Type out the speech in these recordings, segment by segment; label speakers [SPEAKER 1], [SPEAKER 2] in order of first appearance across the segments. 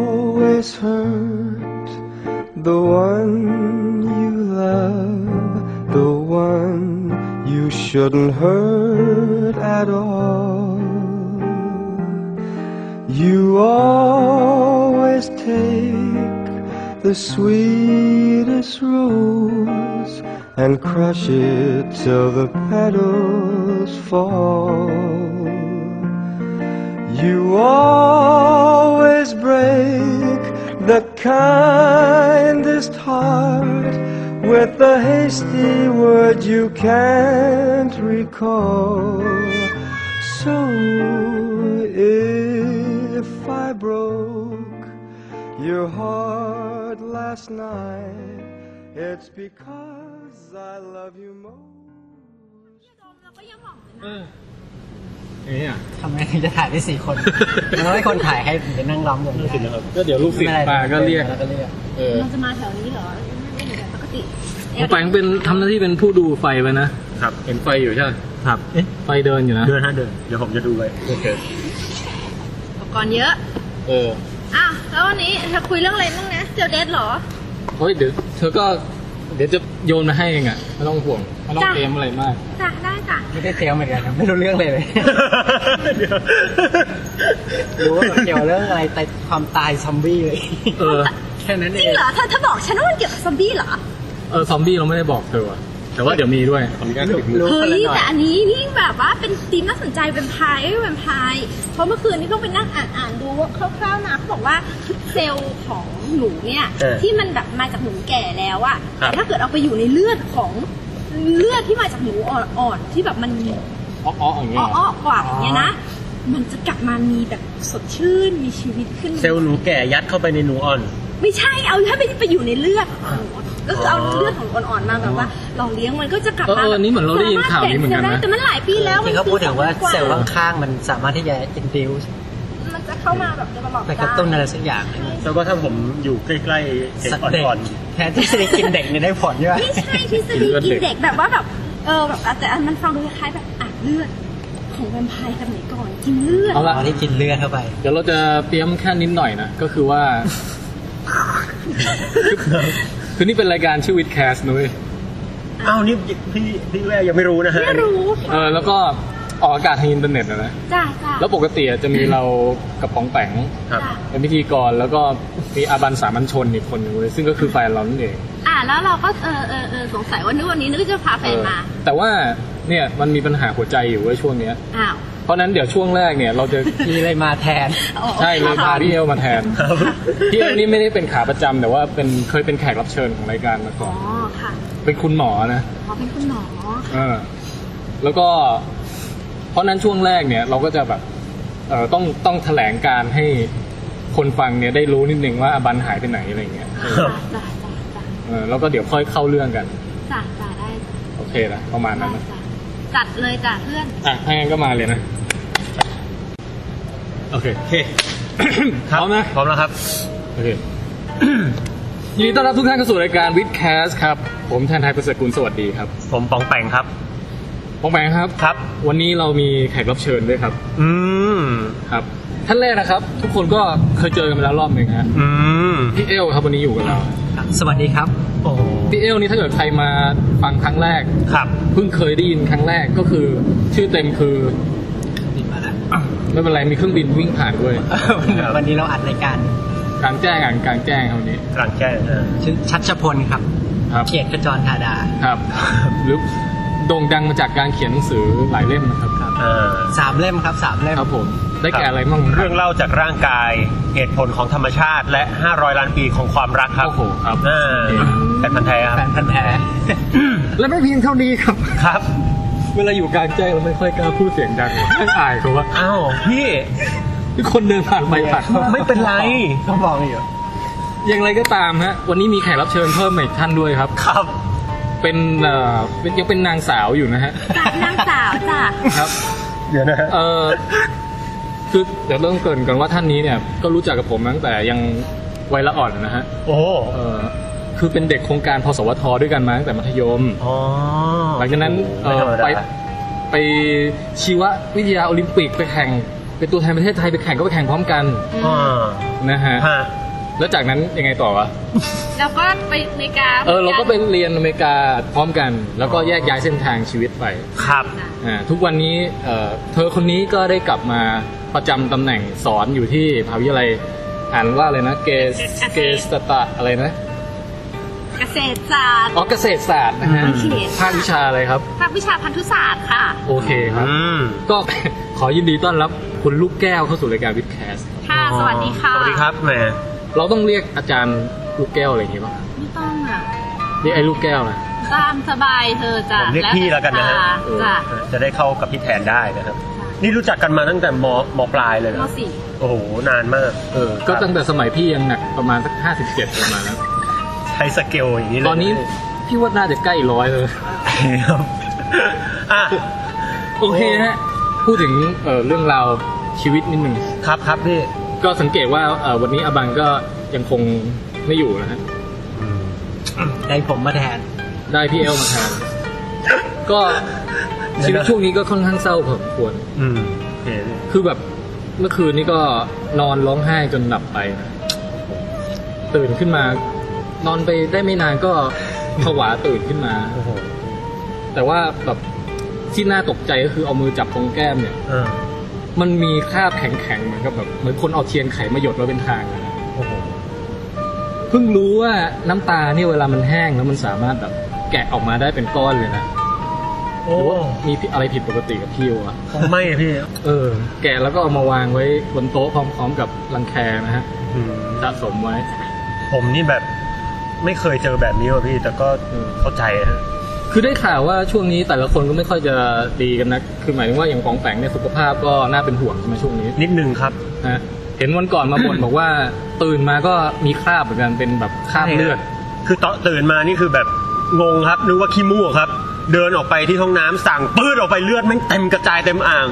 [SPEAKER 1] always hurt the one you love, the one you shouldn't hurt at all. You always take the sweetest rose and crush it till the petals fall. You always break the kindest heart with a hasty word you can't recall. So if I broke your heart last night, it's because I love you most.
[SPEAKER 2] นี่ย
[SPEAKER 3] ทำไมถึงจะถ่ายได้สี่คน แล้วให้คนถ่ายให้ไปนั่งล้อมวง
[SPEAKER 2] สินะครับ ก็เดี๋ยวลูกศิษย์ปาก็เรียก
[SPEAKER 3] แล้วก็เรียก
[SPEAKER 2] เออ
[SPEAKER 4] มันจะมาแถวนี้เหรอไม่เหมือนแบบปกติ
[SPEAKER 5] หมอแปลงเป็นทำหน้าที่เป็นผู้ดูไฟไปนะ
[SPEAKER 2] ครับ เห็นไฟอยู่ใช่ไหม
[SPEAKER 6] ครับเอ๊ะ
[SPEAKER 5] ไฟเดินอยู่นะ
[SPEAKER 6] เดินฮะเดิน เดี๋ยวผมจะดูไว้
[SPEAKER 2] โอเค
[SPEAKER 4] อุปกรณ์เยอะ
[SPEAKER 2] เออ
[SPEAKER 4] อ้าว แล้ววันนี้เธอคุยเรื่องอะไรบ้างนะเจอเดทเหรอ
[SPEAKER 5] เฮ้ยเดี๋ยวเธอก็เดี๋ยวจะโยนมาให้เองอ่ะ ไม่ต้องห่วง ไม่ต้อง
[SPEAKER 4] จ้ะ
[SPEAKER 5] เตรียมอะไรมาก
[SPEAKER 4] จ้ะ ได้จ้ะ
[SPEAKER 3] ไม่ได้เตรียมเหมือนกันนะไม่รู้เรื่อง เลยเลย
[SPEAKER 6] เดี๋ยว
[SPEAKER 3] รู้ว่ามันเกี่ยวเรื่องอะไรแต่ความตายซอมบี้เลย
[SPEAKER 5] เออ
[SPEAKER 3] แค่นั้น
[SPEAKER 4] จ
[SPEAKER 3] เอ
[SPEAKER 4] ริง
[SPEAKER 3] ง
[SPEAKER 4] เหรอเธอเธอบอกฉันว่ามันเกี่ยวกับซอมบี้เหรอ
[SPEAKER 5] เออซอมบี้เราไม่ได้บอกเธอว่ะแต่ว่าเดี๋ยวมีด้วย
[SPEAKER 2] ขออนุญาตติดมือ
[SPEAKER 3] รู้ค
[SPEAKER 4] เฮ้
[SPEAKER 3] นละห
[SPEAKER 4] ย
[SPEAKER 3] น่อย
[SPEAKER 4] แต่อันนี้นี่แบบว่าเป็นธีมน่าสนใจเป็นพายเป็นพายเพราะเมื่อคืนนี่ก็ไปนั่งอ่านอ่านดูว่าคร่าวๆนะเขาบอกว่าเซลล์ของหนูเนี่ย
[SPEAKER 6] เออ
[SPEAKER 4] ที่มันแบบมาจากหนูแก่แล้วอะ
[SPEAKER 6] ครั
[SPEAKER 4] แต่
[SPEAKER 6] บ
[SPEAKER 4] ถ้าเกิดเอาไปอยู่ในเลือดของเลือดที่มาจากหนูอ่อนๆที่แบบมัน
[SPEAKER 5] อ๋ออ๋ออย่างเงี้ยเหรอ
[SPEAKER 4] อ้อๆกว่าอย่างเงี้ยนะมันจะกลับมามีแบบสดชื่นมีชีวิตขึ้น
[SPEAKER 6] เซลล์หนูแก่ยัดเข้าไปในหนูอ่อน
[SPEAKER 4] ไม่ใช่เอาให้ไปไปอยู่ในเลือดของหนูก็คือเอาเลือดของอ่อนๆมาแบบว่าหล่อเลี้ยงมันก็จะกลับ
[SPEAKER 5] เออ
[SPEAKER 4] มา
[SPEAKER 5] เอออันนี้เหมือนเราได้ยินข่าวนี้เหมือนกันนะ
[SPEAKER 4] แต่มันหลายปีแล้ว
[SPEAKER 3] ที่เขาพูดถึงว่าเซลล์
[SPEAKER 4] มัน
[SPEAKER 3] ข้างๆมันสามารถที่จะ induce
[SPEAKER 4] มันจะเข้ามาแบบตลอด
[SPEAKER 3] ไปกระตุ้นอะไรสักอย่างให้มัน
[SPEAKER 6] แล้วก็ถ้าผมอยู่ใกล้ๆเด็ก
[SPEAKER 3] เด็ก
[SPEAKER 6] อ่อน
[SPEAKER 3] แทนที่จะได้กินเด็กเนี่ยได้ผลใช่ไหม
[SPEAKER 4] ไม่ใช่ทฤษฎีกินเด็กแบบว่าแบบเออแบบแต่อันมันฟังดูคล้ายๆแบบอาบเลือดของแวมไพร์สมัยก่อนกินเลือด
[SPEAKER 5] เอาละ
[SPEAKER 3] อ๋อที่กินเลือดเข้าไป
[SPEAKER 5] เดี๋ยวเราจะเตรียมแค่นิดหน่อยนะ ก็คือว่า คือนี่เป็นรายการชื่อวิดแคสนุ้ย
[SPEAKER 6] ๆอ้าวนี่พี่พี่แววยังไม่รู้นะฮะ
[SPEAKER 4] ไม่รู้
[SPEAKER 5] เออแล้วก็ออกอากาศทางอินเทอร์เน็ตนะนะ
[SPEAKER 4] จ้าจ้า
[SPEAKER 5] แล้วปกติอะจะมีเรากับป๋องแปง
[SPEAKER 6] ครับ
[SPEAKER 4] จ้า
[SPEAKER 5] เป็นพิธีกรแล้วก็มีอาบันสามัญชนอีกคนหนึ่งเลยซึ่งก็คือแฟนเรานั่นเอง
[SPEAKER 4] อ่าแล้วเราก็เออเออเออสงสัยว่านึกวันนี้นึกว่าจะพาแฟนมา
[SPEAKER 5] เออแต่ว่าเนี่ยมันมีปัญหาหัวใจอยู่เว้ยช่วงเนี้ย
[SPEAKER 4] อ้าว
[SPEAKER 5] เพราะนั้นเดี๋ยวช่วงแรกเนี่ยเรา จะ
[SPEAKER 3] มีอะไรมาแทน
[SPEAKER 4] อ๋อ
[SPEAKER 5] ใช่เลยพาพี่เอลมาแทน
[SPEAKER 6] ครับ
[SPEAKER 5] พี่เอลนี่ไม่ได้เป็นขาประจำแต่ว่าเป็นเคยเป็นแขกรับเชิญของรายการมาก่
[SPEAKER 4] อ๋
[SPEAKER 5] อ
[SPEAKER 4] อน ค่ะ
[SPEAKER 5] เป็นคุณหมอนะ
[SPEAKER 4] อ๋อเป็นคุณหมอ
[SPEAKER 5] เออแล้วก็ เพราะนั้นช่วงแรกเนี่ยเราก็จะแบบเออต้องต้องแถลงการให้คนฟังเนี่ยได้รู้นิดนึงว่าอาบันหายไปไหนอะไรอย่างเงี้ย
[SPEAKER 6] ครับ
[SPEAKER 4] จ้าจ้าจ้า
[SPEAKER 5] เออแล้วก็เดี๋ยวค่อยเข้าเรื่องกัน
[SPEAKER 4] จ้าจ้าได้จ้ะ
[SPEAKER 5] โอเคนะประมาณนั้นนะ
[SPEAKER 4] จัดเลยจ้ะ เพื่อน
[SPEAKER 5] อ่ะถ้างั้นก็มาเลยนะ โอเค
[SPEAKER 6] โอเค
[SPEAKER 5] พร้อมนะ
[SPEAKER 6] พร้อมแล้วครับ
[SPEAKER 5] โอเค ยินดีต้อนรับทุกท่านเข้าสู่รายการวิดแคสครับ ผมแทนไทยประเสริฐกุลสวัสดีครับ
[SPEAKER 6] ผมปองแปงครับ
[SPEAKER 5] ปองแปงครับ
[SPEAKER 6] ครับ
[SPEAKER 5] วันนี้เรามีแขกรับเชิญด้วยครับ
[SPEAKER 6] อืม
[SPEAKER 5] ครับ ท่านแรกนะครับ ทุกคนก็เคยเจอกันมาแล้วรอบหนึ่งฮะ
[SPEAKER 6] อืม
[SPEAKER 5] พี่เอลครับวันนี้อยู่กับเรา
[SPEAKER 3] สวัสดีครับ
[SPEAKER 6] โอ้โห
[SPEAKER 5] พี่เอลนี่ถ้าเกิดใครมาฟังครั้งแรก
[SPEAKER 6] ครับ
[SPEAKER 5] เพิ่งเคยได้ยินครั้งแรกก็คือ ชื่อเต็มคือ
[SPEAKER 3] นี่มาแล้ว
[SPEAKER 5] ไม่เป็นไรมีเครื่องบินวิ่งผ่านด้วย
[SPEAKER 6] ครับ
[SPEAKER 3] วันนี้เราอัดรายการ
[SPEAKER 5] กลางแจ้งอ่ะกลางแจ้งครับวันนี้
[SPEAKER 6] กลางแจ้งนะ
[SPEAKER 3] ชื่อชัชพลครับ
[SPEAKER 5] ครับ
[SPEAKER 3] เขียรติขจรธาดา
[SPEAKER 5] ครับหรือโด่งดังมาจากการเขียนหนังสือหลายเล่มนะครับ ครับ
[SPEAKER 6] เออ
[SPEAKER 3] สามเล่มครับสามเล่ม
[SPEAKER 5] ผม ได้แก่อะไรบ้าง
[SPEAKER 6] เรื่องเล่าจากร่างกาย เหตุผลของธรรมชาติ และ 500 ล้านปีของความรักครับ
[SPEAKER 5] โอ้โหครับ
[SPEAKER 6] เออแฟนพันธุ์แท้ค
[SPEAKER 3] แฟ
[SPEAKER 6] รับ
[SPEAKER 3] นพันธ์แท้
[SPEAKER 5] และไม่เพียงเท่านี้ครับ
[SPEAKER 6] ครับ
[SPEAKER 5] เวลาอยู่กลางแจ้งเราไม่ค่อยกล้าพูดเสียงดังไม่อายเขาว่า
[SPEAKER 6] อ้าวพี่
[SPEAKER 5] มีคนเดินผ่านไปผ่านมา
[SPEAKER 6] ไม่เป็นไร
[SPEAKER 3] ก็มองอยู่
[SPEAKER 5] อย่างไรก็ตามฮะวันนี้มีแขกรับเชิญเพิ่มมาอีกท่านด้วยครับ
[SPEAKER 6] ครับ
[SPEAKER 5] เป็นเอ่อเป็นยังเป็นนางสาวอยู่นะฮะ
[SPEAKER 4] จัดนางสาวจ้ะ
[SPEAKER 5] ครับ
[SPEAKER 6] เดี๋ยวนะฮะ
[SPEAKER 5] เออคือเดี๋ยวเริ่มเกรินก่อนว่าท่านนี้เนี่ยก็รู้จักกับผมตั้งแต่ยังวัยละอ่อนนะฮะ
[SPEAKER 6] โอ้
[SPEAKER 5] เออคือเป็นเด็กโครงการพสวทด้วยกันมาตั้งแต่มัธยม
[SPEAKER 6] อ๋อ
[SPEAKER 5] หลังจากนั้นเอ่อ
[SPEAKER 6] ไม่ธรรมดา
[SPEAKER 5] ไปไปชีววิทยาโอลิมปิกไปแข่ง เป็นตัวแทนประเทศไทยไปแข่งก็ไปแข่งพร้อมกัน
[SPEAKER 6] อ่า
[SPEAKER 5] นะฮะ
[SPEAKER 6] ฮะ
[SPEAKER 5] แล้วจากนั้นยังไงต่อวะ
[SPEAKER 4] แล้วก็ไปอเมริกา
[SPEAKER 5] เออเราก็ไปเรียนอเมริกาพร้อมกัน แล้วก็แยกย้ายเส้นทางชีวิตไป
[SPEAKER 6] ครับ
[SPEAKER 5] อ่าทุกวันนี้เอ่อเธอคนนี้ก็ได้กลับมาประจำตำแหน่งสอนอยู่ที่มหาวิทยาลัยอ่านว่าอะไรนะเกสเกสตะอะไรนะ
[SPEAKER 4] เกษตรศาสตร์
[SPEAKER 5] อ๋อเกษตรศาสตร์นะฮะ
[SPEAKER 4] เขต
[SPEAKER 5] ภาควิชาอะไรครับ
[SPEAKER 4] ภาควิชาพันธุศาสตร์ค่ะ
[SPEAKER 5] โอเคครับ
[SPEAKER 6] อืม
[SPEAKER 5] ก็ ขอยินดีต้อนรับคุณลูกแก้วเข้าสู่รายการวิดแคส
[SPEAKER 4] ค่ะ สวัสดีค่ะ
[SPEAKER 6] สวัสดีครับแหม
[SPEAKER 5] เราต้องเรียกอาจารย์ลูกแก้วอะไรอย่างงี้ป่ะ
[SPEAKER 4] ไม่ต้องอ่ะ
[SPEAKER 5] เรียกไอ้ลูกแก้วนะ
[SPEAKER 4] ตามสบายเธอ
[SPEAKER 6] ผ
[SPEAKER 4] จ้ะ
[SPEAKER 6] มเรียกพี่แล้วกันนะฮะ
[SPEAKER 4] แล้วแต่จ้ะ
[SPEAKER 6] จะได้เข้ากับพี่แทนได้นะครับ นี่รู้จักกันมาตั้งแต่มมปลายเลย
[SPEAKER 4] ม
[SPEAKER 6] นะ
[SPEAKER 4] สี่
[SPEAKER 6] โอ้โห นานมาก
[SPEAKER 5] เออ ก็ตั้งแต่สมัยพี่ยังหนักประมาณสักห้าสิบเจ็ดประมาณนั้น
[SPEAKER 6] ใช้สเกลอย่างนี้เลย
[SPEAKER 5] ตอนนี้พี่ว่าน่าจะใกล้ร้อยเลย
[SPEAKER 6] ครับอ่ะ
[SPEAKER 5] โอเคฮะ พูดถึงเอ่อเรื่องราวชีวิตนิดหนึ่ง
[SPEAKER 6] ครับครับพี่
[SPEAKER 5] ก็สังเกตว่าเอ่อวันนี้อบังก็ยังคงไม่อยู่นะฮะ
[SPEAKER 3] ได้ผมมาแทน
[SPEAKER 5] ได้พี่เอลมาแทน ก็ชีวิตช่วงนี้ก็ค่อนข้างเศร้าพอสมควร
[SPEAKER 6] อืมโอเคพี่
[SPEAKER 5] คือแบบเมื่อคืนนี้ก็นอนร้องไห้จนหลับไปนะตื่นขึ้นมา นอนไปได้ไม่นานก็ผวาตื่นขึ้นมา
[SPEAKER 6] โอ้โห
[SPEAKER 5] แต่ว่าแบบที่น่าตกใจก็คือเอามือจับตรงแก้มเนี่ย
[SPEAKER 6] อ่า
[SPEAKER 5] มันมีคราบแข็งๆเหมือนกับแบบเหมือนคนเอาเทียนไขมาหยดไว้เป็นทางอะนะ
[SPEAKER 6] โอ้โห
[SPEAKER 5] เพิ่งรู้ว่าน้ำตาเนี่ยเวลามันแห้งแล้วมันสามารถแบบแกะออกมาได้เป็นก้อนเลยนะ
[SPEAKER 6] โอ้
[SPEAKER 5] หรือว่ามีอะไรผิดปกติกับพี่วะ
[SPEAKER 6] คงไม่พี่
[SPEAKER 5] เออ แกะแล้วก็เอามาวางไว้บนโต๊ะพร้อม ๆ กับรังแคนะฮะ
[SPEAKER 6] อืม
[SPEAKER 5] สะสมไว้
[SPEAKER 6] ผมนี่แบบไม่เคยเจอแบบนี้ว่ะพี่ แต่ก็
[SPEAKER 5] อืม
[SPEAKER 6] เข้าใจฮะ
[SPEAKER 5] คือได้ข่าวว่าช่วงนี้แต่ละคนก็ไม่ค่อยจะดีกันนะคือหมายถึงว่าอย่างกองแปงเนี่ยสุขภาพก็น่าเป็นห่วงใช่ไหมช่วงนี้
[SPEAKER 6] นิดนึงครับ
[SPEAKER 5] ฮะเห็นวันก่อนมาบ่น บอกว่าตื่นมาก็มีคราบเหมือนกันเป็นแบบคราบเลือด
[SPEAKER 6] คือตอนตื่นมานี่คือแบบงงครับนึกว่าขี้มูกครับ เดินออกไปที่ห้องน้ำสั่งปื้ดออกไปเลือดแม่งเต็มกระจายเต็มอ่าง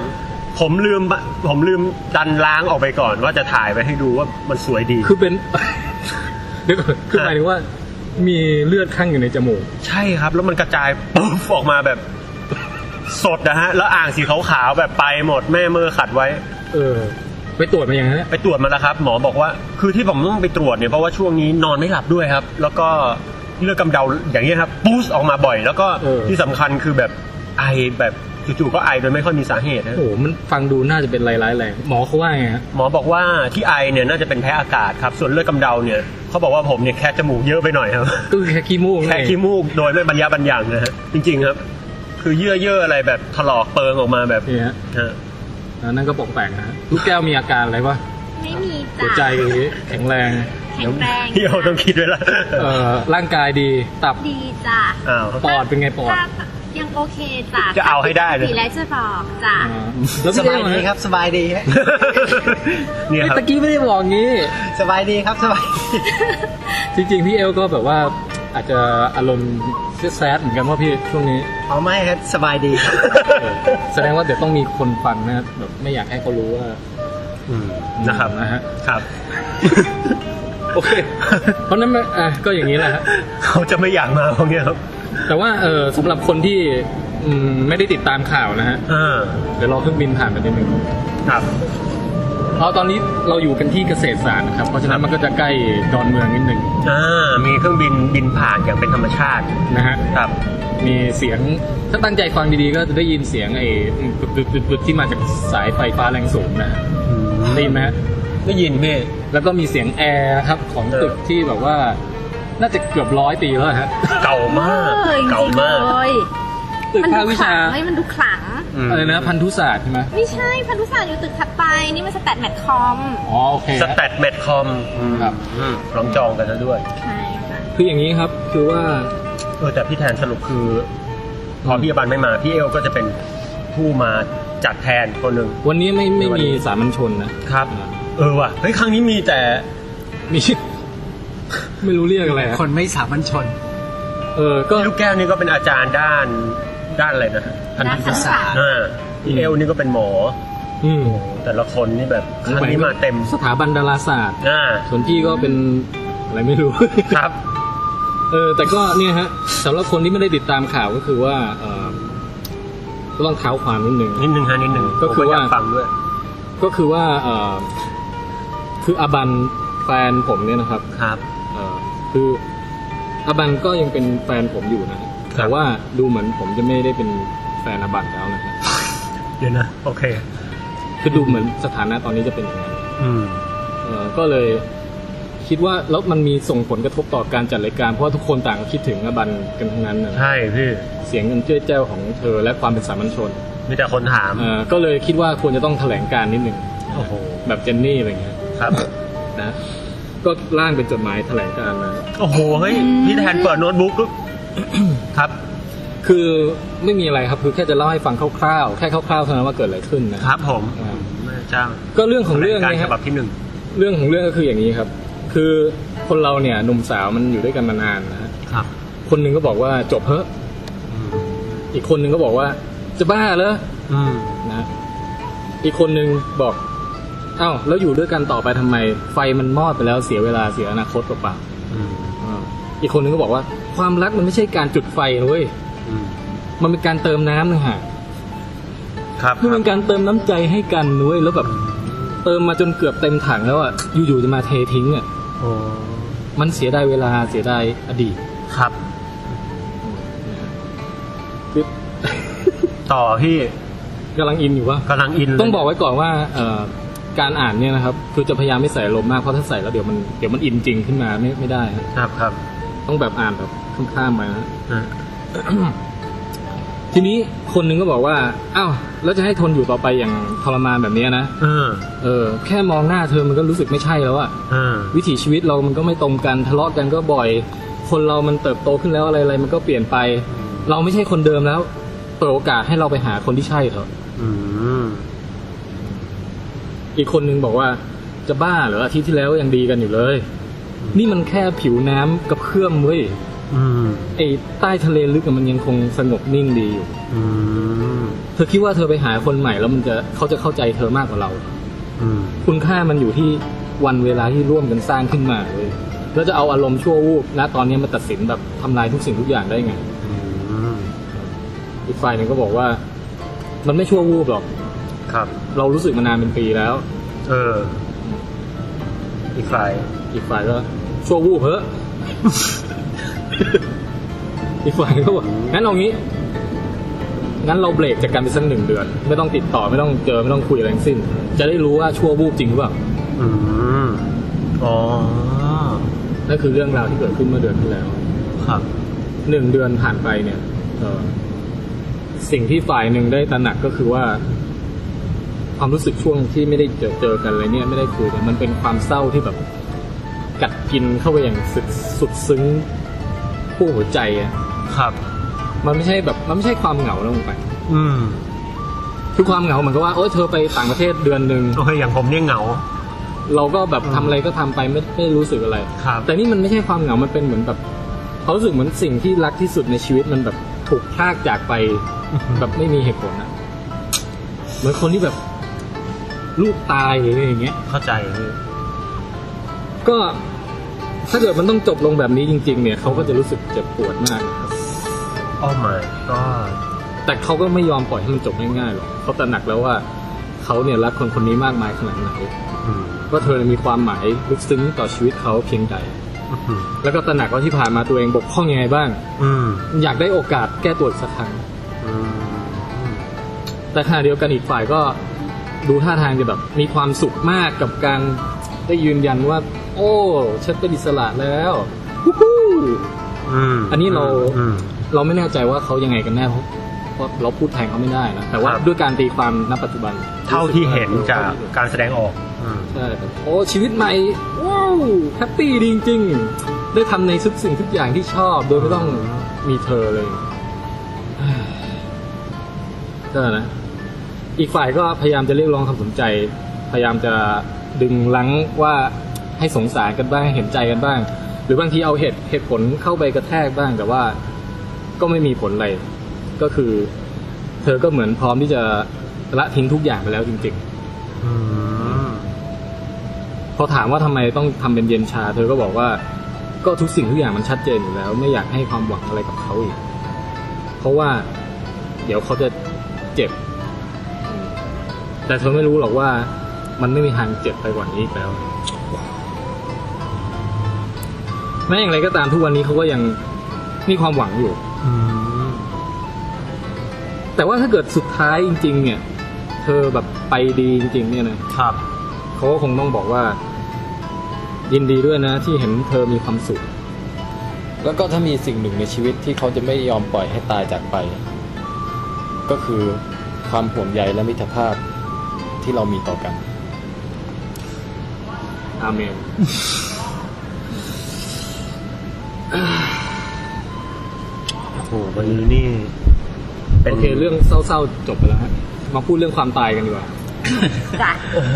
[SPEAKER 6] ผมลืมบะผมลืมดันล้างออกไปก่อน ว่าจะถ่ายไปให้ดูว่ามันสวยดี
[SPEAKER 5] คือเป็น เดี๋ยวก่อนคือหมายถึงว่า มีเลือดข้างอยู่ในจมูก
[SPEAKER 6] ใช่ครับ แล้วมันกระจายปุ๊บออกมาแบบ สดนะฮะ แล้วอ่างสีขาวๆแบบไปหมดแม่มือขัดไว้
[SPEAKER 5] เออ ไปตรวจมาอย่างนั้นนะ
[SPEAKER 6] ไปตรวจมาแล้วครับ หมอบอกว่า คือที่ผมต้องไปตรวจเนี่ยเพราะว่าช่วงนี้นอนไม่หลับด้วยครับ แล้วก็เลือดกำเดาอย่างเงี้ยครับปูสออกมาบ่อย แล้วก็ที่สำคัญคือแบบไอแบบจู่ๆก็ไอโดยไม่ค่อยมีสาเหตุนะ
[SPEAKER 5] โอ้โหมันฟังดูน่าจะเป็นไรร้ายแรงหมอเขาว่าไงฮะ
[SPEAKER 6] หมอบอกว่าที่ไอเนี่ยน่าจะเป็นแพ้อากาศครับ ส่วนเลือดกำเดาเนี่ยเขาบอกว่าผมเนี่ยแค่จมูกเยอะไปหน่อยครับ
[SPEAKER 5] ก็คือแค่ขี้มูกนั่น
[SPEAKER 6] แค่
[SPEAKER 5] เอง
[SPEAKER 6] ขี้มูกโดยไม่บรรยาบรรยังนะฮะจริงๆครับ คือเยื่อเยื่ออะไรแบบถลอกเปิงออกมาแบบ
[SPEAKER 5] เนี่ยฮะ
[SPEAKER 6] ฮะ
[SPEAKER 5] แล้วนั่นก็ป่องแปงนะฮะลูกแก้วมีอาการอะไรปะ
[SPEAKER 4] ไม่มี
[SPEAKER 5] หัว
[SPEAKER 4] จ้ะ
[SPEAKER 5] ใจแข็งแรง
[SPEAKER 4] แข็งแรง
[SPEAKER 6] เที่ยวต้องคิดไว้ละ
[SPEAKER 5] เอ่อร่างกายดีตับ
[SPEAKER 4] ดีจ้ะ
[SPEAKER 6] อ้าว
[SPEAKER 5] ปอดเป็นไงปอด
[SPEAKER 4] ถ้ายังโอเคจ้ะ
[SPEAKER 6] จะเอาให้ได้เลย
[SPEAKER 4] สีแล้วจะบอกจ้ะ
[SPEAKER 5] อ่าแล้ว
[SPEAKER 3] ส
[SPEAKER 5] พี่
[SPEAKER 3] บา
[SPEAKER 5] เอ๋
[SPEAKER 3] ยดี
[SPEAKER 5] นะ
[SPEAKER 3] ค
[SPEAKER 5] ค
[SPEAKER 3] รั
[SPEAKER 5] รับบ
[SPEAKER 3] สบายดีฮะ
[SPEAKER 6] เนี่ยครับ
[SPEAKER 5] ตะกี้ไม่ได้บอกงี้
[SPEAKER 3] สบายดีครับ สบายดี
[SPEAKER 5] จริงๆ พี่เอลก็แบบว่าอาจจะอารมณ์แซดๆเหมือนกันว่าพี่ช่วงนี้
[SPEAKER 3] เอาไม่ครับ สบายดีครับ
[SPEAKER 5] แสดงว่าเดี๋ยวต้องมีคนฟังนะแบบไม่อยากให้เขารู้ว่า
[SPEAKER 6] อืม
[SPEAKER 5] นะ
[SPEAKER 6] นะครับ
[SPEAKER 5] นะฮะ
[SPEAKER 6] ครับ
[SPEAKER 5] โอเค เพราะนั้นมันอ่ะก็อย่างนี้แหละฮะ
[SPEAKER 6] เขาจะไม่อยากมาเพราะเงี้ยครับ
[SPEAKER 5] แต่ว่าเออสำหรับคนที่อืมไม่ได้ติดตามข่าวนะฮะ
[SPEAKER 6] อ่า
[SPEAKER 5] เดี๋ยวรอเครื่องบินผ่านไปนิดนึง
[SPEAKER 6] ครับ
[SPEAKER 5] เอาตอนนี้เราอยู่กันที่เกษตรศาสตร์นะครับเพราะฉะนั้นมันก็จะใกล้ดอนเมืองนิดนึง
[SPEAKER 6] อ่ามีเครื่องบินบินผ่านอย่างเป็นธรรมชาติ
[SPEAKER 5] นะฮะ
[SPEAKER 6] ครับ
[SPEAKER 5] มีเสียงถ้าตั้งใจฟังดีๆก็จะได้ยินเสียงไอ้บึดๆๆๆที่มาจากสายไฟฟ้าแรงสูงนะฮะได้ยินไหมฮะ
[SPEAKER 6] ได้ยินพี่
[SPEAKER 5] แล้วก็มีเสียงแอร์ครับของตึกที่แบบว่า น่าจะเกือบร้อยปีแล้วฮะ
[SPEAKER 6] เก่ามาก
[SPEAKER 4] ออจริงๆ
[SPEAKER 6] เก่ามาก
[SPEAKER 4] เลย
[SPEAKER 5] ตึก
[SPEAKER 4] มัน
[SPEAKER 5] ภาค
[SPEAKER 4] ดู
[SPEAKER 5] วิ
[SPEAKER 4] ขลั
[SPEAKER 5] ชาง
[SPEAKER 4] เฮ้ยมันดูขลัง
[SPEAKER 6] ม
[SPEAKER 5] อะไรนะพันธุศาสตร์ใช่ไหม
[SPEAKER 4] ไม่ใช่ พันธุศาสตร์อยู่ตึกถัดไป นี่มันสแตทแมทคอม
[SPEAKER 5] อ๋อโอเค
[SPEAKER 6] ส
[SPEAKER 5] ฮะ
[SPEAKER 6] แตทแมทคอม
[SPEAKER 5] ครับ
[SPEAKER 6] อืมลองจองกันแล้วด้วย
[SPEAKER 4] ใช่ค่ะ
[SPEAKER 5] คืออย่างนี้ครับ คือว่า
[SPEAKER 6] เออแต่พี่แทนสรุปคือพอพี่อบันไม่มา พี่เอลก็จะเป็นผู้มาจัดแทนคนหนึ่ง
[SPEAKER 5] วันนี้ไม่ไม่
[SPEAKER 6] วันนี้
[SPEAKER 5] มีสามัญชนนะครับ
[SPEAKER 6] เออว่ะ เฮ้ย ครั้งนี้มีแต่
[SPEAKER 5] มี ไม่รู้เรียกอะไรฮะ
[SPEAKER 3] คนไม่สามัญชน
[SPEAKER 5] เออก็
[SPEAKER 6] ลูกแก้วนี่ก็เป็นอาจารย์ด้านด้านอะไรนะ
[SPEAKER 3] พันธุศาสตร์
[SPEAKER 6] อ่าพี่เอลนี่ก็เป็นหมอ
[SPEAKER 5] อืม
[SPEAKER 6] แต่ละคนนี่แบบครั้งนี้มาเต็ม
[SPEAKER 5] สถาบันดาราศาสตร์
[SPEAKER 6] อ่า
[SPEAKER 5] ส่วนพี่ก็เป็นอะไรไม่รู้
[SPEAKER 6] ครับ
[SPEAKER 5] เออแต่ก็เนี่ยฮะสำหรับคนที่ไม่ได้ติดตามข่าวก็คือว่าเออก็ต้องเท้าความนิดนึง
[SPEAKER 6] นิดนึงฮะนิดนึง
[SPEAKER 5] ก็คือว่า
[SPEAKER 6] ผมยฟังด้วย
[SPEAKER 5] ก็คือว่าเออคืออาบัน แฟนผมเนี่ยนะครับ
[SPEAKER 6] ครับ
[SPEAKER 5] เอ่อคืออาบันก็ยังเป็นแฟนผมอยู่นะฮะ
[SPEAKER 6] ครั
[SPEAKER 5] แต่
[SPEAKER 6] บ
[SPEAKER 5] ว่าดูเหมือนผมจะไม่ได้เป็นแฟนอาบันแล้วนะฮะ
[SPEAKER 6] เดี๋ยวนะ โอเค
[SPEAKER 5] คือดูเหมือนสถานะตอนนี้จะเป็นอย่างนั้น
[SPEAKER 6] อืม
[SPEAKER 5] เอ่อก็เลยคิดว่าแล้วมันมีส่งผลกระทบต่อการจัดรายการ เพราะว่าทุกคนต่างก็คิดถึงอาบันกันทั้งนั้นนะ
[SPEAKER 6] ใช่พี่
[SPEAKER 5] เสียงเงินเจ้ยแจ้วของเธอและความเป็นสามัญชน
[SPEAKER 6] มีแต่คนถาม
[SPEAKER 5] เอ่อก็เลยคิดว่าควรจะต้องแถลงการณ์นิดหนึ่ง
[SPEAKER 6] โอ้โห
[SPEAKER 5] แบบเจนนี่อะไรเงี้ย
[SPEAKER 6] ครับ
[SPEAKER 5] นะก็ร่างเป็นจดหมายแถลงการณ์มา
[SPEAKER 6] โอ้โห เฮ้ย พี่แทนเปิดโน้ตบุ๊กลูกครับ
[SPEAKER 5] คือไม่มีอะไรครับคือแค่จะเล่าให้ฟังคร่าวๆแค่คร่าวๆเท่านั้นว่าเกิดอะไรขึ้นนะ
[SPEAKER 6] ครับผม
[SPEAKER 5] อืม
[SPEAKER 6] แม่เจ้า
[SPEAKER 5] ก็เรื่องของเรื่อง
[SPEAKER 6] รายการ
[SPEAKER 5] เนี่ย
[SPEAKER 6] ฉ
[SPEAKER 5] ฮะ
[SPEAKER 6] บับที่หนึ่ง
[SPEAKER 5] เรื่องของเรื่องก็คืออย่างนี้ครับ คือคนเราเนี่ยหนุ่มสาวมันอยู่ด้วยกันมานานนะฮะ
[SPEAKER 6] ครับ
[SPEAKER 5] คนหนึ่งก็บอกว่าจบเพ้อะอีกคนหนึ่งก็บอกว่า จะบ้าเหรอ
[SPEAKER 6] อืม
[SPEAKER 5] นะฮะอีกคนหนึ่งบอกอ้าวแล้วอยู่ด้วยกันต่อไปทำไม ไฟมันมอดไปแล้วเสียเวลาเสียอนาคตเปล่า
[SPEAKER 6] อืม
[SPEAKER 5] ๆอ่าอีกคนหนึ่งก็บอกว่า ความรักมันไม่ใช่การจุดไฟนะเว้ย
[SPEAKER 6] อืม
[SPEAKER 5] มันเป็นการเติมน้ำนะฮะ
[SPEAKER 6] ครับ
[SPEAKER 5] มันเป็นการเติมน้ำใจให้กันนุ้ยแล้วแบบเติมมาจนเกือบเต็มถังแล้วอ่ะอยู่ๆจะมาเททิ้งอ่ะ
[SPEAKER 6] โอ้
[SPEAKER 5] มันเสียดายเวลาเสียดายอดีต
[SPEAKER 6] ครับ
[SPEAKER 5] คือ
[SPEAKER 6] ต่อพี่
[SPEAKER 5] กำลังอินอยู่ว่า
[SPEAKER 6] กำลังอินเลย
[SPEAKER 5] ต้องบอกไว้ก่อนว่าเอ่อการอ่านเนี่ยนะครับคือจะพยายามไม่ใส่ลมณ์มากเพราะถ้าใส่แล้วเดี๋ยวมันเดี๋ยวมันอินจริงขึ้นมาไม่ไม่ได้ฮะ
[SPEAKER 6] ครับครับ
[SPEAKER 5] ต้องแบบอ่านแบบข้ามๆไปนะ
[SPEAKER 6] อ่ะ
[SPEAKER 5] ทีนี้คนหนึงก็บอกว่าอ้าวแล้วจะให้ทนอยู่ต่อไปอย่างทรมานแบบเนี้ยนะ
[SPEAKER 6] เออ
[SPEAKER 5] เออแค่มองหน้าเธอมันก็รู้สึกไม่ใช่แล้วอ่ะ
[SPEAKER 6] เออ
[SPEAKER 5] วิถีชีวิตเรามันก็ไม่ตรงกันทะเลาะกันก็บ่อย คนเรามันเติบโตขึ้นแล้วอะไรอะไรมันก็เปลี่ยนไป เราไม่ใช่คนเดิมแล้วเปิดโอกาสให้เราไปหาคนที่ใช่เถอะ
[SPEAKER 6] อืม
[SPEAKER 5] อีกคนนึงบอกว่าจะบ้าเหรออาทิตย์ที่แล้วยังดีกันอยู่เลย นี่มันแค่ผิวน้ำกระเพื่อมเว้ย
[SPEAKER 6] อืม
[SPEAKER 5] ไอ้ใต้ทะเลลึกอะมันยังคงสงบนิ่งดีอยู่
[SPEAKER 6] อืม
[SPEAKER 5] เธอคิดว่าเธอไปหาคนใหม่แล้วมันจะเขาจะเข้าใจเธอมากกว่าเรา
[SPEAKER 6] อืม
[SPEAKER 5] คุณค่ามันอยู่ที่วันเวลาที่ร่วมกันสร้างขึ้นมาเลยแล้วจะเอาอารมณ์ชั่ววูบนะตอนนี้มาตัดสินแบบทำลายทุกสิ่งทุกอย่างได้ไง
[SPEAKER 6] อืม
[SPEAKER 5] อีกฝ่ายหนึ่งก็บอกว่า มันไม่ชั่ววูบหรอก
[SPEAKER 6] ครับ
[SPEAKER 5] เรารู้สึกมานานเป็นปีแล้ว
[SPEAKER 6] เออ อีกฝ่าย
[SPEAKER 5] อีกฝ่ายก็ชั่ววูบเพ้อ อีกฝ่ายก็บอกงั้นเอางี้ งั้นเราเบรกจากการไปสักหนึ่งเดือน ไม่ต้องติดต่อไม่ต้องเจอไม่ต้องคุยอะไรทั้งสิ้น จะได้รู้ว่าชั่ววูบจริงหรือเปล่า
[SPEAKER 6] อืมอ๋อ
[SPEAKER 5] นั่นคือเรื่องราวที่เกิดขึ้นเมื่อเดือนที่แล้ว
[SPEAKER 6] ครับ
[SPEAKER 5] หนึ่งเดือนผ่านไปเนี่ยเอ่อสิ่งที่ฝ่ายหนึ่งได้ตระหนักก็คือว่า ความรู้สึกช่วงที่ไม่ได้เจอเจอกันอะไรเนี่ยไม่ได้คุยกันมันเป็นความเศร้าที่แบบ กัดกินเข้าไปอย่างสุดสุดซึ้งผู้หัวใจอะ
[SPEAKER 6] ครับ
[SPEAKER 5] มันไม่ใช่แบบ มันไม่ใช่ความเหงาลงไป
[SPEAKER 6] อืม
[SPEAKER 5] คือความเหงาเหมือนกับว่าโอ้ยเธอไปต่างประเทศเดือนหนึ่ง
[SPEAKER 6] โอเคอย่างผมเนี่ยเหงา
[SPEAKER 5] เราก็แบบทำอะไรก็ทำไปไม่ไม่ได้รู้สึกอะไร
[SPEAKER 6] ครับ
[SPEAKER 5] แต่นี่มันไม่ใช่ความเหงา มันเป็นเหมือนแบบเขารู้สึกเหมือนสิ่งที่รักที่สุดในชีวิตมันแบบถูกพรากจากไป แบบไม่มีเหตุผลอะเหมือนคนที่แบบลูกตายหรืออะไรอย่างเงี้ย
[SPEAKER 6] เข้าใจพี่
[SPEAKER 5] ก็ถ้าเกิดมันต้องจบลงแบบนี้จริง ๆ เนี่ยเขาก็จะรู้สึกเจ็บปวดมาก
[SPEAKER 6] อ้อมายก็
[SPEAKER 5] แต่เขาก็ไม่ยอมปล่อยให้มันจบง่ายๆหรอกเขาตระหนักแล้วว่าเขาเนี่ยรักคนคนนี้มากมายขนาดไหน
[SPEAKER 6] อืม
[SPEAKER 5] ว่าเธอมีความหมายลึกซึ้งต่อชีวิตเขาเพียงใด
[SPEAKER 6] อืม
[SPEAKER 5] แล้วก็ตระหนักว่าที่ผ่านมาตัวเองบกพร่องยังไงบ้าง
[SPEAKER 6] อืม
[SPEAKER 5] อยากได้โอกาสแก้ตัวอีกสักครั้ง
[SPEAKER 6] อืม
[SPEAKER 5] แต่ขณะเดียวกันอีกฝ่ายก็ดูท่าทางจะแบบมีความสุขมากกับการได้ยืนยันว่า โอ้ฉันเป็นอิสระแล้ววู้ฮู้
[SPEAKER 6] อืม
[SPEAKER 5] อันนี้เรา
[SPEAKER 6] อืม
[SPEAKER 5] เราไม่แน่ใจว่าเขายังไงกันแน่เพราะเพราะเราพูดแทนเขาไม่ได้นะแต่ว่า
[SPEAKER 6] ครับ
[SPEAKER 5] ด้วยการตีความณปัจจุบัน
[SPEAKER 6] เท่าที่เห็นจากการแสดงออกอืม
[SPEAKER 5] ใช่ครับโอ้ชีวิตใหม่ว้าวแฮปปี้ดีจริงๆได้ทำในทุกสิ่งทุกอย่างที่ชอบ โดยไม่ต้องมีเธอเลย ก็นะ อีกฝ่ายก็พยายามจะเรียกร้องความสนใจ พยายามจะดึงลังว่าให้สงสารกันบ้างเห็นใจกันบ้าง หรือบางทีเอาเหตุเหตุผลเข้าไปกระแทกบ้างแต่ว่าก็ไม่มีผลอะไร ก็คือ เธอก็เหมือนพร้อมที่จะละทิ้งทุกอย่างไปแล้วจริง
[SPEAKER 6] อืม
[SPEAKER 5] ๆ พอถามว่าทำไมต้องทำเป็นเย็นชา เธอก็บอกว่าก็ทุกสิ่งทุกอย่างมันชัดเจนอยู่แล้ว ไม่อยากให้ความหวังอะไรกับเขาอีก เพราะว่าเดี๋ยวเขาจะเจ็บ แต่เธอไม่รู้หรอกว่ามันไม่มีทางเจ็บไปกว่านี้อีกแล้ว แม้อย่างไรก็ตามทุกวันนี้เขาก็ยังมีความหวังอยู่ แต่ว่าถ้าเกิดสุดท้ายจริง ๆ เนี่ย เธอแบบไปดีจริง ๆ เนี่ยนะครับ เขาก็คงต้องบอกว่า ยินดีด้วยนะ ที่เห็นเธอมีความสุข
[SPEAKER 7] แล้วก็ถ้ามีสิ่งหนึ่งในชีวิตที่เขาจะไม่ยอมปล่อยให้ตายจากไป ก็คือความห่วงใยและมิตรภาพที่เรามีต่อกัน
[SPEAKER 5] อาเมน
[SPEAKER 6] โอ้โหวันนี้นี่ เป็น
[SPEAKER 5] โอเค เรื่องเศร้าๆจบไปแล้วฮะมาพูดเรื่องความตายกันดีกว่า
[SPEAKER 4] จ้ะ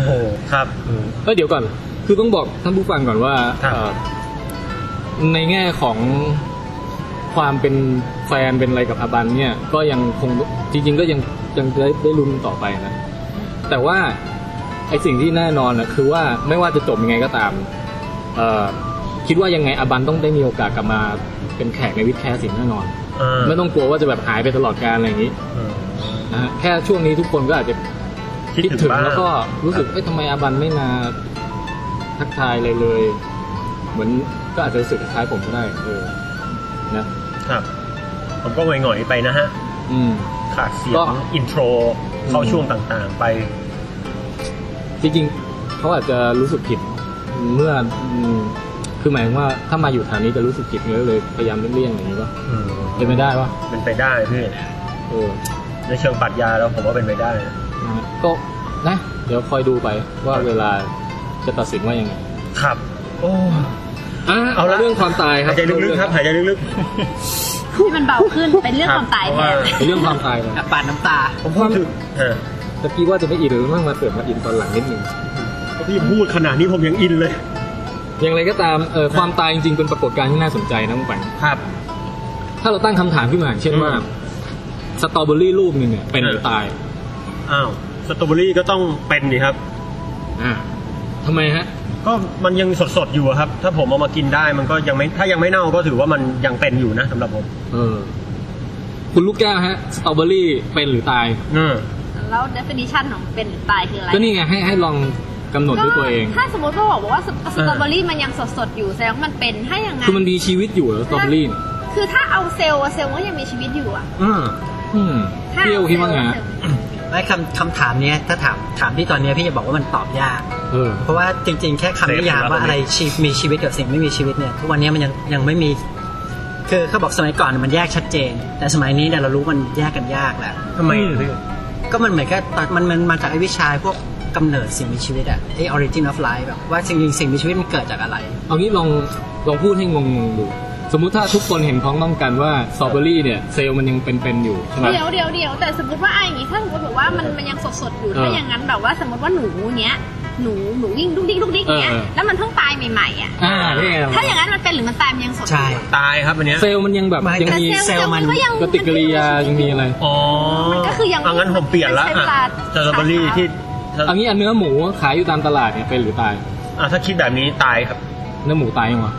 [SPEAKER 6] โอ้โหครับ
[SPEAKER 5] เอ้ยเดี๋ยวก่อน คือต้องบอกท่านผู้ฟังก่อนว่า
[SPEAKER 6] ครับ
[SPEAKER 5] เอ่อในแง่ของความเป็นแฟนเป็นอะไรกับอาบันเนี่ย ก็ยังคงจริง ๆ ก็ยังยังได้ได้ลุ้นต่อไปนะ แต่ว่าไอสิ่งที่แน่นอนนะคือว่าไม่ว่าจะจบยังไงก็ตาม เอ่อคิดว่ายังไงอาบันต้องได้มีโอกาสกลับมาเป็นแขกในวิดแคสสิ่งแน่นอน
[SPEAKER 6] เออ
[SPEAKER 5] ไม่ต้องกลัวว่าจะแบบหายไปตลอดกาลอะไรอย่างนี้
[SPEAKER 6] เออ
[SPEAKER 5] นะฮะแค่ช่วงนี้ทุกคนก็อาจจะ
[SPEAKER 6] คิด
[SPEAKER 5] คิด
[SPEAKER 6] ถึง
[SPEAKER 5] ถึง
[SPEAKER 6] บ้าง
[SPEAKER 5] แล้วก็รู้สึกเอ้ยทำไมอาบันไม่มาทักทายเลยเลย เหมือนก็อาจจะรู้สึกคล้ายผมก็ได้ เออนะครับ
[SPEAKER 6] ผมก็หง่อยๆไปนะฮะ
[SPEAKER 5] อืม
[SPEAKER 6] ขาดเสีย
[SPEAKER 5] ก็
[SPEAKER 6] งอินโทรเข้าช่วงต่างๆ ไป
[SPEAKER 5] จริงๆเขาอาจจะรู้สึกผิดเมื่ออืมคือหมายถึงว่าถ้ามาอยู่แถวนี้จะรู้สึกผิดเลยเลยพยายามเลี่ยงๆอย่างนี้ว่า
[SPEAKER 6] อืม
[SPEAKER 5] เป็นไม่ได้ว่า
[SPEAKER 6] เป็นไปได้พี่
[SPEAKER 5] เออ
[SPEAKER 6] ในเชิงปรัชญาแล้วผมว่าเป็นไปได้
[SPEAKER 5] นะฮะก็นะ เดี๋ยวคอยดูไปว่าเวลาจะตัดสินว่ายังไง
[SPEAKER 6] ครับ โอ้
[SPEAKER 5] อ่ะ
[SPEAKER 6] เอาละ
[SPEAKER 5] เรื่องความตายครั
[SPEAKER 6] หา
[SPEAKER 5] บ
[SPEAKER 6] ยใจลึกๆครับ หายใจลึก
[SPEAKER 4] ที่มันเบาขึ้นเป็นเรื่องความตายแทน
[SPEAKER 6] ครับ
[SPEAKER 5] เรื่องความตายเลย
[SPEAKER 3] อ่ะปาดน้ำตา
[SPEAKER 6] ๆ ผมพูดถึงฮะ
[SPEAKER 5] ตะกี้ว่าจะไม่อินหรือมั่งมาเสริมมาอินตอนหลังนิดนึง
[SPEAKER 6] พี่พูดขนาดนี้ผมยังอินเลย
[SPEAKER 5] อย่างไรก็ตามเอ่อความตายจริงๆ เป็นปรากฏการณ์ที่น่าสนใจนะคุณปัน
[SPEAKER 6] ครับ
[SPEAKER 5] ถ้าเราตั้งคำถามขึ้นมาอย่างเช่นว่า
[SPEAKER 6] อืม
[SPEAKER 5] สตรอเบอรี่รูปหนึ่งเนี่ยเป็นหรือตาย
[SPEAKER 6] อ้าว สตรอเบอรี่ก็ต้องเป็นนี่ครับ
[SPEAKER 5] อ่าทำไมฮะ
[SPEAKER 6] ก็มันยังสดๆอยู่อะครับ ถ้าผมเอามากินได้มันก็ยังไม่ ถ้ายังไม่เน่าก็ถือว่ามันยังเป็นอยู่นะสำหรับผม
[SPEAKER 5] เออ คุณลูกแก้วฮะ สตรอเบอรี่เป็นหรือตาย
[SPEAKER 6] เออ
[SPEAKER 4] แล้ว definition ของเป็นหรือตายคืออะไร
[SPEAKER 5] ก็นี่ไงให้ให้ลองกำหนดด้วยตัวเอง
[SPEAKER 4] ก็ถ้าสมมติว่าบอกว่าสตรอเบอรี่มันยังสดๆอยู่แสดงว่ามันเป็นถ้าอย่างนั้
[SPEAKER 5] คื
[SPEAKER 4] น
[SPEAKER 5] อมันมีชีวิตอยู่เหรอสตรอเบอรี่เนี่ย
[SPEAKER 4] คือถ้าเอาเซลล์อะเซลล์ก็ยังมีชีวิตอยู่อะ
[SPEAKER 6] อืม
[SPEAKER 5] อืม
[SPEAKER 4] ถ้า
[SPEAKER 5] เที่ยวคิดว่าไง
[SPEAKER 4] เอ
[SPEAKER 5] ฮะ
[SPEAKER 4] เซลล์
[SPEAKER 3] ไม่คำคำถามเนี้ยถ้าถามถามที่ตอนเนี้ยพี่จะบอกว่ามันตอบยาก
[SPEAKER 5] เออ
[SPEAKER 3] เพราะว่าจริง ๆ แค่คำนิยามว่าอะไรชีพมีชีวิตกับสิ่งไม่มีชีวิตเนี่ยทุกวันนี้มันยังยังไม่มี คือเขาบอกสมัยก่อนมันแยกชัดเจน แต่สมัยนี้เนี่ยเรารู้มันแยกกันยากแล้ว
[SPEAKER 6] ทำไมอะพี่
[SPEAKER 3] ก็มันเหมือนกับตอนมันมันมาจากไอ้วิชาพวกกำเนิดสิ่งมีชีวิตอะไอ้ origin of life แบบว่าจริงๆสิ่งมีชีวิตมันเกิดจากอะไร
[SPEAKER 5] เอางี้ลองลองพูดให้งงๆดู สมมุติถ้าทุกคนเห็นพ้องต้องกันว่าสตรอเบอรี่เนี่ยเซลล์มันยังเป็นๆอยู่ใช่ไหม
[SPEAKER 4] เดี๋ยวเดี๋ยวเดี๋ยวแต่สมมติว่าไอะอย่างงี้ถ้าสมมติบอกว่ามันมันยังสดสดๆอยู่
[SPEAKER 5] เออ
[SPEAKER 4] ถ้าอย่างนั้นแบบว่าสมมติว่าหนูเนี้ยหนูหนูวิ่งดุ๊กดิ๊กดุ๊กดิ๊กเนี้ย
[SPEAKER 5] เออ
[SPEAKER 4] แล้วมันเพิ่งตายใหม่ๆอ่ะ
[SPEAKER 5] อ่านี่ไง
[SPEAKER 4] ถ้าอย่างนั้นมันเป็นหรือมันตายมันยังสดอ
[SPEAKER 3] ใช่
[SPEAKER 4] ยู่
[SPEAKER 6] ตายครับอันเนี้ย
[SPEAKER 5] เซลล์มันยังแบบ
[SPEAKER 3] ไม่
[SPEAKER 5] ยัง
[SPEAKER 4] แต่
[SPEAKER 5] มี
[SPEAKER 4] เซลล์มันก็ยัง
[SPEAKER 5] ปฏิกิริยายังมีอะไร
[SPEAKER 6] อ๋อ
[SPEAKER 4] มันก็คือยัง
[SPEAKER 6] เอางั้นผมเปลี่ยนละ
[SPEAKER 4] ใช้
[SPEAKER 6] อ่ะ
[SPEAKER 4] เวา
[SPEAKER 6] สตรอเบอรี่ที่
[SPEAKER 5] อันนี้อันเนื้อหมูขายอยู่ตามตลาดเนี่ยเป็นหรือตาย
[SPEAKER 6] อ่ะถ้าคิดแบบนี้ตายครับ
[SPEAKER 5] เนื้อหมูตายยังวะ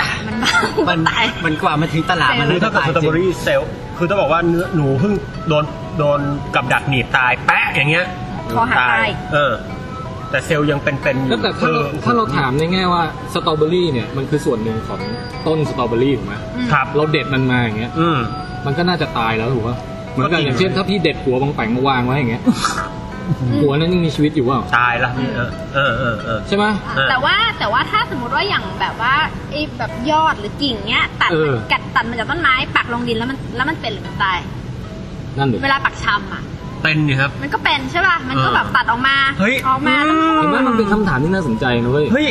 [SPEAKER 4] อ่ะมันบ้า
[SPEAKER 3] มัน
[SPEAKER 4] ตาย
[SPEAKER 3] มันกว่ามันถึงตลาดมัน
[SPEAKER 6] คื
[SPEAKER 3] เริ่
[SPEAKER 6] อ
[SPEAKER 3] ม
[SPEAKER 6] ถ้าเกิด
[SPEAKER 3] ตาย
[SPEAKER 6] สตรอ
[SPEAKER 3] จ
[SPEAKER 6] เบอ
[SPEAKER 3] ริง
[SPEAKER 6] รี่เซลล์คือต้องบอกว่าเนื้อหนูเพิ่งโดนโดนกับดักหนีบตายแปะอย่างเงี้ย
[SPEAKER 4] คอหักตาย
[SPEAKER 6] เออ แต่เซลล์ยังเป็นเป็นอยู่
[SPEAKER 5] ก็แต่ถ้าเรา
[SPEAKER 6] ออ
[SPEAKER 5] ถ้าเราถามในแง่ว่าสตรอเบอรี่เนี่ยมันคือส่วนหนึ่งของต้นสตรอเบอรี่ถูกไหม
[SPEAKER 6] ครับ
[SPEAKER 5] เราเด็ดมันมาอย่างเงี้ย
[SPEAKER 6] อืม
[SPEAKER 5] มันก็น่าจะตายแล้วถูกป่ะเหมือน
[SPEAKER 6] ก็
[SPEAKER 5] กัน
[SPEAKER 6] จริง
[SPEAKER 5] อย่างเช่นถ้าพี่เด็ดหัวบางแปงมาวางไว้อย่างเงี้ยหัวนั้นยังมีชีวิตอยู่เปล่า
[SPEAKER 6] ตายละนี่เออเออเออเออ
[SPEAKER 5] ใช่ไหม
[SPEAKER 6] อ่า
[SPEAKER 4] แต่ว่าแต่ว่าถ้าสมมติว่าอย่างแบบว่าไอ้แบบยอดหรือกิ่งเนี้ยตัด
[SPEAKER 5] เออ
[SPEAKER 4] กัดตัดมาจากต้นไม้ปักลงดินแล้วมันแล้วมันเป็นหรือมันตาย
[SPEAKER 5] นั่นเลย
[SPEAKER 4] เวลาปักชำอ่ะ
[SPEAKER 6] เป็นนี่ครับ
[SPEAKER 4] มันก็เป็นใช่ป่ะ มันก็แบบตัดออกมา
[SPEAKER 6] เฮ้ย
[SPEAKER 4] ออกมาแล้วมัน
[SPEAKER 5] เห็นไหมมันเป็นคำถามที่น่าสนใจนะเว้ย
[SPEAKER 6] เฮ้ย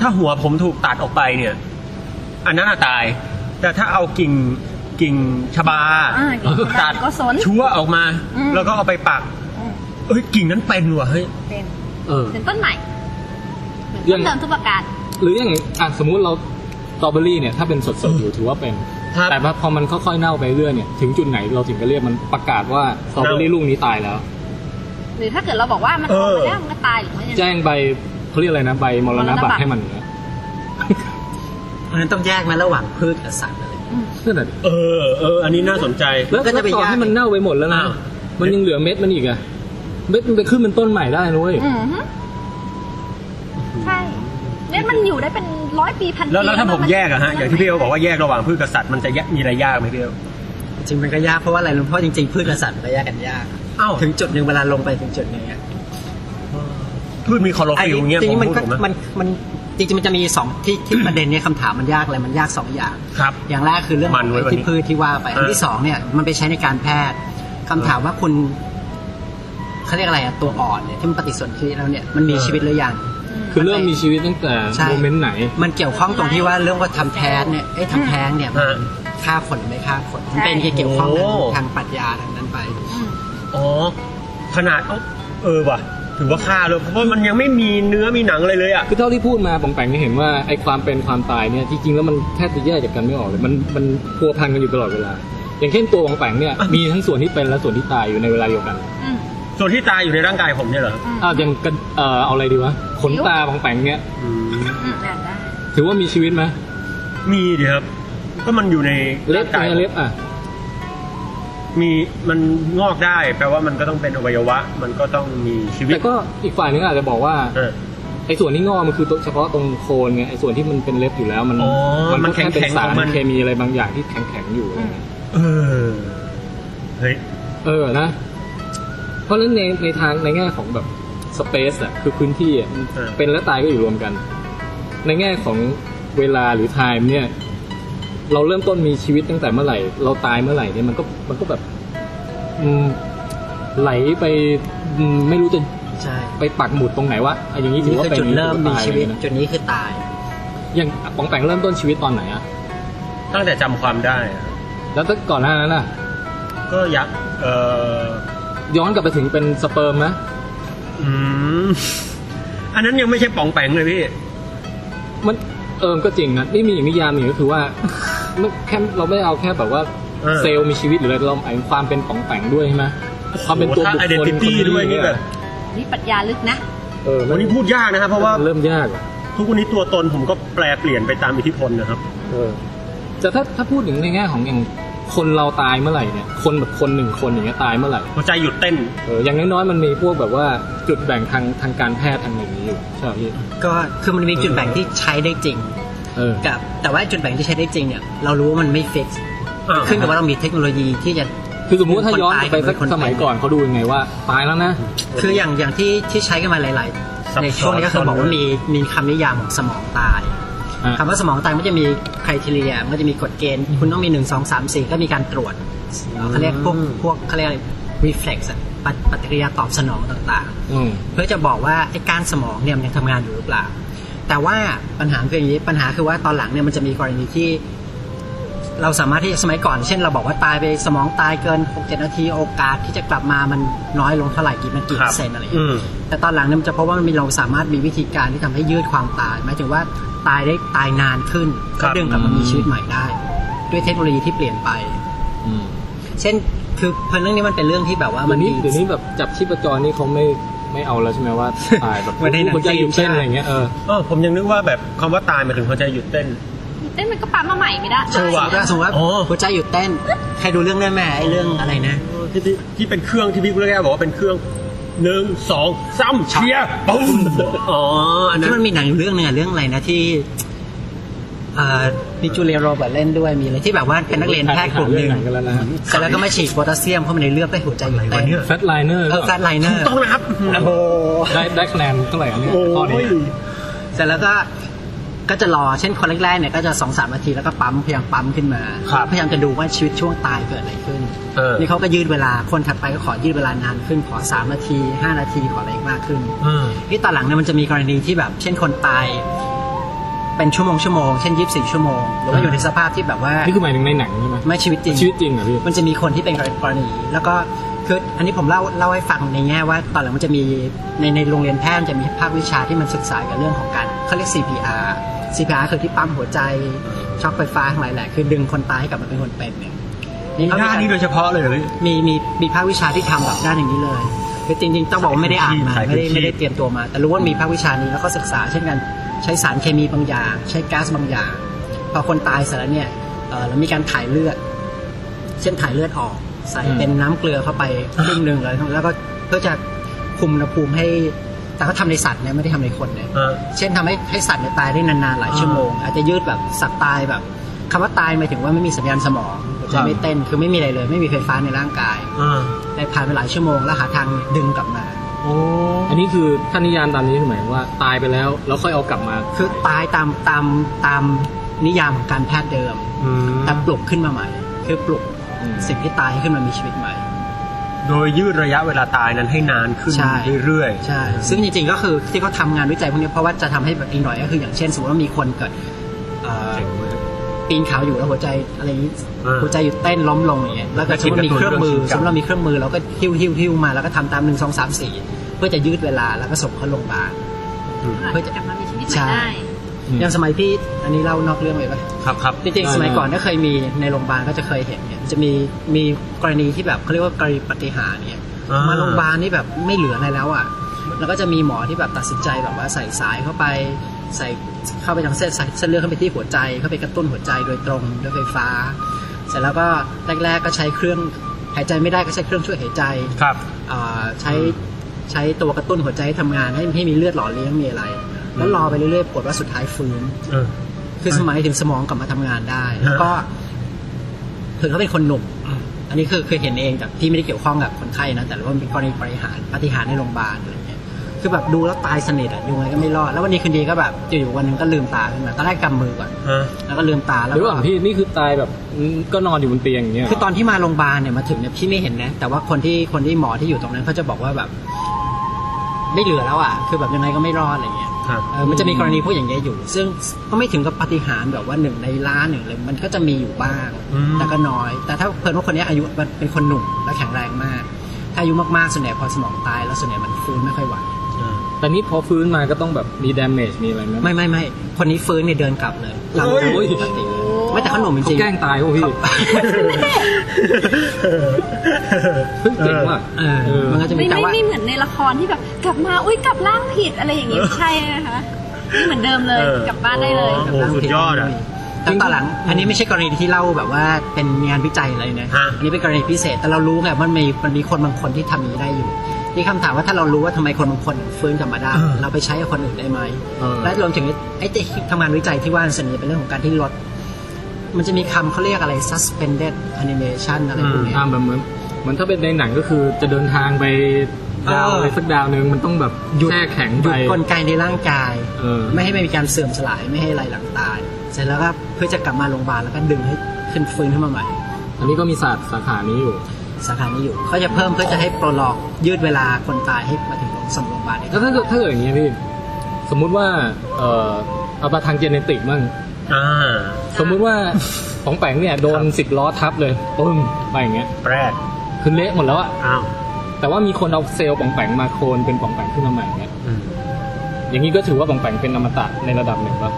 [SPEAKER 6] ถ้าหัวผมถูกตัดออกไปเนี่ย อันนั้นอะตาย แต่ถ้าเอากิ่งกิ่งชบา
[SPEAKER 4] อ่ากิน
[SPEAKER 6] ตั
[SPEAKER 4] ตั
[SPEAKER 6] ด
[SPEAKER 4] ดก็สน
[SPEAKER 6] ชั่วออกมา
[SPEAKER 4] อืม
[SPEAKER 6] แล้วก็เอาไปปัก
[SPEAKER 4] อืม
[SPEAKER 6] เอ้ยกิ่งนั้นเป็นว่ะเฮ้ย
[SPEAKER 4] เป็น
[SPEAKER 5] เออ
[SPEAKER 4] เป็นต้นใหม่เหมือน
[SPEAKER 5] เรื่อ
[SPEAKER 4] ต้
[SPEAKER 5] ง
[SPEAKER 4] นเดิมทุกประการ
[SPEAKER 5] หรืออย่างอ่ะสมมุติเราสตรอเบอรี่เนี่ยถ้าเป็นสดๆอยู่ถือว่าเป็น
[SPEAKER 6] ครับ
[SPEAKER 5] แต่ว่าพอมันค่อยๆเน่าไปเรื่อยเนี่ยถึงจุดไหนเราถึงจะเรียกมันประกาศว่าสตรอเบอรี่ลูกนี้ตายแล้ว
[SPEAKER 4] หรือถ้าเกิดเราบอกว่ามันออก
[SPEAKER 6] เอ
[SPEAKER 4] มา
[SPEAKER 6] อ
[SPEAKER 4] แล้วมันก็ตายหรือว่ายังไง
[SPEAKER 5] แจ้งใบเขาเรียกอะไรนะใบมรณบัต
[SPEAKER 4] มรณบัต
[SPEAKER 5] ร
[SPEAKER 4] ร
[SPEAKER 5] ให้มันอย่างเงี้ย
[SPEAKER 3] ๆเพราะฉะนั้นต้องแยกมันระหว่างพืชกับสัตว์อะไร
[SPEAKER 5] นั่นแหละดิ
[SPEAKER 6] เออเออ อันนี้น่าสนใจ
[SPEAKER 5] แล้ว
[SPEAKER 3] ก็
[SPEAKER 5] ก็
[SPEAKER 3] จะ
[SPEAKER 5] จะ
[SPEAKER 3] ไป
[SPEAKER 5] ไปต่
[SPEAKER 3] ยาก
[SPEAKER 5] อให้มันเน่าไปหมดแล้วนะ
[SPEAKER 6] อ้าว
[SPEAKER 5] มันยังเหลือเม็ดมันอีกอะเม็ดมันไปขึ้นเป็นต้นใหม่ได้นุ้ย
[SPEAKER 4] อือฮึใช่ เนี่ยมันอยู่ได้เป็นร้อยปีพันปี
[SPEAKER 6] แล้วแล้วถ้าผมแยกอะฮะอย่างที่พี่เอวบอกว่าแยกระหว่างพืชกับสัตว์มันจะแยกมีอะไรยากไหมพี่เอว
[SPEAKER 3] จริงๆมันก็ยากเพราะว่าอะไรรู้เพราะจริงๆพืชกับสัตว์มันก็แยกกันยาก
[SPEAKER 6] อ้าว
[SPEAKER 3] ถึงจุดหนึ่งเวลาลงไปถึงจุดหนึงอะ
[SPEAKER 6] พืชมีคลอโรฟิลล์เงี้ย
[SPEAKER 3] จ
[SPEAKER 6] ผ
[SPEAKER 3] ริงๆ
[SPEAKER 6] ม
[SPEAKER 3] มัน
[SPEAKER 6] พูด
[SPEAKER 3] ก็
[SPEAKER 6] ถูกไหม
[SPEAKER 3] มันมันจริงๆมันจะมีสองที่ที่ ประเด็นเนี้ยคำถามมันยากเลยมันยากสองอย่าง
[SPEAKER 6] ครับ
[SPEAKER 3] อย่างแรกคือเรื่อง
[SPEAKER 6] มันไว้วันนี้
[SPEAKER 3] ที่พืชที่ว่าไปอันที่สองเนี่ยมันไปใช้ในการแพทย์คำถามว่าคุณเขาเรียกอะไรอะตัวอ่อนเนี่ยที่มันปฏิสนธิแล้วเนี่ยมันมี
[SPEAKER 6] เออ
[SPEAKER 3] ชีวิตหรือยัง
[SPEAKER 5] คือเริ่มมีชีวิตตั้งแต่
[SPEAKER 3] ใช่
[SPEAKER 5] โมเมนต์ไหน
[SPEAKER 3] มันเกี่ยวข้องตรงที่ว่าเรื่องว่าทำแท้งเนี่ยเอ้ยทำแท้งเนี่ยมัน
[SPEAKER 6] ฮะ
[SPEAKER 3] ฆ่าคนหรือไม่ฆ่าคนมันเป็นเกี่ยวข้อง
[SPEAKER 6] โอ้
[SPEAKER 3] ทางปรัชญาทางนั้นไป
[SPEAKER 6] อ๋อขนาดเอ้าเออว่ะถือว่าฆ่าเลยเพราะว่ามันยังไม่มีเนื้อมีหนังอะไรเลยอ่ะ
[SPEAKER 5] คือเท่าที่พูดมาผมแปลงเนี่ยเห็นว่าไอ้ความเป็นความตายเนี่ยที่จริงแล้วมันแทบจะแยกจากกันไม่ออกเลย มันมันพัวพันกันอยู่ตลอดเวลา อย่างเช่นตัวของแปลงเนี่ยมีทั้งส่วนที่เป็นและส่วนที่ตายอยู่ในเวลาเดียวกัน
[SPEAKER 4] อืม
[SPEAKER 6] ส่วนที่ตายอยู่ในร่างกายผมเนี่ยเหรอ
[SPEAKER 5] อ้าวอย่างกระเอ่อเอาอะไรดีวะขนตาของแปลงเนี่ย
[SPEAKER 6] อืม
[SPEAKER 4] อืมอ่านได้
[SPEAKER 5] ถือว่ามีชีวิตไหม
[SPEAKER 6] มีดิครับ ก็มันอยู่ใน
[SPEAKER 5] เล็
[SPEAKER 6] ร่า
[SPEAKER 5] บ
[SPEAKER 6] ง
[SPEAKER 5] ไง
[SPEAKER 6] กาย
[SPEAKER 5] เล็บอ่ะ
[SPEAKER 6] มีมันงอกได้แปลว่ามันก็ต้องเป็นอวัยวะ มันก็ต้องมีชีวิต
[SPEAKER 5] แต่ก็อีกฝ่ายนึงอาจจะบอกว่า
[SPEAKER 6] เออ
[SPEAKER 5] ไอ้ส่วนที่งอกมันคือตัวเฉพาะตรงโคนไงไอ้ส่วนที่มันเป็นเล็บอยู่แล้วมัน
[SPEAKER 6] อ๋อมัน
[SPEAKER 5] ก็ค่เป็น
[SPEAKER 6] แข็งๆ
[SPEAKER 5] สาร
[SPEAKER 6] ของมัน
[SPEAKER 5] เคมีอะไรบางอย่างที่แข็งๆอยู่อะไรเงี้ย
[SPEAKER 6] เออเฮ้ย
[SPEAKER 5] เออนะ เพราะฉะนั้นในในทางในแง่ของแบบสเปซอ่ะคือพื้นที่อ่ะ
[SPEAKER 6] เออ
[SPEAKER 5] เป็นและตายก็อยู่รวมกัน ในแง่ของเวลาหรือไทม์เนี่ย เราเริ่มต้นมีชีวิตตั้งแต่เมื่อไหร่ เราตายเมื่อไหร่เนี่ยมันก็มันก็แบบ อืมไหลไปอืมไม่รู้จะ
[SPEAKER 3] ใช่
[SPEAKER 5] ไปปักหมุดตรงไหนวะอะอย่างนี้ถื
[SPEAKER 3] นี่
[SPEAKER 5] อว่า
[SPEAKER 3] คือ
[SPEAKER 5] เป็น
[SPEAKER 3] จุดเริ่มมี
[SPEAKER 5] ตาย
[SPEAKER 3] ชีวิต
[SPEAKER 5] เลยนะ
[SPEAKER 3] จุดนี้คือตาย
[SPEAKER 5] อย่างปองแปงเริ่มต้นชีวิตตอนไหนอะ
[SPEAKER 6] ตั้งแต่จำความได้อะ
[SPEAKER 5] แล้วถ้าก่อนหน้านั้นอะ
[SPEAKER 6] ก็ยักษ์เออ
[SPEAKER 5] ย้อนกลับไปถึงเป็นสเปิร์มนะ
[SPEAKER 6] อืม อันนั้นยังไม่ใช่ป๋องแปงเลยพี่
[SPEAKER 5] มันเอิมก็จริงนะนี่มีอีกนิยามหนึ่งก็คือว่า ไม่แค่เราไม่ได้เอาแค่แบบว่า
[SPEAKER 6] เออ
[SPEAKER 5] เซลล์มีชีวิตหรืออะไรเราเอาความเป็นปองแปงด้วยใช่ไหมความเป็นตัวบุ
[SPEAKER 6] โอ้โห
[SPEAKER 5] ค
[SPEAKER 6] ถ้า
[SPEAKER 5] คล
[SPEAKER 6] identity
[SPEAKER 5] ค
[SPEAKER 6] ด้วยนี่แบบ
[SPEAKER 4] นี่ปรัชญาลึกนะ
[SPEAKER 5] เออมั
[SPEAKER 6] วันนนี้พูดยากนะครับ เพราะว่า
[SPEAKER 5] มันเริ่มยากอะ
[SPEAKER 6] ทุกวันนี้ตัวตนผมก็แปลเปลี่ยนไปตามอิทธิพลนะครับ
[SPEAKER 5] เออแต่ถ้าถ้าพูดถึงในแง่ของอย่างคนเราตายเมื่อไหร่เนี่ย คนแบบคนหนึ่งคนอย่างเงี้ยตายเมื่อไหร่
[SPEAKER 6] หัวใจหยุดเต้น
[SPEAKER 5] เอออย่างน้อยๆมันมีพวกแบบว่าจุดแบ่งทางทางการแพทย์ทางอย่างนี้อยู่ใช่ไหมพี่
[SPEAKER 3] ก็คือมันมีจุดแบ่งที่ใช้ได้จริง
[SPEAKER 5] เออ
[SPEAKER 3] กับแต่ว่าจุดแบ่งที่ใช้ได้จริงเนี่ยเรารู้ว่ามันไม่ฟิกซ์
[SPEAKER 6] อ่า
[SPEAKER 3] ขึ้นกับว่าเรามีเทคโนโลยีที่จะ
[SPEAKER 5] คือสมมุติว่าถ้าย้อนกลับไปสัก
[SPEAKER 3] คนตาย
[SPEAKER 5] สมัยก่อนเขาดูยังไงว่า ตายแล้วนะ
[SPEAKER 3] คืออย่างอย่างที่ที่ใช้กันมาหลาย
[SPEAKER 6] ซั
[SPEAKER 3] ๆ
[SPEAKER 6] บ
[SPEAKER 3] ใน
[SPEAKER 6] ซ้
[SPEAKER 3] ช่
[SPEAKER 6] อ
[SPEAKER 3] วน งนี้ก็คือบอกว่ามีมีคำนิยามของสมองตาย
[SPEAKER 5] อ่า
[SPEAKER 3] คำว่าสมองตายมันจะมีคุณทีเรียมันจะมีกฎเกณฑ์คุณต้องมีหนึ่งสองสามสี่ก็มีการตรวจเขาเรียกพวกพวกเขาเรียกอะไร reflex อะปฏิปฏิกิริยาตอบสนองต่าง ๆ
[SPEAKER 5] อืม
[SPEAKER 3] เพื่อจะบอกว่าไอ้ก้านสมองเนี่ยมันยังทำงานอยู่หรือเปล่า แต่ว่าปัญหาคืออย่างนี้ปัญหาคือว่าตอนหลังเนี่ยมันจะมีกรณีที่ เราสามารถที่สมัยก่อน เช่นเราบอกว่าตายไปสมองตายเกิน6กเจ็ดนาทีโอกาสที่จะกลับมามันน้อยลงเท่าไหร่กี่มันกี่เปอร์เซ็นต์อะไรอย่าง
[SPEAKER 6] อื
[SPEAKER 3] เงี้ย
[SPEAKER 6] ม
[SPEAKER 3] แต่ตอนหลังเนี่ยมันจะพบว่ามันมีเราสามารถมีวิธีการที่ทำให้ยืดความตายหมายถึงว่าตายได้ตายนานขึ้น
[SPEAKER 6] ครั
[SPEAKER 3] ก็
[SPEAKER 6] บ
[SPEAKER 3] ดึงกลับมามีชีวิตใหม่ได้ ด้วยเทคโนโลยีที่เปลี่ยนไป
[SPEAKER 5] อืม
[SPEAKER 3] เช่น คือเพราะเรื่องนี้มันเป็นเรื่องที่แบบว่า
[SPEAKER 5] เดี๋
[SPEAKER 3] มั
[SPEAKER 5] ยวน นี้
[SPEAKER 3] มี
[SPEAKER 5] เดี๋ยวนี้แบบจับชีพจรนี่เขาไม่ไม่เอาแล้วใช่ไหมว่า ตายแบบ
[SPEAKER 3] เหมือนในหนัง
[SPEAKER 5] หัวใจหยุดเต้น
[SPEAKER 3] จีน
[SPEAKER 5] อะไรเงี้ยเออ
[SPEAKER 6] เออผมยังนึกว่าแบบคำว่าตายหมายถึงหัวใจหยุดเต้น
[SPEAKER 4] เต้นมันก็ปั๊มมาใหม่ไม่ได้
[SPEAKER 6] เชื่อว่ะ
[SPEAKER 3] ถ้าสมมติว่า
[SPEAKER 6] อ๋อ
[SPEAKER 3] หัวใจหยุดเต้น ใครดูเรื่องนั้นแม่ไอเรื่องอะไรนะ
[SPEAKER 6] เออที่ที่ที่เป็นเครื่องที่พี่กุลแก้วบอกว่าเป็นเครื่องหนึ่งสองสามเชียร์ปุ้มอ๋ออันนั้
[SPEAKER 3] ที่
[SPEAKER 6] น
[SPEAKER 3] มันมีหนังอยู่เรื่องหนึงอะเรื่องอะไรนะที่เอ่อมีจูเลียโรเบิร์ตเล่นด้วยมีอะไรที่แบบว่าเป็นนักเรียนแพทย์กลุ่มหนึ่ง
[SPEAKER 5] ไปาเอไหกันแล้วนะ
[SPEAKER 3] เสร็จแล้วก็มาฉีดโพแทสเซียมเข้าไปในเลือดได้หัวใจหยุด
[SPEAKER 6] อะไร
[SPEAKER 3] เต้
[SPEAKER 6] วะ
[SPEAKER 3] น
[SPEAKER 6] เนี่ย
[SPEAKER 5] แฟตไลเนอร์
[SPEAKER 3] เออแฟลไลเนอร์
[SPEAKER 6] ต้องนะครับ
[SPEAKER 3] โอ้โห
[SPEAKER 5] ได้ได้คะแนนเท่าไหร่อันเนี้ย
[SPEAKER 6] โอ้
[SPEAKER 5] ข้อนี้
[SPEAKER 6] ย
[SPEAKER 3] เสร็จแล้วก็ก็จะรอเช่นคนแรกๆเนี่ยก็จะสองสามนาทีแล้วก็ปั๊มพยายามปั๊มขึ้นมา
[SPEAKER 6] ครับ
[SPEAKER 3] พยายามจะดูว่าชีวิตช่วงตายเกิดอะไรขึ้น
[SPEAKER 6] เออ
[SPEAKER 3] นี่เขาก็ยืดเวลา คนถัดไปก็ขอยืดเวลานานขึ้น ขอสามนาทีห้านาทีขออะไรมากขึ้น
[SPEAKER 6] อืม
[SPEAKER 3] ที่ตอนหลังเนี่ยมันจะมีกรณีที่แบบ เช่นคนตาย เป็นชั่วโมงชั่วโมงเช่นยีิบสี่ชั่วโมงหรือว่าอยู่ในสภาพที่แบบว่า
[SPEAKER 5] นี่คือหมายถึงในหนังใช่ไหม
[SPEAKER 3] ไม่ชีวิตจริง
[SPEAKER 5] ชีวิตจริงเหรอพี่
[SPEAKER 3] มันจะมีคนที่เป็นกรณีแล้วก็คืออันนี้ผมเล่าเล่าให้ฟังในแง่ว่า ตอนหลังมันจะมีในในโรงเรียนแพทย์มันจะมีภาควิชาที่มันศึกษากับเรื่องของการเขาเรียก CPR CPR คือที่ปั๊มหัวใจช็อคไฟฟ้าทั้งหลายแหละคือดึงคนตายให้กลับมาเป็นคนเป็นเนี่ยนี่เขามี
[SPEAKER 6] ด้าน
[SPEAKER 3] การ
[SPEAKER 6] นี้โดยเฉพาะเลยเหรอพี่
[SPEAKER 3] มีมีมีภาควิชาที่ทำแบบด้านอย่างนี้เลยคือจริงๆ ต้องบอกว่าไม่ได้อ่านมา
[SPEAKER 6] สาย
[SPEAKER 3] ไม่ได้
[SPEAKER 6] พื้นที่
[SPEAKER 3] ไม่ได้เตรียมตัวมา แต่รู้ว่ามีภาควิชานี้แล้วก็ศึกษาเช่นกันใช้สารเคมีบางอย่าง ใช้ก๊าซบางอย่าง พอคนตายเสร็จแล้วเนี่ยเอ่อแล้วมีการถ่ายเลือด เช่นถ่ายเลือดออกใส่เป็นน้ำเกลือเข้าไปครึ่งหนึ่งแล้วแล้วก็เพื่อจะคุมอุณหภูมิให้ แต่เขาทำในสัตว์นะไม่ได้ทำในคนนะ
[SPEAKER 6] อ่า
[SPEAKER 3] เช่นทำให้ให้สัตว์เนี่ยตายได้นานๆหลายชั่วโมง อาจจะยืดแบบสัตว์ตายแบบคำว่าตายหมายถึงว่าไม่มีสัญญาณสมองหัวใจ
[SPEAKER 6] ครับ
[SPEAKER 3] ไม่เต้นคือไม่มีอะไรเลย ไม่มีไฟฟ้าในร่างกาย
[SPEAKER 6] อ่า
[SPEAKER 3] ในผ่านไปหลายชั่วโมงแล้วหาทางดึงกลับมา
[SPEAKER 6] โอ้
[SPEAKER 5] อันนี้คือท่านนิยามตามนี้หมายความว่าตายไปแล้ว แล้วค่อยเอากลับมา
[SPEAKER 3] คือตายตามตามตามนิยามของการแพทย์เดิม
[SPEAKER 6] อืม
[SPEAKER 3] แต่ปลุกขึ้นมาใหม่ คือปลุกสิ่งที่ตายให้ขึ้นมามีชีวิตใหม่
[SPEAKER 6] โดยยืดระยะเวลาตายนั้นให้นานขึ้น
[SPEAKER 3] ใช่
[SPEAKER 6] เรื่อยๆ
[SPEAKER 3] ใช่ ซึ่งจริงๆก็คือที่เขาทำงานวิจัยพวกนี้เพราะว่าจะทำให้แบบอีกหน่อยก็คืออย่างเช่นสมมติว่ามีคนเกิดเอ่อ ปีนเขาอยู่แล้วหัวใจอะไรอย่างนี้
[SPEAKER 6] อ่า
[SPEAKER 3] หัวใจหยุดเต้นล้มลงอย่างเงี้ยแล้วก็
[SPEAKER 6] แล้
[SPEAKER 3] สม
[SPEAKER 6] วก็
[SPEAKER 3] มติมีเครื่องมือ
[SPEAKER 6] คิด
[SPEAKER 3] ส
[SPEAKER 6] กระตุ้น
[SPEAKER 3] มมติ
[SPEAKER 6] เรื่องชีวิต
[SPEAKER 3] เรามีเครื่องมือเราก็หิ้วหิ้วหิ้วมาแล้วก็ทำตามหนึ่งสองสามสี่เพื่อจะยืดเวลาแล้วก็ส่งเขาโรงพยาบาล
[SPEAKER 4] เพื่อจะกลับมามีชีวิตใหม่
[SPEAKER 3] ใช่
[SPEAKER 4] ได้
[SPEAKER 5] อืม
[SPEAKER 3] อย่างสมัยพี่อันนี้เล่านอกเรื่องเลยปะ
[SPEAKER 6] ครับครับ
[SPEAKER 3] จริงๆสมัยก่อนก็เคยมีในโรงพยาบาลก็จะเคยเห็นเนี่ยจะมีมีกรณีที่แบบเขาเรียกว่ากรณีปาฏิหารย์เนี่ย
[SPEAKER 6] อ่าม
[SPEAKER 3] มาโรงพยาบาลนี่แบบไม่เหลืออะไรแล้วอ่ะแล้วก็จะมีหมอที่แบบตัดสินใจแบบว่าใส่สายเข้าไปใส่เข้าไปทางเส้นเส้นเลือดเข้าไปที่หัวใจเข้าไปกระตุ้นหัวใจโดยตรงด้วยไฟฟ้า เสร็จแล้วก็แรกๆก็ใช้เครื่องหายใจไม่ได้ก็ใช้เครื่องช่วยหายใจ
[SPEAKER 6] ครับ
[SPEAKER 3] อ่าใช้ใช้ตัวกระตุ้นหัวใจให้ทำงานให้ให้มีเลือดหล่อเลี้ยงมีอะไร แล้วรอไปเรื่อยๆปวดว่าสุดท้ายฟื้น
[SPEAKER 6] เออ
[SPEAKER 3] คือสมัยถึงสมองกลับมาทำงานได้ แล้วก็ถึงเขาเป็นคนหนุ่ม อันนี้คือเคยเห็นเองจากที่ไม่ได้เกี่ยวข้องกับคนไข้นะ แต่ว่ามันเป็นกรณีปฏิหารปาฏิหารย์ในโรงพยาบาลอะไรเงี้ยคือแบบดูแล้วตายสนิทอะยังไงก็ไม่รอด แล้ววันนี้คืนดีก็แบบอยู่ๆวันหนึงก็ลืมตาขึ้นมาตอนแรกกำมือก่อน
[SPEAKER 6] ฮะ
[SPEAKER 3] แล้วก็ลืมตาแล้ว
[SPEAKER 5] เดี๋ยว
[SPEAKER 3] ก็
[SPEAKER 5] ก่อนพี่นี่คือตายแบบอืมก็นอนอยู่บนเตียงอย่างเงี้ย
[SPEAKER 3] คือตอนที่มาโรงพยาบาลเนี่ยมาถึงเนี่ยพี่ไม่เห็นนะ แต่ว่าคนที่คนที่หมอที่อยู่ตรงนั้นเขาจะบอกว่าแบบ ไม่เหลือแล้วอ่ะ คือแบบยังไงก็ไม่รอดอะไรเงี้ย
[SPEAKER 6] ครับ
[SPEAKER 3] เออมันจะมีกรณีพวกอย่างเงี้ยอยู่ ซึ่งก็ไม่ถึงกับปาฏิหารย์แบบว่าหนึ่งในล้านหนึ่งเลยมันก็จะมีอยู่บ้าง
[SPEAKER 6] อืม
[SPEAKER 3] แต่ก็น้อย แต่ถ้าเพิ่นว่าคนเนี้ยอายุมันเป็นคนหนุ่มและแข็งแรงมาก ถ้าอายุมากๆส่วนใหญ่พอสมองตายแล้วส่วนใหญ่มันฟื้นไม่ค่อยไหว
[SPEAKER 6] อ่า
[SPEAKER 5] แต่นี่พอฟื้นมาก็ต้องแบบมี damage มีอะไรไหม
[SPEAKER 3] ไม่ไม่ไม่คนนี้ฟื้นเนี่ยเดินกลับเลยหลังจาก
[SPEAKER 5] โอ้ย
[SPEAKER 3] ปกติเลยไม่แต่เขาหนุ่มจ
[SPEAKER 5] เขา
[SPEAKER 3] ริง
[SPEAKER 5] แกล้งตายโอ้พี่เฮ้ยเจ๋งว่ะ
[SPEAKER 3] เออ มันก็จะมี
[SPEAKER 4] ไม่
[SPEAKER 3] แต่
[SPEAKER 4] ไม่
[SPEAKER 3] ว่า
[SPEAKER 4] ไม่เหมือนในละครที่แบบกลับมาอุ้ยกลับร่างผิดอะไรอย่างงี้ไม่ใช่นะคะนี่เหมือนเดิมเลย
[SPEAKER 6] เออก
[SPEAKER 4] ลับบ้านได้เลย
[SPEAKER 6] โอ้โหสุดยอดอะ
[SPEAKER 3] แล้วตอนหลัง อันนี้ไม่ใช่กรณีที่เล่าแบบว่าเป็นงานวิจัยอะไรนะ
[SPEAKER 6] ฮะ
[SPEAKER 3] อันนี้เป็นกรณีพิเศษ แต่เรารู้ไงมันมีมันมีคนบางคนที่ทำอย่างนี้ได้อยู่ ที่คำถามว่าถ้าเรารู้ว่าทำไมคนบางคนฟื้นกลับมาได้ เราไปใช้กับคนอื่นได้ไหม และรวมถึงไอ้ที่ทำงานวิจัยที่ว่าส่วนใหญ่เป็นเรื่องของการที่ลด มันจะมีคำเขาเรียกอะไร suspended animation อะไรพวกเนี้ย
[SPEAKER 5] อ่าแบบเหมือนเหมือนถ้าเป็นในหนังก็คือจะเดินทางไปดาว
[SPEAKER 3] เอออ
[SPEAKER 5] อะไรสักดาวหนึ่งมันต้องแบบ
[SPEAKER 3] หยุด
[SPEAKER 5] แช่แข็ง
[SPEAKER 3] ห
[SPEAKER 5] ไป
[SPEAKER 3] ยุดกลไกในร่างกาย
[SPEAKER 5] เออ
[SPEAKER 3] ไม่ให้มันมีการเสื่อมสลายไม่ให้อะไรหลังตาย เสร็จแล้วก็เพื่อจะกลับมาโรงพยาบาลแล้วก็ดึงให้ขึ้นฟื้นขึ้นมาใหม่
[SPEAKER 5] อันนี้ก็มีศาสตร์สาขานี้อยู่
[SPEAKER 3] สาขานี้อยู่เขาจะเพิ่มเพื่อจะให้โปรลอกยืดเวลาคนตายให้มาถึงโรงส่งโรงพยาบาลได้
[SPEAKER 5] แล้วถ้าเกิดถ้าเกิดอย่างเงี้ยพี่ สมมุติว่า เอ่อเอามาทางเจเนติกมั่ง
[SPEAKER 6] อ่า
[SPEAKER 5] สมมุติว่า ของแปงเนี่ยโดนสิบล้อทับเลยปึ้มไปอย่างเงี้ย
[SPEAKER 6] แปรก
[SPEAKER 5] คือเละหมดแล้วอะ
[SPEAKER 6] อ้าว
[SPEAKER 5] แต่ว่ามีคนเอาเซลล์ปองแปงมาโคลนเป็นปองแปงขึ้นมาใหม่เงี้ย
[SPEAKER 6] อืม
[SPEAKER 5] อย่างนี้ก็ถือว่าปองแปงเป็นอมตะในระดับหนึ่งปะ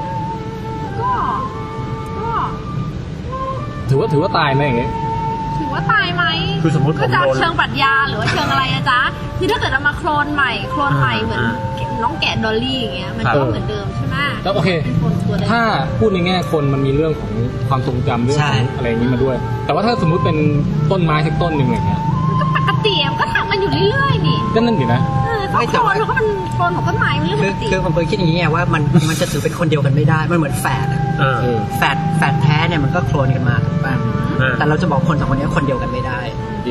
[SPEAKER 4] ก็ก็
[SPEAKER 5] ถือว่าถือว่าตายไหมอย่างเงี้ย
[SPEAKER 4] ถือว่าตายไหม
[SPEAKER 6] คือสมมติผ
[SPEAKER 4] ก็
[SPEAKER 6] ม
[SPEAKER 4] จะ
[SPEAKER 6] โดน
[SPEAKER 4] เชิงปรัชญาหรือว่าเชิงอะไรนะจ๊ะคือถ้าเกิดเอามาโคลนใหม่โคลนใหม่เหมือน
[SPEAKER 6] อ่า
[SPEAKER 4] น้องแกะดอลลี่อย่างเงี้ยมัน
[SPEAKER 5] ครับ
[SPEAKER 4] ก็เหมือนเดิมใช่ไหม
[SPEAKER 5] แล้วโอเค
[SPEAKER 4] เป็นคนตัวเล็ก
[SPEAKER 5] ถ้าพูดในแง่คนมันมีเรื่องของความทรงจำเรื่องของอะไรอย่างนี้มาด้วย แต่ว่าถ้าสมมุติเป็นต้นไม้สักต้นหนึ่งอะไรเงี้ย
[SPEAKER 4] ก็ปกติอะมันก็ทำกันอยู่เรื่อยๆนี่
[SPEAKER 5] ก็นั่นอยู่นะ
[SPEAKER 4] เออก็โคลนมันก็มันโคลนของต้นไม้มันเรื่องป
[SPEAKER 3] คือก
[SPEAKER 4] ติ
[SPEAKER 3] คือบางคนคิดอย่างนี้ไงว่ามันมันจะถือเป็นคนเดียวกันไม่ได้ มันเหมือนแฝดอะ
[SPEAKER 6] เออ
[SPEAKER 3] แฝดแฝดแท้เนี่ยมันก็โคลนกันมาถูกป่ะ
[SPEAKER 6] อืม
[SPEAKER 3] แต่เราจะบอกคนสองคนเนี้ยคนเดียวกันไม่ได้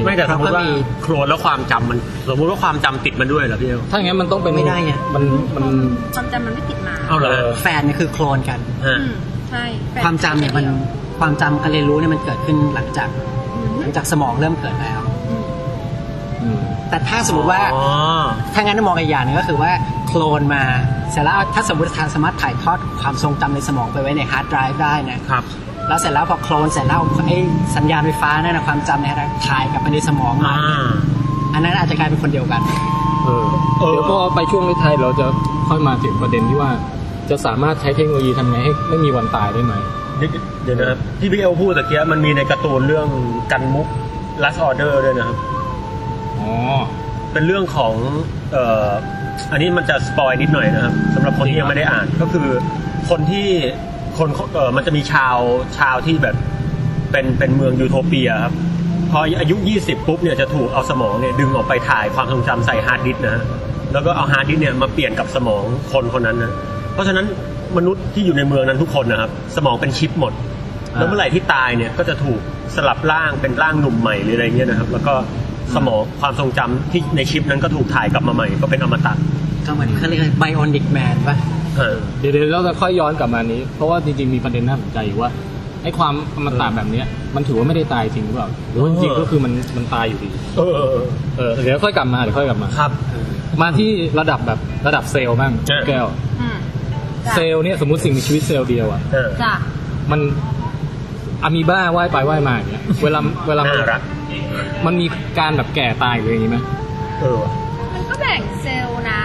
[SPEAKER 6] ไม่แต่สมมติ
[SPEAKER 3] เขาก็
[SPEAKER 6] ว่า
[SPEAKER 3] มี
[SPEAKER 6] โครนแล้วความจำมัน สมมติว่าความจำติดมันด้วยเหรอพี่เอล
[SPEAKER 5] ถ้าอย่างนั้นมันต้องเป็น
[SPEAKER 3] ไม่ได้ไง
[SPEAKER 5] มันมัน
[SPEAKER 4] ความจำมันไม่ติดมา
[SPEAKER 6] เอาเหรอฮะ
[SPEAKER 3] แฝดเนี่ยคือโคลนกัน
[SPEAKER 6] ฮะ
[SPEAKER 4] อืมใช่แปลก
[SPEAKER 3] ความจำเนี่ยมันความจำการเรียนรู้เนี่ยมันเกิดขึ้นหลังจากหลังจากสมองเริ่มเกิดแล้ว
[SPEAKER 5] อืม
[SPEAKER 3] แต่ถ้าสมมติว่า
[SPEAKER 6] อ๋อ
[SPEAKER 3] ถ้างั้นมองอีกอย่างหนึงก็คือว่าโคลนมาเสร็จแล้วถ้าสมมติสามารถถ่ายทอดความทรงจำในสมองไปไว้ในฮาร์ดไดรฟ์ได้นะครับ แล้วเสร็จแล้วพอโคลนเสร็จแล้วไอ้สัญญาณไฟฟ้านั่นนะความจำในฮาร์ดไดรฟ์ถ่ายกลับไปในสมองใหม่
[SPEAKER 6] อ่า
[SPEAKER 3] อันนั้นอาจจะกลายเป็นคนเดียวกัน
[SPEAKER 5] เออ
[SPEAKER 6] เออ
[SPEAKER 5] เดี๋ยวพอไปช่วงท้ายๆเราจะค่อยมาถึงประเด็นที่ว่า จะสามารถใช้เทคโนโลยีทำไงให้ไม่มีวันตายได้ไหม
[SPEAKER 6] เดี๋ยวนะครับที่พี่เอลพูดตะเกียบมันมีในการ์ตูนเรื่องกันมุก last order ด้วยนะครับ
[SPEAKER 5] อ๋อ
[SPEAKER 6] เป็นเรื่องของเอ่ออันนี้มันจะสปอยนิดหน่อยนะครับสำหรับคนที่ยังไม่ได้อ่านก็คือคนที่คนเอ่อมันจะมีชาวชาวที่แบบเป็นเป็นเมืองยูโทเปียครับพออายุ 20 ปุ๊บเนี่ยจะถูกเอาสมองเนี่ยดึงออกไปถ่ายความทรงจำใส่ฮาร์ดดิสก์นะฮะ แล้วก็เอาฮาร์ดดิสก์เนี่ยมาเปลี่ยนกับสมองคนคนนั้นนะเพราะฉะนั้นมนุษย์ที่อยู่ในเมืองนั้นทุกคนนะครับ สมองเป็นชิปหมด
[SPEAKER 5] อ่า
[SPEAKER 6] แล้วเมื่อไหร่ที่ตายเนี่ยก็จะถูกสลับร่างเป็นร่างหนุ่มใหม่หรืออะไรเงี้ยนะครับ แล้วก็สมองความทรงจำที่ในชิปนั้นก็ถูกถ่ายกลับมาใหม่ก็เป็นอมตะ
[SPEAKER 3] ก็เหมือนเขาเรียกไบโอนิกแมนป่ะ
[SPEAKER 6] เออ
[SPEAKER 5] เดี๋ยวเดี๋ยวเราจะค่อยย้อนกลับมานี้ เพราะว่าจริงๆมีประเด็นน่าสนใจอยู่ว่าไอ้ความอมตะแบบเนี้ยมันถือว่าไม่ได้ตายจริงหรือเปล่าหรือว่าจริงๆ
[SPEAKER 6] เออ
[SPEAKER 5] ก็คือมันมันตายอยู่ดี
[SPEAKER 6] เออเออเออ
[SPEAKER 5] เออเดี๋ยวค่อยกลับมาเดี๋ยวค่อยกลับมา
[SPEAKER 6] ครับ
[SPEAKER 5] มาที่ระดับแบบระดับเซลล์บ้าง
[SPEAKER 6] เออ
[SPEAKER 5] แก้ว
[SPEAKER 4] อืม
[SPEAKER 5] เซลล์เนี่ยสมมติสิ่งมีชีวิตเซลล์เดียวอ่ะ
[SPEAKER 6] เออ
[SPEAKER 4] จ้ะ
[SPEAKER 5] มันอะมีบ้าว่ายไปว่ายมาอย่างเงี้ยเวลาเวลามัน
[SPEAKER 6] น่ารัก
[SPEAKER 5] มันมีการแบบแก่ตายหรืออย่างงี้ไหม
[SPEAKER 6] เออว่ะ
[SPEAKER 4] มันก็แบ่งเซลล์นะ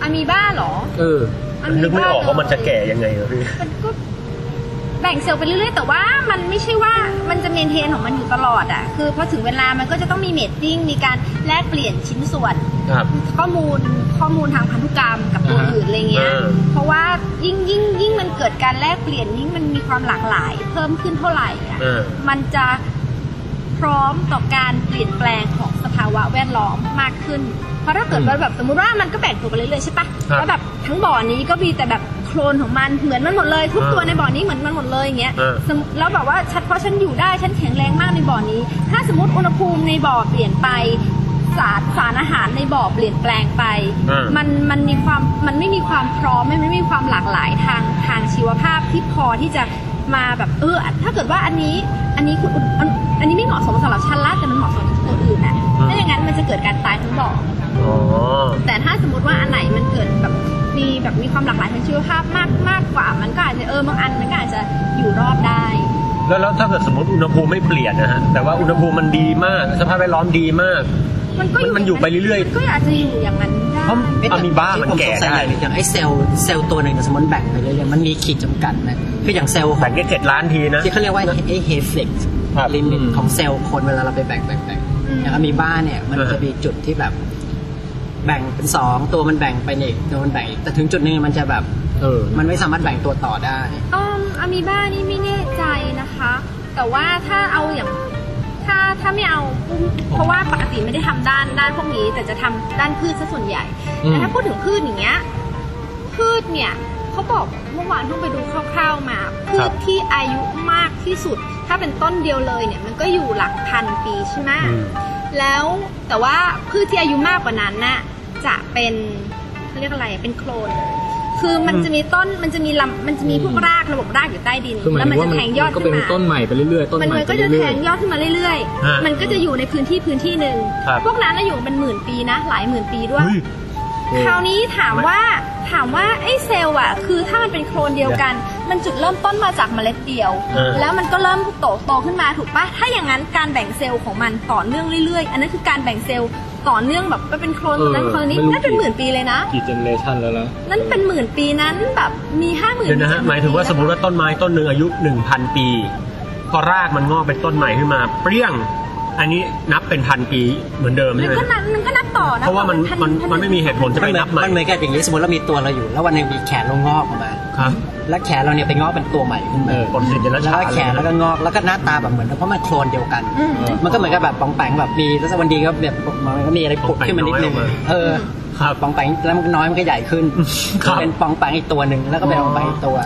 [SPEAKER 4] อะมีบ้าเหรอ
[SPEAKER 5] เออ
[SPEAKER 4] อะ
[SPEAKER 6] มันนึกไม่ออกว่ามันจะแก่ยังไงเหรอพี่
[SPEAKER 4] มันก็แบ่งเซลล์ไปเรื่อยๆ แต่ว่ามันไม่ใช่ว่ามันจะเมนเทนของมันอยู่ตลอดอะคือพอถึงเวลามันก็จะต้องมีเมตติ้ง มีการแลกเปลี่ยนชิ้นส่วน
[SPEAKER 6] ครับ
[SPEAKER 4] ข้อมูลข้อมูลทางพันธุกรรมกับตัว
[SPEAKER 5] อ่าฮะ
[SPEAKER 4] อื่นอะไรเงี้ย
[SPEAKER 6] อ่า
[SPEAKER 4] เพราะว่ายิ่งยิ่งยิ่งมันเกิดการแลกเปลี่ยนยิ่งมันมีความหลากหลาย เพิ่มขึ้นเท่าไหร่อะ
[SPEAKER 6] เออ
[SPEAKER 4] มันจะพร้อมต่อการเปลี่ยนแปลงของสภาวะแวดล้อมมากขึ้น เพราะถ้าเกิดว่าแบบสมมติว่ามันก็แบ่งตัวไปเรื่อยๆใช่ปะ
[SPEAKER 6] ครับ
[SPEAKER 4] แล้วแบบทั้งบ่อนี้ก็มีแต่แบบโคลนของมันเหมือนมันหมดเลยทุกตัวในบ่อนี้เหมือนมันหมดเลยอย่างเงี้ย
[SPEAKER 6] เออ
[SPEAKER 4] สมมุติแล้วแบบว่าฉันเพราะฉันอยู่ได้ฉันแข็งแรงมากในบ่อนี้ ถ้าสมมติอุณหภูมิในบ่อเปลี่ยนไป สารสารอาหารในบ่อเปลี่ยนแปลงไป
[SPEAKER 6] อ่ามั
[SPEAKER 4] มันมันมีความมันไม่มีความพร้อมมันไม่มีความหลากหลายทางทางชีวภาพที่พอที่จะมาแบบเออถ้าเกิดว่าอันนี้อันนี้คุณอันอันนี้ไม่เหมาะสมสำหรับฉันละแต่มันเหมาะสมกับตัวอื่นนะ
[SPEAKER 6] อ่า
[SPEAKER 4] ถ้าอย่างนั้นมันจะเกิดการตายทั้งบ่อ
[SPEAKER 6] อ๋อ
[SPEAKER 4] แต่ถ้าสมมติว่าอันไหนมันเกิดแบบมีแบบมีความหลากหลายทางชีวภาพมากมากกว่า มันก็อาจจะเออบางอันมันก็อาจจะอยู่รอดได้
[SPEAKER 6] แล้วแล้วถ้าเกิดสมมติอุณหภูมิไม่เปลี่ยนนะฮะ แต่ว่าอุณหภูมิมันดีมาก สภาพแวดล้อมดีมาก
[SPEAKER 4] มันก็
[SPEAKER 6] มันอยู่ไปเรื่อยๆ
[SPEAKER 4] ๆก็อาจจะอยู่อย่างนั้นได้
[SPEAKER 6] เพราะอะมีบ้ามันแก่ได้
[SPEAKER 3] ที่ผมสงสัยอย่างหนึ่งอย่างไอ้เซลล์เซลล์ตัวหนึ่งเนี่ยสมมติแบ่งไปเรื่อยๆมันมีขีดจำกัดนะคืออย่างเซลล์ขอ
[SPEAKER 6] แบ่
[SPEAKER 3] ง
[SPEAKER 6] งแค่เจ็ดล้านทีนะ
[SPEAKER 3] ที่เขาเรียกว่าไอ้เฮฟเฟก
[SPEAKER 6] ครับ
[SPEAKER 3] ลิมิต
[SPEAKER 6] อืม
[SPEAKER 3] ของเซลล์คนเวลาเราไปแบ่งแบ่งแบ่ง
[SPEAKER 4] อืม
[SPEAKER 3] แล้วก็มีบ้าเนี่ยมัน
[SPEAKER 6] เออ
[SPEAKER 3] จะมีจุดที่แบบ แบ่งเป็นสองตัวมันแบ่งไปอีกตัวมันแบ่งอีกแต่ถึงจุดหนึ่งมันจะแบบ
[SPEAKER 5] เออ
[SPEAKER 3] มันไม่สามารถแบ่งตัวต่อได้
[SPEAKER 4] อืมอามีบ้านี่ไม่แน่ใจนะคะ แต่ว่าถ้าเอาอย่างถ้าถ้าไม่เอากุ้งเพราะว่าปกติไม่ได้ทำด้านด้านพวกนี้ แต่จะทำด้านพืชซะส่วนใหญ่
[SPEAKER 5] อืม
[SPEAKER 4] แต่ถ้าพูดถึงพืชอย่างเงี้ยพืชเนี่ยเขาบอกเมื่อวานเพิ่งไปดูคร่าวๆมาพื
[SPEAKER 6] ครั
[SPEAKER 4] ช
[SPEAKER 6] บ
[SPEAKER 4] ที่อายุมากที่สุด ถ้าเป็นต้นเดียวเลยเนี่ยมันก็อยู่หลักพันปีใช่ไหม
[SPEAKER 6] อืม
[SPEAKER 4] แล้วแต่ว่าพืชที่อายุมากกว่านั้นน่ะจะเป็นเขาเรียกอะไรเป็นโคลน คือมันจะมีต้นมันจะมีลำมันจะมีพวกรากระบบรากอยู่ใต้ดิน
[SPEAKER 5] คือหมาย
[SPEAKER 4] แล้ว
[SPEAKER 5] ถึ
[SPEAKER 4] มั
[SPEAKER 5] งว่า
[SPEAKER 4] จะ
[SPEAKER 5] มั
[SPEAKER 4] แทงยอด
[SPEAKER 5] นก็
[SPEAKER 4] ขึ้
[SPEAKER 5] เป็นน
[SPEAKER 4] มา
[SPEAKER 5] ต้นใหม่ไปเรื่อยๆต้น
[SPEAKER 4] มัน
[SPEAKER 5] ใหม่
[SPEAKER 4] มัน
[SPEAKER 5] ไป
[SPEAKER 4] ก็จะ
[SPEAKER 5] เรื่
[SPEAKER 4] แท
[SPEAKER 5] อย
[SPEAKER 4] งยอดขึ้นมาเรื่อย
[SPEAKER 6] ฮะ
[SPEAKER 4] มันก็จะอยู่ในพื้นที่พื้นที่หนึ่ง
[SPEAKER 6] ครับ
[SPEAKER 4] พวกนั้นน่ะอยู่เป็นหมื่นปีนะ หลายหมื่นปีด้วย
[SPEAKER 6] เฮ้ย
[SPEAKER 4] คราวนี้ถามว่าถามว่าไอ้เซลล์อ่ะคือถ้ามันเป็นโคลนเดียวกัน มันจุดเริ่มต้นมาจากเมล็ดเดียว
[SPEAKER 6] เออ
[SPEAKER 4] แล้วมันก็เริ่มโตโตขึ้นมาถูกปะถ้าอย่างนั้นการแบ่งเซลล์ของมันต่อเนื่องเรื่อยๆ อันนั้นคือการแบ่งเซลล์ต่อเนื่องแบบไปเป็นโคลนตัวนั้นโคลนนี้นั่นเป็นหมื่นปีเลยนะ
[SPEAKER 5] ๆกี่เจเนเรชันแล้วนะ
[SPEAKER 4] นั่นเป็นหมื่นปีนั้นแบบมีห้าหมื่น
[SPEAKER 6] เดี๋ยวนะฮะ หมายถึงว่าสมมติว่าต้นไม้ต้นหนึ่งอายุ 1,000 ปี พอรากมันงอกเป็นต้นใหม่ขึ้นมา เปรี้ยง อันนี้นับเป็นพันปีเหมือนเดิม
[SPEAKER 4] มัน
[SPEAKER 6] ใช่ไหม
[SPEAKER 4] ก็นับมันก็นับต่อนะ
[SPEAKER 6] เพราะว่ามัน
[SPEAKER 4] พั
[SPEAKER 6] มัน
[SPEAKER 4] พั
[SPEAKER 6] มันไม่มีเหตุผลจะ
[SPEAKER 3] มัน
[SPEAKER 6] ไป
[SPEAKER 3] เหมือ
[SPEAKER 6] นั
[SPEAKER 3] น
[SPEAKER 6] บใหม่
[SPEAKER 3] มันเหมือนกับอย่างนี้สมมติเรามีตัวเราอยู่ แล้ววันหนึงมีแขนเรางอกออกมา
[SPEAKER 6] ครับ
[SPEAKER 3] แล้วแขนเราเนี่ยไปงอกเป็นตัวใหม่ขึ้นมา
[SPEAKER 5] เออ
[SPEAKER 6] ผลสิทธิ์เดรัจ
[SPEAKER 3] แล้ว
[SPEAKER 6] ฉา
[SPEAKER 3] ก็
[SPEAKER 6] น
[SPEAKER 3] แขน
[SPEAKER 6] เลย
[SPEAKER 3] แล้วก็
[SPEAKER 6] นะ
[SPEAKER 3] งอกแล้วก็หน้าตาแบบเหมือนกันเพราะมันโคลนเดียวกัน
[SPEAKER 4] อืม
[SPEAKER 3] มันก็เหมือนกับแบบปองแปงแบบมีแล้วสักวันดีก็แบบมันก็มีอะไรปุกขึ้นมานิดนึง
[SPEAKER 6] ปองแปงน้อยลงมา
[SPEAKER 3] เออ
[SPEAKER 6] ครับ
[SPEAKER 3] ปองแปงแล้วมันน้อยมันก็ใหญ่ขึ้น
[SPEAKER 6] ครับ
[SPEAKER 3] เป็นปองแปงอีกตัวหนึ่งแล้วก็เป็นปองแปงอีกตัว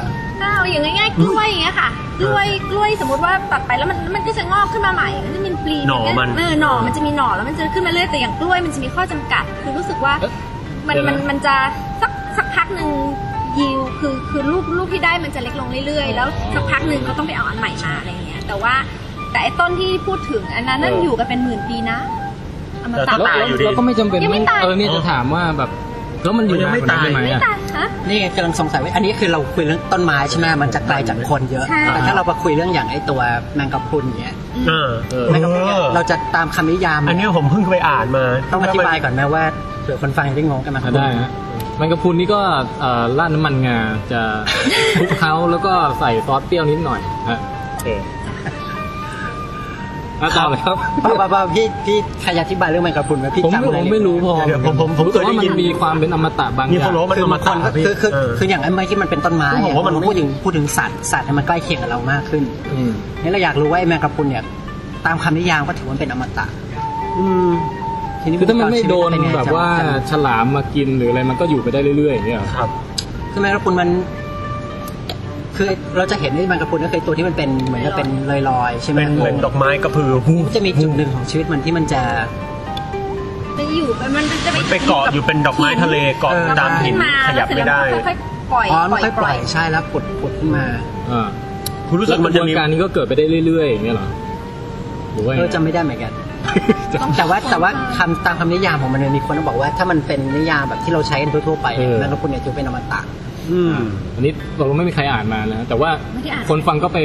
[SPEAKER 4] ถ้าเอาอย่างง่ายๆกล้วยอย่างเงี้ยค่ะ กล้วยกล้วยสมมติว่าตัดไปแล้วมันมันก็จะงอกขึ้นมาใหม่มันจะมีปลี
[SPEAKER 6] หน่อมัน
[SPEAKER 4] เออหน่อมันจะมีหน่อแล้วมันจะขึ้นมาเรื่อยแต่อย่างกล้วยมันจะมีข้อจำกัด คือรู้สึกว่า
[SPEAKER 5] เอ๊ะ
[SPEAKER 4] มัน
[SPEAKER 5] เดี๋ยวนะ
[SPEAKER 4] มันมันจะสักสักพักหนึ่งยิวคือคือลูกลูกที่ได้มันจะเล็กลงเรื่อยๆ แล้วสักพักหนึ่งก็ต้องไปเอาอันใหม่มาอะไรอย่างเงี้ยแต่ว่าแต่ไอ้ต้นที่พูดถึงอันนั้นนั่นอยู่กันเป็นหมื่นปีนะอม
[SPEAKER 6] แต่
[SPEAKER 4] ตะ
[SPEAKER 6] ถ้า ยอยู่ดี
[SPEAKER 5] แล้วก็ไม่จำเป็น
[SPEAKER 4] ยังไม่ตาย
[SPEAKER 5] เออเนี่ยจะถามว่าแบบแล้วมันอยู่
[SPEAKER 6] มันยัง
[SPEAKER 5] นาน
[SPEAKER 6] ไม่
[SPEAKER 5] กว่านั้นได้ไหม
[SPEAKER 6] ตาย
[SPEAKER 4] ไม่
[SPEAKER 5] อะ
[SPEAKER 4] ต่างฮะ
[SPEAKER 3] นี่ไงกำลังสงสัยว่าอันนี้คือเราคุยเรื่องต้นไม้ใช่ไหมมันจะไกลจากคนเยอะ
[SPEAKER 4] ใช่
[SPEAKER 3] แต่ถ้าเราไปคุยเรื่องอย่างไอ้ตัวแมงกะพรุนเนี้ย
[SPEAKER 6] เออเออ
[SPEAKER 3] แมงกะพรุนเนี่ยเราจะตามคำนิยาม
[SPEAKER 6] อันเนี้ยผมเพิ่งไปอ่านมา
[SPEAKER 3] ต้องอธิบายก่อนไหมว่าเผื่อคนฟังจะได้งงกันมา
[SPEAKER 5] อ่ะได้ฮะแมันกระพรุนนี่ก็เอ่อราดน้ำมันงาจะ คลุกเคล้าแล้วก็ใส่ซอสเปรี้ยวนิดหน่อยฮะเอออ่ะต่อเลยครับ
[SPEAKER 3] ป้าป้าป้าพี่พี่ใครจะอธิบายเรื่องแมงกะพรุนไหมพี่
[SPEAKER 5] ผม
[SPEAKER 3] จำ
[SPEAKER 5] ผ
[SPEAKER 3] อะไร
[SPEAKER 5] ม
[SPEAKER 3] ด้
[SPEAKER 5] ไม่รู้พอ
[SPEAKER 6] เดี๋ยวผมผมผม
[SPEAKER 5] รู้
[SPEAKER 6] เค
[SPEAKER 5] สึก
[SPEAKER 6] ยได้
[SPEAKER 5] ว่ามั
[SPEAKER 6] ยิน
[SPEAKER 5] นมีความเป็นอมตะบางอ
[SPEAKER 6] มีค
[SPEAKER 5] ย่าน ง
[SPEAKER 6] บอกว่ามัน
[SPEAKER 3] คือ
[SPEAKER 6] อม
[SPEAKER 3] บางค
[SPEAKER 6] ตะ
[SPEAKER 3] นก็
[SPEAKER 6] พี่
[SPEAKER 3] คือคือ
[SPEAKER 6] เออ
[SPEAKER 3] คืออย่างไอ้ไม้ที่มันเป็นต้นไม้
[SPEAKER 6] ผมว่ามัน
[SPEAKER 3] พูดถึงพูดถึงสัตว์สัตว์เนี่ยมันใกล้เคียงกับเรามากขึ้น
[SPEAKER 5] อืม
[SPEAKER 3] นี่เราอยากรู้ว่าไอ้แมงกะพรุนเนี่ยตามคำนิยามก็ถือว่ามันเป็นอมตะ
[SPEAKER 6] อืม
[SPEAKER 3] ทีนี้
[SPEAKER 5] คือถ้ามันไม่โดน
[SPEAKER 3] ชีวิตเป็ไง
[SPEAKER 5] แบบว่า
[SPEAKER 3] จำจ
[SPEAKER 5] ฉลามมากินหรืออะไรมันก็อยู่ไปได้เรื่อยๆอย่างเงี้ยเหรอ
[SPEAKER 6] ครับ
[SPEAKER 3] ำใช่ไหมครับคุณมัน คือเราจะเห็นไอ้มันกระพุนก็คือตัวที่มันเป็นเหมือนกับเป็นลอยๆใช่ไหม
[SPEAKER 6] เป็นเป็นดอกไม้กระพือหู
[SPEAKER 3] มันจะมีจุดหนึ่งของชีวิตมันที่มันจะ
[SPEAKER 4] จะอยู่ไปมันจะไป
[SPEAKER 6] ไปเกาะอยู่เป็นดอกไม้ทะเลเกาะ
[SPEAKER 3] เออ
[SPEAKER 6] ตามหินขยับไม่ได้
[SPEAKER 4] แล้วเสร็จแล้วนก็ค่อยๆปล่อย
[SPEAKER 3] อ๋อมันค่อยปล่อยใช่แล้วปุดปุดขึ้นมา
[SPEAKER 5] อ่า
[SPEAKER 6] คุณรู้สึกมันจะมี
[SPEAKER 5] แล้วระบวการนี้ก็เกิดไปได้เรื่อยๆอย่างเงี้ยเหรอหรือว่า
[SPEAKER 3] เออจำไม่ได้เหมือนกัน แต่ว่าแต่ว่าคำตามคำนิยามของมันเนี่ยมีคนบอกว่า ถ้ามันเป็นนิยามแบบที่เราใช้กันทั่วๆไปเนี่ยมันกระพุนเนี่ยถือเป็นอมตะ
[SPEAKER 6] อืม
[SPEAKER 5] อันนี้เราไม่มีใครอ่านมานะแต่ว่า
[SPEAKER 4] ไม่ได้อ่าน
[SPEAKER 5] คนฟังก็ไป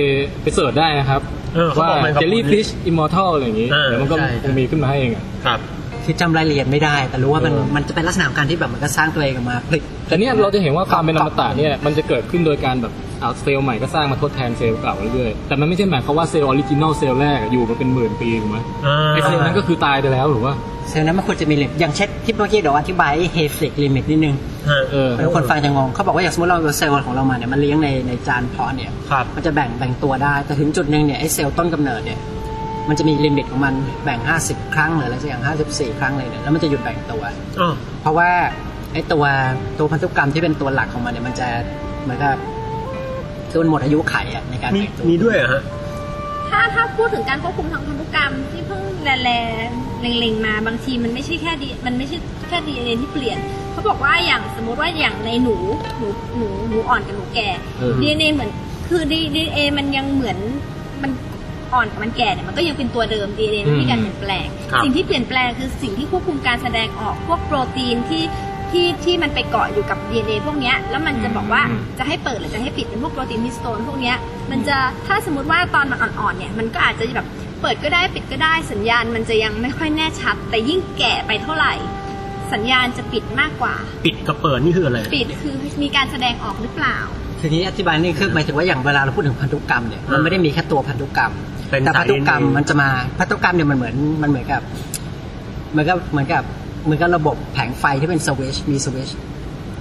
[SPEAKER 5] ไปเสิร์ชได้นะครับ
[SPEAKER 6] เออเขา
[SPEAKER 5] ว่า
[SPEAKER 6] บอกมันกับ
[SPEAKER 5] เจลลี่ฟิชอิมมอร์ทัลอะไรอย่างงี้
[SPEAKER 6] เออ
[SPEAKER 5] เดี๋ยวมันก็
[SPEAKER 3] ใช่
[SPEAKER 5] คงมีขึ้นมาให้เองอะ
[SPEAKER 6] ครับ
[SPEAKER 3] คือจำรายละเอียดไม่ได้ แต่รู้ว่ามัน
[SPEAKER 5] เออ
[SPEAKER 3] มันจะเป็นลักษณะของการที่แบบมันก็สร้างตัวเองออกมาพลิก
[SPEAKER 5] แต่เนี่ยเราจะเห็นว่าความเป็นอมตะเนี่ยมันจะเกิดขึ้นโดยการแบบเอาเซลล์ใหม่ก็สร้างมาทดแทนเซลล์เก่าเรื่อยๆแต่มันไม่ใช่หมายความว่าเซลล์ออริจินอลเซลล์แรกอะอยู่มาเป็นหมื่นปีถูกไหม
[SPEAKER 6] อ่า
[SPEAKER 5] ไอเซลล์นั้นก็คือตายไปแล้วหรือว่า
[SPEAKER 3] เซลล์นั้นมันควรจะมีลิมิตอย่างเช่นที่เมื่อกี้เดี๋ยวอธิบายเฮฟลิกลิมิตนิดนึง
[SPEAKER 5] เออ
[SPEAKER 3] แล้วคนฟังจะงงเขาบอกว่าอย่างสมมติเราเอาเซลล์ของเรามาเนี่ยมันเลี้ยงในในจานเพาะเนี่ย
[SPEAKER 6] ครับ
[SPEAKER 3] มันจะแบ่งแบ่งตัวได้ แต่ถึงจุดหนึ่งเนี่ยไอ้เซลล์ต้นกำเนิดเนี่ยมันจะมีลิมิตของมันแบ่ง 50 ครั้งหรืออะไรสักอย่าง54 ครั้งเลยเนี่ยแล้วมันจะหยุดแบ่งตัว
[SPEAKER 6] อ้าว
[SPEAKER 3] เพราะว่าไอ้ตัวตัวพันธุกรรมที่เป็นตัวหลักของมันเนี่ยมันจะเหมือนกับคือมันหมดอายุไขอะในการ
[SPEAKER 6] มี
[SPEAKER 3] แบ่งตัว
[SPEAKER 6] มีด้วยเหรอฮะ
[SPEAKER 4] ถ้าถ้าพูดถึงการควบคุมทางพันธุกรรมที่เพิ่งแลแลเล็งๆมาบางทีมันไม่ใช่แค่ดีมันไม่ใช่แค่ดีเอ็นเอที่เปลี่ยนเขาบอกว่าอย่างสมมติว่าอย่างในหนูหนูหนูหนูอ่อนกับหนูแก่
[SPEAKER 5] เออ
[SPEAKER 4] ดีเอ็นเอเหมือนคือดีดีเอมันยังเหมือนมันอ่อนกับมันแก่เนี่ยมันก็ยังเป็นตัวเดิมดีเอ็นเอไม่มีการเปลี่ยนแปลง
[SPEAKER 6] ครับ
[SPEAKER 4] สิ่งที่เปลี่ยนแปลงคือสิ่งที่ควบคุมการแสดงออกพวกโปรตีนที่ที่ที่มันไปเกาะอยู่กับ DNA พวกเนี้ยแล้วมันจะบอกว่า
[SPEAKER 5] อืม
[SPEAKER 4] จะให้เปิดหรือจะให้ปิดเป็นพวกโปรตีนฮิสโตนพวกเนี้ยมันจะถ้าสมมติว่าตอนมันอ่อนๆเนี่ยมันก็อาจจะแบบเปิดก็ได้ปิดก็ได้สัญญาณมันจะยังไม่ค่อยแน่ชัด แต่ยิ่งแก่ไปเท่าไหร่ สัญญาณจะปิดมากกว่า
[SPEAKER 6] ปิดกับเปิดนี่คืออะไร
[SPEAKER 4] ปิดคือมีการแสดงออกหรือเปล่า
[SPEAKER 3] ทีนี้อธิบายนี่คือหมายถึงว่าอย่างเวลาเราพูดถึงพันธุกรรมเนี่ยมันไม่ได้มีแค่ตัวพันธุกรรม
[SPEAKER 6] เป็น
[SPEAKER 3] แต่
[SPEAKER 6] สาย
[SPEAKER 3] พันธุกรรม
[SPEAKER 6] DNA
[SPEAKER 3] มันจะมาพันธุกรรมเนี่ยมันเหมือนมันเหมือนกับเหมือนกับเหมือนกับเหมือนกับระบบแผงไฟที่เป็นสวิตชมีสวิตช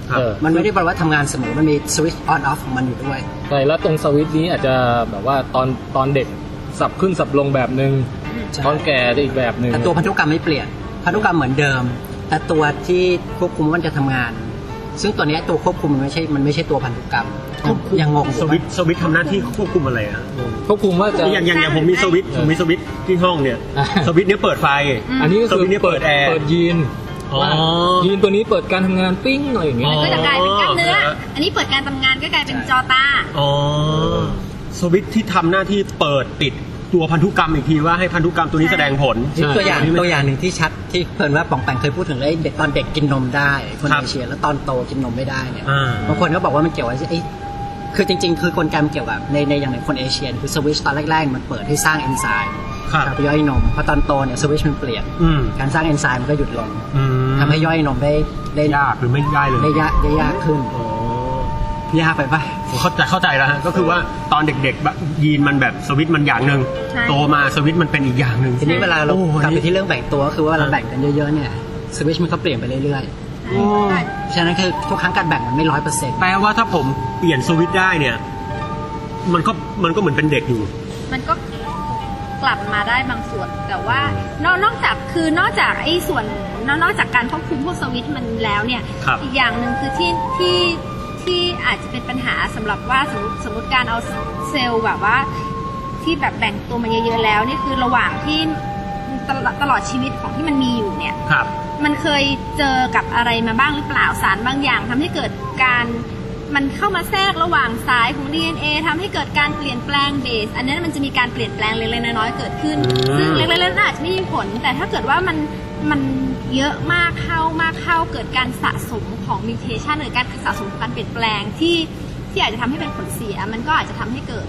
[SPEAKER 6] ครับ
[SPEAKER 5] เออ
[SPEAKER 3] มันไม่ได้แปลว่าทำงานเสมอมันมีสวิตชออนออฟของมันอยู่ด้วย
[SPEAKER 5] ใช่แล้วตรงสวิตช์นี้อาจจะแบบว่าตอนตอนเด็กสับขึ้นสับลงแบบหนึ่ง
[SPEAKER 3] ใช่
[SPEAKER 5] ตอนแก่จะอีกแบบหนึ่ง
[SPEAKER 3] แต่ตัวพันธุกรรมไม่เปลี่ยนพันธุกรรมเหมือนเดิม แต่ตัวที่ควบคุมว่ามันจะทำงาน ซึ่งตัวเนี้ยตัวควบคุมมันไม่ใช่มันไม่ใช่ตัวพันธุกรรมยังงงอยู่
[SPEAKER 6] ส
[SPEAKER 3] ปะ
[SPEAKER 6] วิตช์สวิตช์ทำหน้าที่ควบคุมอะไรอะ
[SPEAKER 5] ควบคุมว่าจะ
[SPEAKER 6] อย่างอย่างอย่างผมมีสวิตช์ผมมีสวิตช์ที่ห้องเนี่ย
[SPEAKER 5] อ่า
[SPEAKER 6] สวิตช์เนี้ยเปิดไฟ
[SPEAKER 5] อันนี้ก็
[SPEAKER 6] ส
[SPEAKER 5] คื
[SPEAKER 6] วิ
[SPEAKER 5] อ
[SPEAKER 6] ตช์นี้เปิดแอร์
[SPEAKER 5] เปิดยีน
[SPEAKER 6] อ๋อ
[SPEAKER 5] ว่ายีนตัวนี้เปิดการทำงานปิ้งอะไรอย่างเงี้ย
[SPEAKER 6] อ๋อ
[SPEAKER 4] ก็จะกลายเป็นกล้ามเนื้อ อันนี้เปิดการทำงานก็กลายเป็นจอตา
[SPEAKER 6] อ๋อ สวิตช์ที่ทำหน้าที่เปิดปิดตัวพันธุกรรมอีกทีว่าให้พันธุกรรมตัวนี้แสดงผล
[SPEAKER 3] นี่ตัวอย่าง
[SPEAKER 6] ใช่
[SPEAKER 3] ตัวอย่างหนึ่งที่ชัดที่เพิ่นว่าป่องแปงเคยพูดถึงเลยเด็กตอนเด็กกินนมได้คน
[SPEAKER 6] ครับ
[SPEAKER 3] เอเชียแล้วตอนโตกินนมไม่ได้เนี่ย
[SPEAKER 6] อ่า
[SPEAKER 3] บางคนก็บอกว่ามันเกี่ยวกับไอ้คือจริง ๆ คือกลไกมันเกี่ยวกับในในอย่างในคนเอเชียคือสวิตชตอนแรกๆ มันเปิดให้สร้างเอนไซม์
[SPEAKER 6] ครับ
[SPEAKER 3] ทำให้ย่อยนมพอตอนโตเนี่ยสวิตชมันเปลี่ยน
[SPEAKER 6] อืม
[SPEAKER 3] การสร้างเอนไซม์มันก็หยุดลง
[SPEAKER 6] อืม
[SPEAKER 3] ทำให้ย่อยนมได้ได้
[SPEAKER 6] ยากหรือไม่ได้เลย
[SPEAKER 3] ได้ยากได้ยากขึ้น
[SPEAKER 6] อ๋อ
[SPEAKER 3] ยากไปปะ
[SPEAKER 6] เข้าใจเข้าใจแล้วฮะก็คือว่าตอนเด็กๆแบบยีนมันแบบสวิตช์มันอย่างหนึ่ง
[SPEAKER 4] ใช่
[SPEAKER 6] โตมาสวิตช์มันเป็นอีกอย่างหนึ่ง
[SPEAKER 3] ทีนี้เวลาเรา
[SPEAKER 6] โอ้โห
[SPEAKER 3] กลับไป
[SPEAKER 6] นี่
[SPEAKER 3] ที่เรื่องแบ่งตัวก็คือว่าเรา
[SPEAKER 6] อ่า
[SPEAKER 3] แบ่งกันเยอะๆเนี่ยสวิตชมันก็เปลี่ยนไปเรื่อย
[SPEAKER 4] ใช่ก็
[SPEAKER 3] ๆฉะนั้นคือทุกครั้งการแบ่งมันไม่ร้อยเปอร์เซ็นต์
[SPEAKER 6] แปลว่าถ้าผมเปลี่ยนสวิตช์ได้เนี่ย มันก็มันก็เหมือนเป็นเด็กอยู่
[SPEAKER 4] มันก็กลับมาได้บางส่วน แต่ว่านอกนอกจากคือนอกจากไอ้ส่วนนอกนอกจากการควบคุมพวกสวิตช์มันแล้วเนี่ย
[SPEAKER 6] ครับ
[SPEAKER 4] อีกอย่างหนึ่งคือที่ที่ที่อาจจะเป็นปัญหาสำหรับว่าสมมติสมมติการเอาเซลล์แบบว่า ที่แบบแบ่งตัวมันเยอะๆแล้วนี่คือระหว่างที่ตลอดตลอดชีวิตของที่มันมีอยู่เนี่ย
[SPEAKER 6] ครับ
[SPEAKER 4] มันเคยเจอกับอะไรมาบ้างหรือเปล่าสารบางอย่างทำให้เกิดการมันเข้ามาแทรกระหว่างสายของ DNA ทำให้เกิดการเปลี่ยนแปลงเบส อันนั้นมันจะมีการเปลี่ยนแปลงเล็กๆน้อยๆเกิดขึ้น
[SPEAKER 6] อืม
[SPEAKER 4] ซึ่งเล็กๆน้อยๆอาจจะไม่มีผล แต่ถ้าเกิดว่ามันมันเยอะมากเข้ามากเข้าเกิดการสะสมของมิเทชันหรือการสะสมของการเปลี่ยนแปลงที่ที่อาจจะทำให้เป็นผลเสีย มันก็อาจจะทำให้เกิด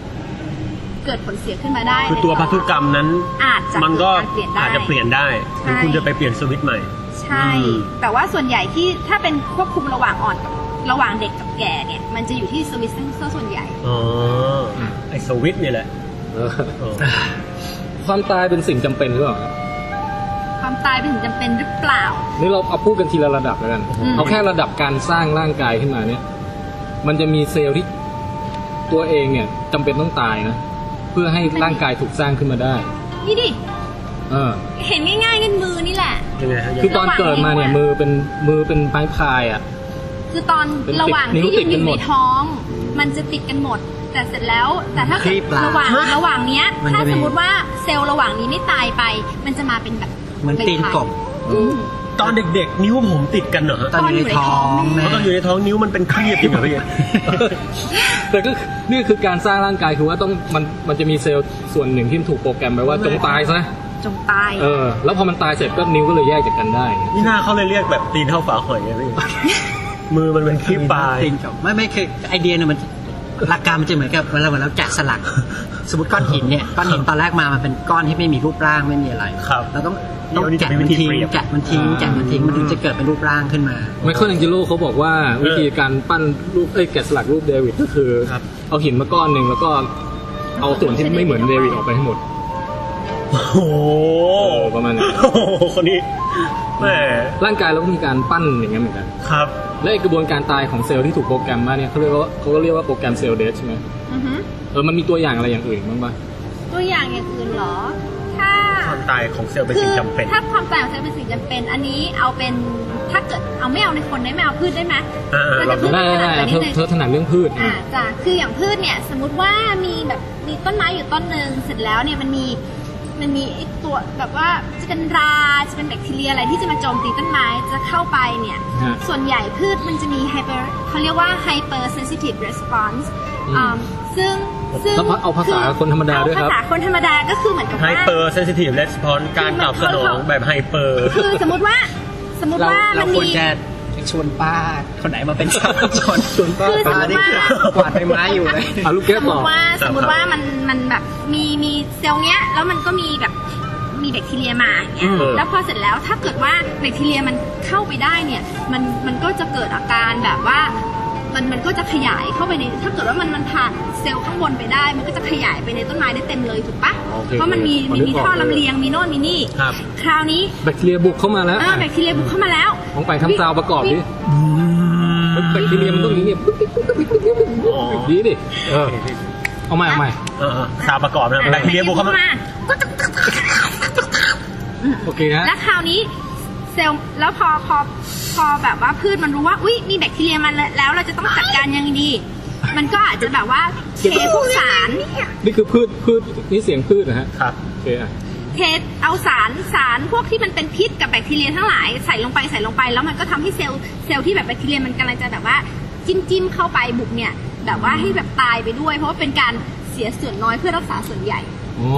[SPEAKER 4] เกิดผลเสียขึ้นมาได้
[SPEAKER 6] คือตัวพันธุกรรมนั้น
[SPEAKER 4] อาจจะ
[SPEAKER 6] มันก็
[SPEAKER 4] เดารเปลี่ยนได้
[SPEAKER 6] อาจจะเปลี่ยนได้
[SPEAKER 4] ใช่
[SPEAKER 6] หรือคุณจะไปเปลี่ยนสวิตช์ใหม่
[SPEAKER 4] ใช่
[SPEAKER 6] อืม
[SPEAKER 4] แต่ว่าส่วนใหญ่ที่ถ้าเป็นควบคุมระหว่างอ่อนกับระหว่างเด็กกับแก่เนี่ย มันจะอยู่ที่สวิตเซอร์ซะส่วนใหญ่
[SPEAKER 6] อ๋ออไอสวิตช์เนี่ยแหละ
[SPEAKER 5] เออ
[SPEAKER 6] เออ
[SPEAKER 5] ความตายเป็นสิ่งจำเป็นหรือเปล่า
[SPEAKER 4] ความตายเป็นสิ่งจำเป็นหรือเปล่า
[SPEAKER 5] นี่เราเอาพูดกันทีละระดับแล้วกัน
[SPEAKER 4] อืม
[SPEAKER 5] เอาแค่ระดับการสร้างร่างกายขึ้นมาเนี่ย มันจะมีเซลล์ที่ตัวเองเนี่ยจำเป็นต้องตายนะเพื่อให้ร่างกายถูกสร้างขึ้นมาได้
[SPEAKER 4] นี่ดิ
[SPEAKER 5] เออ
[SPEAKER 4] เห็นง่ายๆนั่นมือนี่แหละ
[SPEAKER 6] ยังไงฮะยัง
[SPEAKER 5] คือตอนเกิดมาเนี่ยมือเป็นมือเป็นไม้พายอ่ะ
[SPEAKER 4] คือตอน
[SPEAKER 5] เป็นติด
[SPEAKER 4] ระหว่าง
[SPEAKER 5] นิ้ว
[SPEAKER 4] ที่
[SPEAKER 5] ติดกัน
[SPEAKER 4] ยืนอยู่
[SPEAKER 5] หม
[SPEAKER 4] ใน
[SPEAKER 5] ด
[SPEAKER 4] ท้อง มันจะติดกันหมด แต่เสร็จแล้ว แต่ถ้า
[SPEAKER 3] คลี
[SPEAKER 4] เกิด
[SPEAKER 3] บปลา
[SPEAKER 4] ระหว่าง
[SPEAKER 3] ฮะ
[SPEAKER 4] ระหว่างเนี้ย
[SPEAKER 3] มันจะ
[SPEAKER 4] ถ้า
[SPEAKER 3] มี
[SPEAKER 4] สมมติว่าเซลล์ระหว่างนี้ไม่ตายไป มันจะมาเป็นแบบ
[SPEAKER 3] เหมือน
[SPEAKER 4] เป็
[SPEAKER 3] ตีนกบ
[SPEAKER 4] อืม
[SPEAKER 6] ตอนเด็ก ๆ นิ้วผมติดกันเหรอฮะ
[SPEAKER 3] ตอนอยู่ในท้อง
[SPEAKER 6] เพ
[SPEAKER 3] แม่
[SPEAKER 6] ราะตอนอยู่ในท้องนิ้วมันเป็นครีบจริงเหรอพี่
[SPEAKER 5] แต่ก็นี่คือการสร้างร่างกายคือว่าต้องมันมันจะมีเซลล์ส่วนหนึ่งที่มันถูกโปรแกรมไว้ว่าจงตายซะ
[SPEAKER 4] จงตาย
[SPEAKER 5] เออ แล้วพอมันตายเสร็จก็นิ้วก็เลยแยกจากกันได้
[SPEAKER 6] นี่หน้าเขาเลยเรียกแบบตีนเท่าฝาหอยไงพี่มือมันเป็นครีบปลาย
[SPEAKER 3] ตีนกบไม่ไม่คือไอเดียเนี่ยมันหลักการมันจะเหมือนกับเวลาเวลาเราแกะสลัก สมมติก้อนหินเนี่ยก้อนหินตอนแรกมามันเป็นก้อนที่ไม่มีรูปร่างไม่มีอะไร
[SPEAKER 6] ครับ
[SPEAKER 3] เราต้อง
[SPEAKER 6] เดี๋
[SPEAKER 3] ต้อ
[SPEAKER 6] ยว
[SPEAKER 3] ง
[SPEAKER 6] นี้จะ
[SPEAKER 3] แกะ
[SPEAKER 6] มีวิ
[SPEAKER 3] มัน
[SPEAKER 6] ธี
[SPEAKER 3] ทิ้ง
[SPEAKER 6] เปรียบ
[SPEAKER 3] แกะมันทิ้ง
[SPEAKER 5] อ่า
[SPEAKER 3] แกะมันทิ้งมันถึงจะเกิดเป็นรูปร่างขึ้นมา
[SPEAKER 5] ไมเคิลแองเจโลเขาบอกว่าวิธีการปั้นรูปเอ้ยแกะสลักรูปเดวิดก็คือ
[SPEAKER 6] ครับ
[SPEAKER 5] เอาหินมาก้อนหนึ่งแล้วก็เอาส่วนที่ไม่เหมือนเดวิดออกไปให้หมด
[SPEAKER 6] โอ้โห
[SPEAKER 5] เออประมาณนั้น
[SPEAKER 6] โอ้โหคนนี้แหม
[SPEAKER 5] ร่างกายเราก็มีการปั้นอย่างนั้นเหมือนกัน
[SPEAKER 6] ครับ
[SPEAKER 5] และไอ้กระบวนการตายของเซลล์ที่ถูกโปรแกรมมาเนี่ยเขาเรียกว่าเขาก็เรียกว่าโปรแกรมเซลล์เดธใช่ไหม
[SPEAKER 4] อือฮึ
[SPEAKER 5] เออมันมีตัวอย่างอะไรอย่างอื่นบ้างปะ
[SPEAKER 4] ตัวอย่างอย่างอื่นเหรอ ถ้า
[SPEAKER 6] ความตายของเซลล์เป็น
[SPEAKER 4] คื
[SPEAKER 6] สิ่
[SPEAKER 4] อง
[SPEAKER 6] จำเป็น
[SPEAKER 4] ถ้าความตายของเซลล์เป็นสิ่งจำเป็น อันนี้เอาเป็น ถ้าเกิดเอาไม่เอาในคนได้ไหมเอาพืชได้ไหม
[SPEAKER 6] อ่าๆ
[SPEAKER 4] เราจะพืช
[SPEAKER 5] ได้
[SPEAKER 4] ขนา
[SPEAKER 5] ได้
[SPEAKER 4] ด
[SPEAKER 5] ได้
[SPEAKER 4] นั้น
[SPEAKER 5] เธ
[SPEAKER 4] นิ
[SPEAKER 5] อ
[SPEAKER 4] ดนึง
[SPEAKER 5] เธอถนัดเรื่องพืช
[SPEAKER 4] อ่าจ้ะคืออย่างพืชเนี่ย สมมติว่ามีแบบมีต้นไม้อยู่ต้นหนึ่งเสร็จแล้วเนี่ยมันมีมันมีไอ้ตัวแบบว่าจะเป็นราจะเป็นแบคทีเรียอะไรที่จะมาโจมตีต้นไม้จะเข้าไปเนี่ย
[SPEAKER 5] ฮะ
[SPEAKER 4] ส่วนใหญ่พืชมันจะมีไฮเปอร์เขาเรียกว่า hyper sensitive response
[SPEAKER 5] อืม
[SPEAKER 4] อ่าซึ่งซึ่ง
[SPEAKER 5] แล้วพะเอาภาษาคนธรรมดาด้วยครับ
[SPEAKER 4] เอาภาษาคนธรรมดาก็คือเหมือนกับ
[SPEAKER 6] ไฮ
[SPEAKER 4] ว่า
[SPEAKER 6] เปอร์เซนซิทีฟเรสปอนการตอบสนองแบบไฮเปอร์
[SPEAKER 4] คือสมมติว่า สมมติ
[SPEAKER 3] เรา
[SPEAKER 4] ว่า
[SPEAKER 3] เรา
[SPEAKER 4] มัน
[SPEAKER 3] ควร
[SPEAKER 4] มี
[SPEAKER 3] จะชวนป้าคนไหนมาเป็นชาวชน
[SPEAKER 5] ส่วนป้า
[SPEAKER 4] คือ
[SPEAKER 3] ป้า
[SPEAKER 4] สมมติ
[SPEAKER 3] นี่
[SPEAKER 4] ว่า
[SPEAKER 3] กวาดใบไม้อยู่เลย
[SPEAKER 5] อ่ะลูก
[SPEAKER 4] ส
[SPEAKER 5] แก้ว
[SPEAKER 4] มม
[SPEAKER 5] ต่อ
[SPEAKER 4] ติว่า
[SPEAKER 6] ครั
[SPEAKER 4] ส
[SPEAKER 6] บ
[SPEAKER 4] มมติว่ามันมันแบบมีมีเซลล์เนี้ยแล้วมันก็มีแบบมีแบคทีเรียมาอย่างเงี้ย
[SPEAKER 5] อืม
[SPEAKER 4] แล้วพอเสร็จแล้วถ้าเกิดว่าแบคทีเรียมันเข้าไปได้เนี่ยมันมันก็จะเกิดอาการแบบว่ามันมันก็จะขยายเข้าไปในถ้าเกิดว่ามันมันผ่านเซลล์ข้างบนไปได้ มันก็จะขยายไปในต้นไม้ได้เต็มเลยถูกปะ
[SPEAKER 5] โอค
[SPEAKER 4] เพราะมันมี
[SPEAKER 5] พ
[SPEAKER 4] มีมี
[SPEAKER 5] กก
[SPEAKER 4] ท่อลำเลียงมีโน่นมีนี่
[SPEAKER 6] ครับ
[SPEAKER 4] คราวนี้
[SPEAKER 5] แบคทีเรียบุกเข้ามาแล้ว
[SPEAKER 4] เออแบคทีเรียบุกเข้ามาแล้ว
[SPEAKER 5] ลองไปทำซาวประกอบดิ
[SPEAKER 4] วิ
[SPEAKER 5] แบคทีเรียมันต้องอย่างนี้เนี่ยปุ๊บปิ๊บปุ๊บปิ๊บปุ๊บปิ๊บปุ๊บ
[SPEAKER 6] อ๋อ
[SPEAKER 5] ดีดิเออเอาใหม่เอาใหม่
[SPEAKER 6] เออสาวประกอบ นะแบคทีเรียบุกเข้ามา
[SPEAKER 4] ก็จะ
[SPEAKER 5] โอเคฮะ
[SPEAKER 4] แล้วคราวนี้เซลล์แล้วพอพอพอแบบว่าพืชมันรู้ว่าอุ้ยมีแบคทีเรียมันแล้วเราจะต้องจัดการยังไงดี มันก็อาจจะแบบว่าเทพวกสาร
[SPEAKER 5] นี่คือพืชพืชนี่เสียงพืชนะฮะ
[SPEAKER 6] ครับ
[SPEAKER 5] โอเคอ่ะ
[SPEAKER 4] เทเอาสารสารพวกที่มันเป็นพิษกับแบคทีเรียทั้งหลายใส่ลงไปใส่ลงไป แล้วมันก็ทำให้เซลล์เซลล์ที่แบบแบคทีเรียมันกำลังจะแบบว่าจิ้มจิ้มเข้าไปบุกเนี่ยแบบว่าให้แบบตายไปด้วย เพราะว่าเป็นการเสียส่วนน้อยเพื่อรักษาส่วนใหญ่
[SPEAKER 5] อ๋อ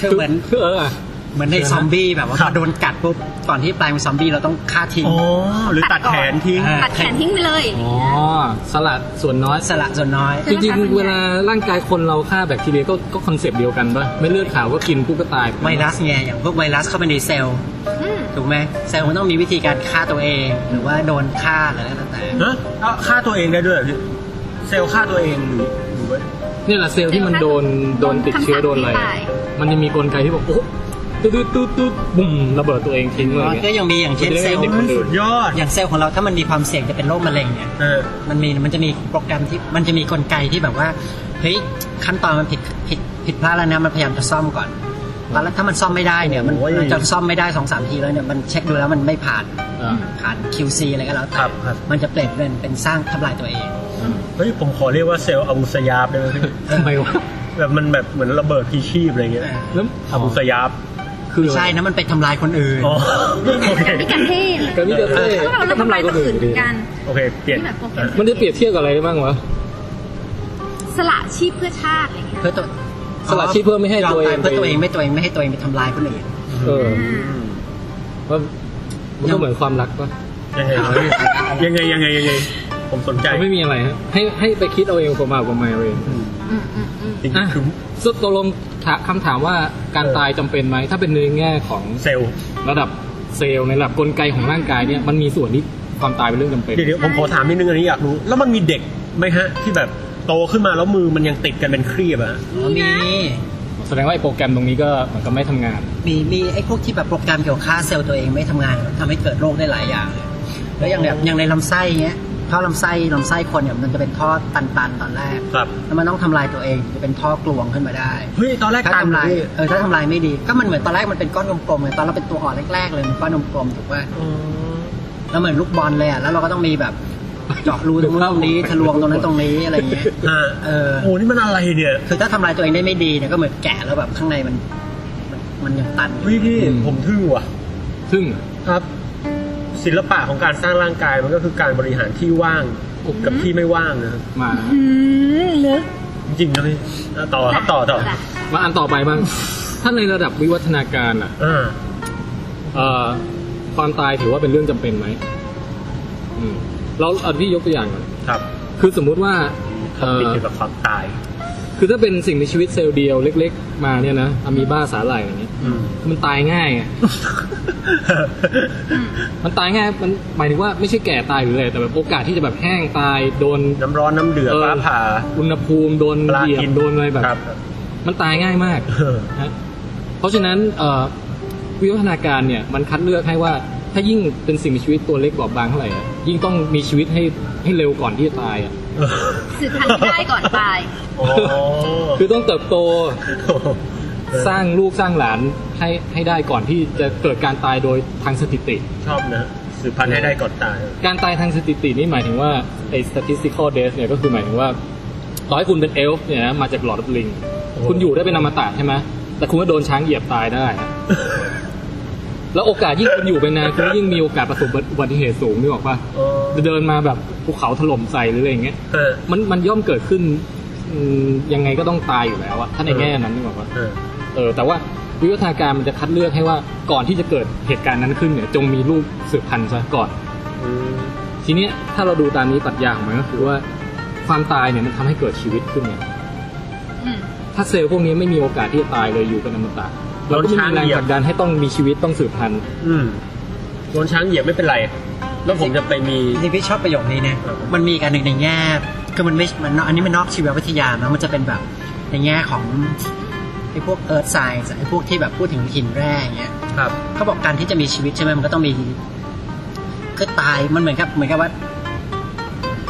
[SPEAKER 3] คือเหมือน
[SPEAKER 5] คือเอออ่ะ
[SPEAKER 3] เหมือนในซอมบี้แบบว่าพอโดนกัดปุ๊บก่อนที่ปลายมันซอมบี้เราต้องฆ่าทิ้ง
[SPEAKER 6] โอ้หรือตัดแขนทิ้ง
[SPEAKER 3] อ่า
[SPEAKER 4] ตัดแขนทิ้งไปเลย
[SPEAKER 5] อ๋อสลัดส่วนน้อย
[SPEAKER 3] สละส่วนน้อย
[SPEAKER 5] จริงๆ เวลาร่างกายคนเราฆ่าแบคทีเรียก็ก็คอนเซปต์เดียวกันป่ะไม่เลือดขาวก็กินปุ๊บก็ตาย
[SPEAKER 3] ไวรัสไงอย่างพวกไวรัสเข้าไปในเซลล์ถูกไหมเซลล์มันต้องมีวิธีการฆ่าตัวเอง หรือว่าโดนฆ่าหรืออะไรก็แล้วแต่
[SPEAKER 6] เนอะเอาฆ่าตัวเองได้ด้วยเหรอพี่เซลล์ฆ่าตัวเองหรือว่า
[SPEAKER 5] เนี่ยแหละเซลล์ที่มันโดนโดนติดเชื้อโดนอะไรอ่ะมันจะมีกลไกที่บอกโอ้ตืดตืดตืดตืดบุ่มระเบิดตัวเองทิ้งเลย
[SPEAKER 3] ก็
[SPEAKER 5] เนี่ย
[SPEAKER 3] ยังมีอย่างเช่นเซลล์
[SPEAKER 5] ไม่ได้เด็กคนอื่น
[SPEAKER 6] สุดยอด
[SPEAKER 3] อย่างเซลล์ของเราถ้ามันมีความเสี่ยงจะเป็นโรคมะเร็งเนี่ย
[SPEAKER 6] เออ
[SPEAKER 3] มันมีมันจะมีโปรแกรมที่มันจะมีกลไกที่แบบว่าเฮ้ยขั้นตอนมันผิดผิดผิดพลาดแล้วนะมันพยายามจะซ่อมก่อนตอนแรกถ้ามันซ่อมไม่ได้เนี่ยมัน
[SPEAKER 6] โอ้ย
[SPEAKER 3] มันจะซ่อมไม่ได้สองสามทีแล้วเนี่ยมันเช็คดูแล้วมันไม่ผ่าน
[SPEAKER 5] อ่ะ
[SPEAKER 3] ผ่าน QC อะไรก็แล้ว
[SPEAKER 6] ค
[SPEAKER 3] แต่
[SPEAKER 6] รับครับ
[SPEAKER 3] มันจะเปลี่ยนเป็นเป็นสร้างทำลายตัวเอง
[SPEAKER 6] เฮ้ยผมขอเรียกว่าเซลล์อาบุสยาบได้ไหมพี่
[SPEAKER 5] ทำไมวะ
[SPEAKER 6] แบบมันแบบเหมือนระเบิดพีชีพอะไรเงี้ย
[SPEAKER 5] แล้ว
[SPEAKER 6] อาบุสยาบ
[SPEAKER 5] คือ
[SPEAKER 3] ใช่นะมันไปทำลายคนอื่น
[SPEAKER 6] อ๋อโอเค
[SPEAKER 4] ไม่กันเท่เลย
[SPEAKER 5] การที่จะเต้
[SPEAKER 4] เรา
[SPEAKER 5] ทำ
[SPEAKER 4] ทำ
[SPEAKER 5] ลา
[SPEAKER 4] ลาย ย
[SPEAKER 5] ค
[SPEAKER 4] คน น
[SPEAKER 5] อื่
[SPEAKER 4] อื่
[SPEAKER 5] น
[SPEAKER 4] น
[SPEAKER 5] ดี
[SPEAKER 4] กัน
[SPEAKER 6] โอเคเปลี่ยน
[SPEAKER 4] ที่แบบโปรแกรม
[SPEAKER 5] มันจะเปรียบเทียบกับอะไรได้บ้างวะ
[SPEAKER 4] สละชีพเพื่อชาติอะไรเงี้ย
[SPEAKER 3] เพื่อตัว
[SPEAKER 5] สละชีพเพื่อไม่ให้ตัวเอง
[SPEAKER 3] ยาายเพื่อตัวเองไม่ตัวเองไม่ให้ตัวเองไปทำลายคนอื่น
[SPEAKER 5] เออ
[SPEAKER 4] อืม
[SPEAKER 5] ว่ามันก็เหมือนความรักป่ะ
[SPEAKER 6] ยังไงวะพี่ยังไงยังไงยังไง ผมสนใจ
[SPEAKER 5] มันไม่มีอะไรฮะให้ให้ไปคิดเอาเองประมาณประมาณเอาเอง
[SPEAKER 4] อืมอืมอืม
[SPEAKER 6] จริง
[SPEAKER 5] อ่ะ
[SPEAKER 6] ๆคือ
[SPEAKER 5] สุดตกลงถามคำถามว่าการตายจำเป็นไหมถ้าเป็นในแง่ของ
[SPEAKER 6] เซลล์
[SPEAKER 5] ระดับเซลล์ในระดับกลไกของร่างกายเนี่ยมันมีส่วนที่ความตายเป็นเรื่องจำเป็น
[SPEAKER 6] เดี๋ยวเดี๋ยวผมขอถามนิดนึงอันนี้อยากรู้ แล้วมันมีเด็กไหมฮะ ที่แบบโตขึ้นมาแล้วมือมันยังติดกันเป็นครีบอะฮะ
[SPEAKER 3] มี
[SPEAKER 5] แสดงว่าไอ้โปรแกรมตรงนี้ก็มันก็ไม่ทำงาน
[SPEAKER 3] มีมีไอ้พวกที่แบบโปรแกรมเกี่ยวกับฆ่าเซลล์ตัวเองไม่ทำงานทำให้เกิดโรคได้หลายอย่างเลยแล้วอย่างแบบอย่างในลำไส้เงี้ยทำ ท่อลำไส้ลำไส้คนเนี่ยมันจะเป็นท่อตันๆตอนแรก
[SPEAKER 6] ครับ
[SPEAKER 3] แล้วมันต้องทำลายตัวเองจะเป็นท่อกลวงขึ้นมาได้
[SPEAKER 6] เฮ้ยตอนแรก
[SPEAKER 3] ถ้า
[SPEAKER 6] ตัน
[SPEAKER 3] ทำลาย
[SPEAKER 6] เลย
[SPEAKER 3] เออถ้าทำลายไม่ดีก็มันเหมือนตอนแรกมันเป็นก้อนกลมๆไงตอนเราเป็นตัวอ่อนแรกๆเลยมันก้อนกลมๆถูกป่ะแล้วเหมือนลูกบอลเลยอ่ะแล้วเราก็ต้องมีแบบเจาะรูตรงนู้นตรง นี้ทะลวงตรงนั้นตรงนี้อะไรอย่างเงี้ย
[SPEAKER 6] อ่า
[SPEAKER 3] เออ
[SPEAKER 6] โอ้นี่มันอะไรเนี่ย
[SPEAKER 3] คือถ้าทำลายตัวเองได้ไม่ดีเนี่ยก็เหมือนแกะแล้วแบบข้างในมันมันมันยังตันอยู่
[SPEAKER 6] วิพี่
[SPEAKER 5] อืม
[SPEAKER 6] ผมทึ่งว่ะ
[SPEAKER 5] ซึ่ง
[SPEAKER 6] ครับ ศิลปะของการสร้างร่างกายมันก็คือการบริหารที่ว่างกับที่ไม่ว่างนะครับ
[SPEAKER 5] มา
[SPEAKER 4] อืมลึก
[SPEAKER 6] จริงๆนะพี่อ่ะต่อครับต่อต่อ
[SPEAKER 4] จ้ะ
[SPEAKER 5] มาอันต่อไปบ้าง ถ้าในระดับวิวัฒนาการอ่ะ
[SPEAKER 6] อ่า
[SPEAKER 5] เอ่อความตายถือว่าเป็นเรื่องจำเป็นไหมอืมเราเอาที่ยกตัวอย่างก่อน
[SPEAKER 6] ครับ
[SPEAKER 5] คือสมมุติว่าเอ่
[SPEAKER 6] ติด
[SPEAKER 5] อ
[SPEAKER 6] เกี่ยวกับความตาย
[SPEAKER 5] คือถ้าเป็นสิ่งมีชีวิตเซลล์เดียวเล็ก ๆ มาเนี่ยนะอะมีบ้าสาหร่ายอย่างเงี้ย
[SPEAKER 6] อืม
[SPEAKER 5] มันตายง่ายไง มันตายง่ายมันหมายถึงว่าไม่ใช่แก่ตายหรืออะไรแต่แบบโอกาสที่จะแบบแห้งตายโดน
[SPEAKER 6] น้ำร้อนน้ำเดือด
[SPEAKER 5] เออ
[SPEAKER 6] ฟ้าผ่า
[SPEAKER 5] อุณหภูมิโดน
[SPEAKER 6] ปลา
[SPEAKER 5] เหยีย
[SPEAKER 6] กิ
[SPEAKER 5] บ
[SPEAKER 6] น
[SPEAKER 5] โดนอะไรแบบ
[SPEAKER 6] ครับ
[SPEAKER 5] มันตายง่ายมาก
[SPEAKER 6] เออ
[SPEAKER 5] นะเพราะฉะนั้นเอ่อวิวัฒนาการเนี่ยมันคัดเลือกให้ว่าถ้ายิ่งเป็นสิ่งมีชีวิตตัวเล็กบอบบางเท่าไหร่อะยิ่งต้องมีชีวิตให้ให้เร็วก่อนที่จะตายอะ
[SPEAKER 4] สืบพันธุ์ให้ได้ก่อนตาย
[SPEAKER 6] โอ้
[SPEAKER 5] คือต้องเติบโตสร้างลูกสร้างหลานให้ให้ได้ก่อนที่จะเกิดการตายโดยทางสถิติ
[SPEAKER 6] ชอบนะสืบพันธุ์ให้ได้ก่อนตาย
[SPEAKER 5] การตายทางสถิตินี่หมายถึงว่าไอ้ statistical death เนี่ยก็คือหมายถึงว่าต่อให้คุณเป็นเอลฟ์เนี่ยนะมาจากหลอดลิง
[SPEAKER 6] โอ้
[SPEAKER 5] คุณอยู่ได้เป็นอมตะใช่ไหมแต่คุณก็โดนช้างเหยียบตายได้นะแล้วโอกาสยิ่งคุณอยู่เป็นนานคุณยิ่งมีโอกาสประสบอุบัติเหตุสูงนึกออกปะ
[SPEAKER 6] โอ้
[SPEAKER 5] เดินมาแบบภูเขาถล่มใส่หรืออะไรอย่างเงี้ย
[SPEAKER 6] เออ
[SPEAKER 5] มันมันย่อมเกิดขึ้นอืมยังไงก็ต้องตายอยู่แล้วอะถ้าในแง่นั้นนึกออกปะ
[SPEAKER 6] เออ
[SPEAKER 5] เออแต่ว่าวิวัฒนาการมันจะคัดเลือกให้ว่าก่อนที่จะเกิดเหตุการณ์นั้นขึ้นเนี่ยจงมีลูกสืบพันธุ์ซะก่อน
[SPEAKER 6] อืม
[SPEAKER 5] ทีเนี้ยถ้าเราดูตามนี้ปรัชญาของมันก็คือว่าความตายเนี่ยมันทำให้เกิดชีวิตขึ้นเนี่ย
[SPEAKER 4] อืม
[SPEAKER 5] ถ้าเซลล์พวกนี้ไม่มีโอกาสที่จะตายเลยอยู่เป็นอมตะเราก็ไม่มีแรงผลักดันให้ต้องมีชีวิตต้องสืบพันธุ์
[SPEAKER 6] อืมโดนช้างเหยียบไม่เป็นไร แล้วผมจะไปมี
[SPEAKER 3] ที่พี่ชอบประโยคนี้เนี่ยมันมีอีกอันหนึ่งในแง่คือมันไม่ มันอันนี้มันนอกชีววิทยานะมันจะเป็นแบบในแง่ของไอ้พวกเอิร์ธไซส์ไอ้พวกที่แบบพูดถึงหินแร่อย่างเงี้ย
[SPEAKER 6] ครับ
[SPEAKER 3] เขาบอกการที่จะมีชีวิตใช่ไหมมันก็ต้องมีคือตายมันเหมือนกับเหมือนกับว่า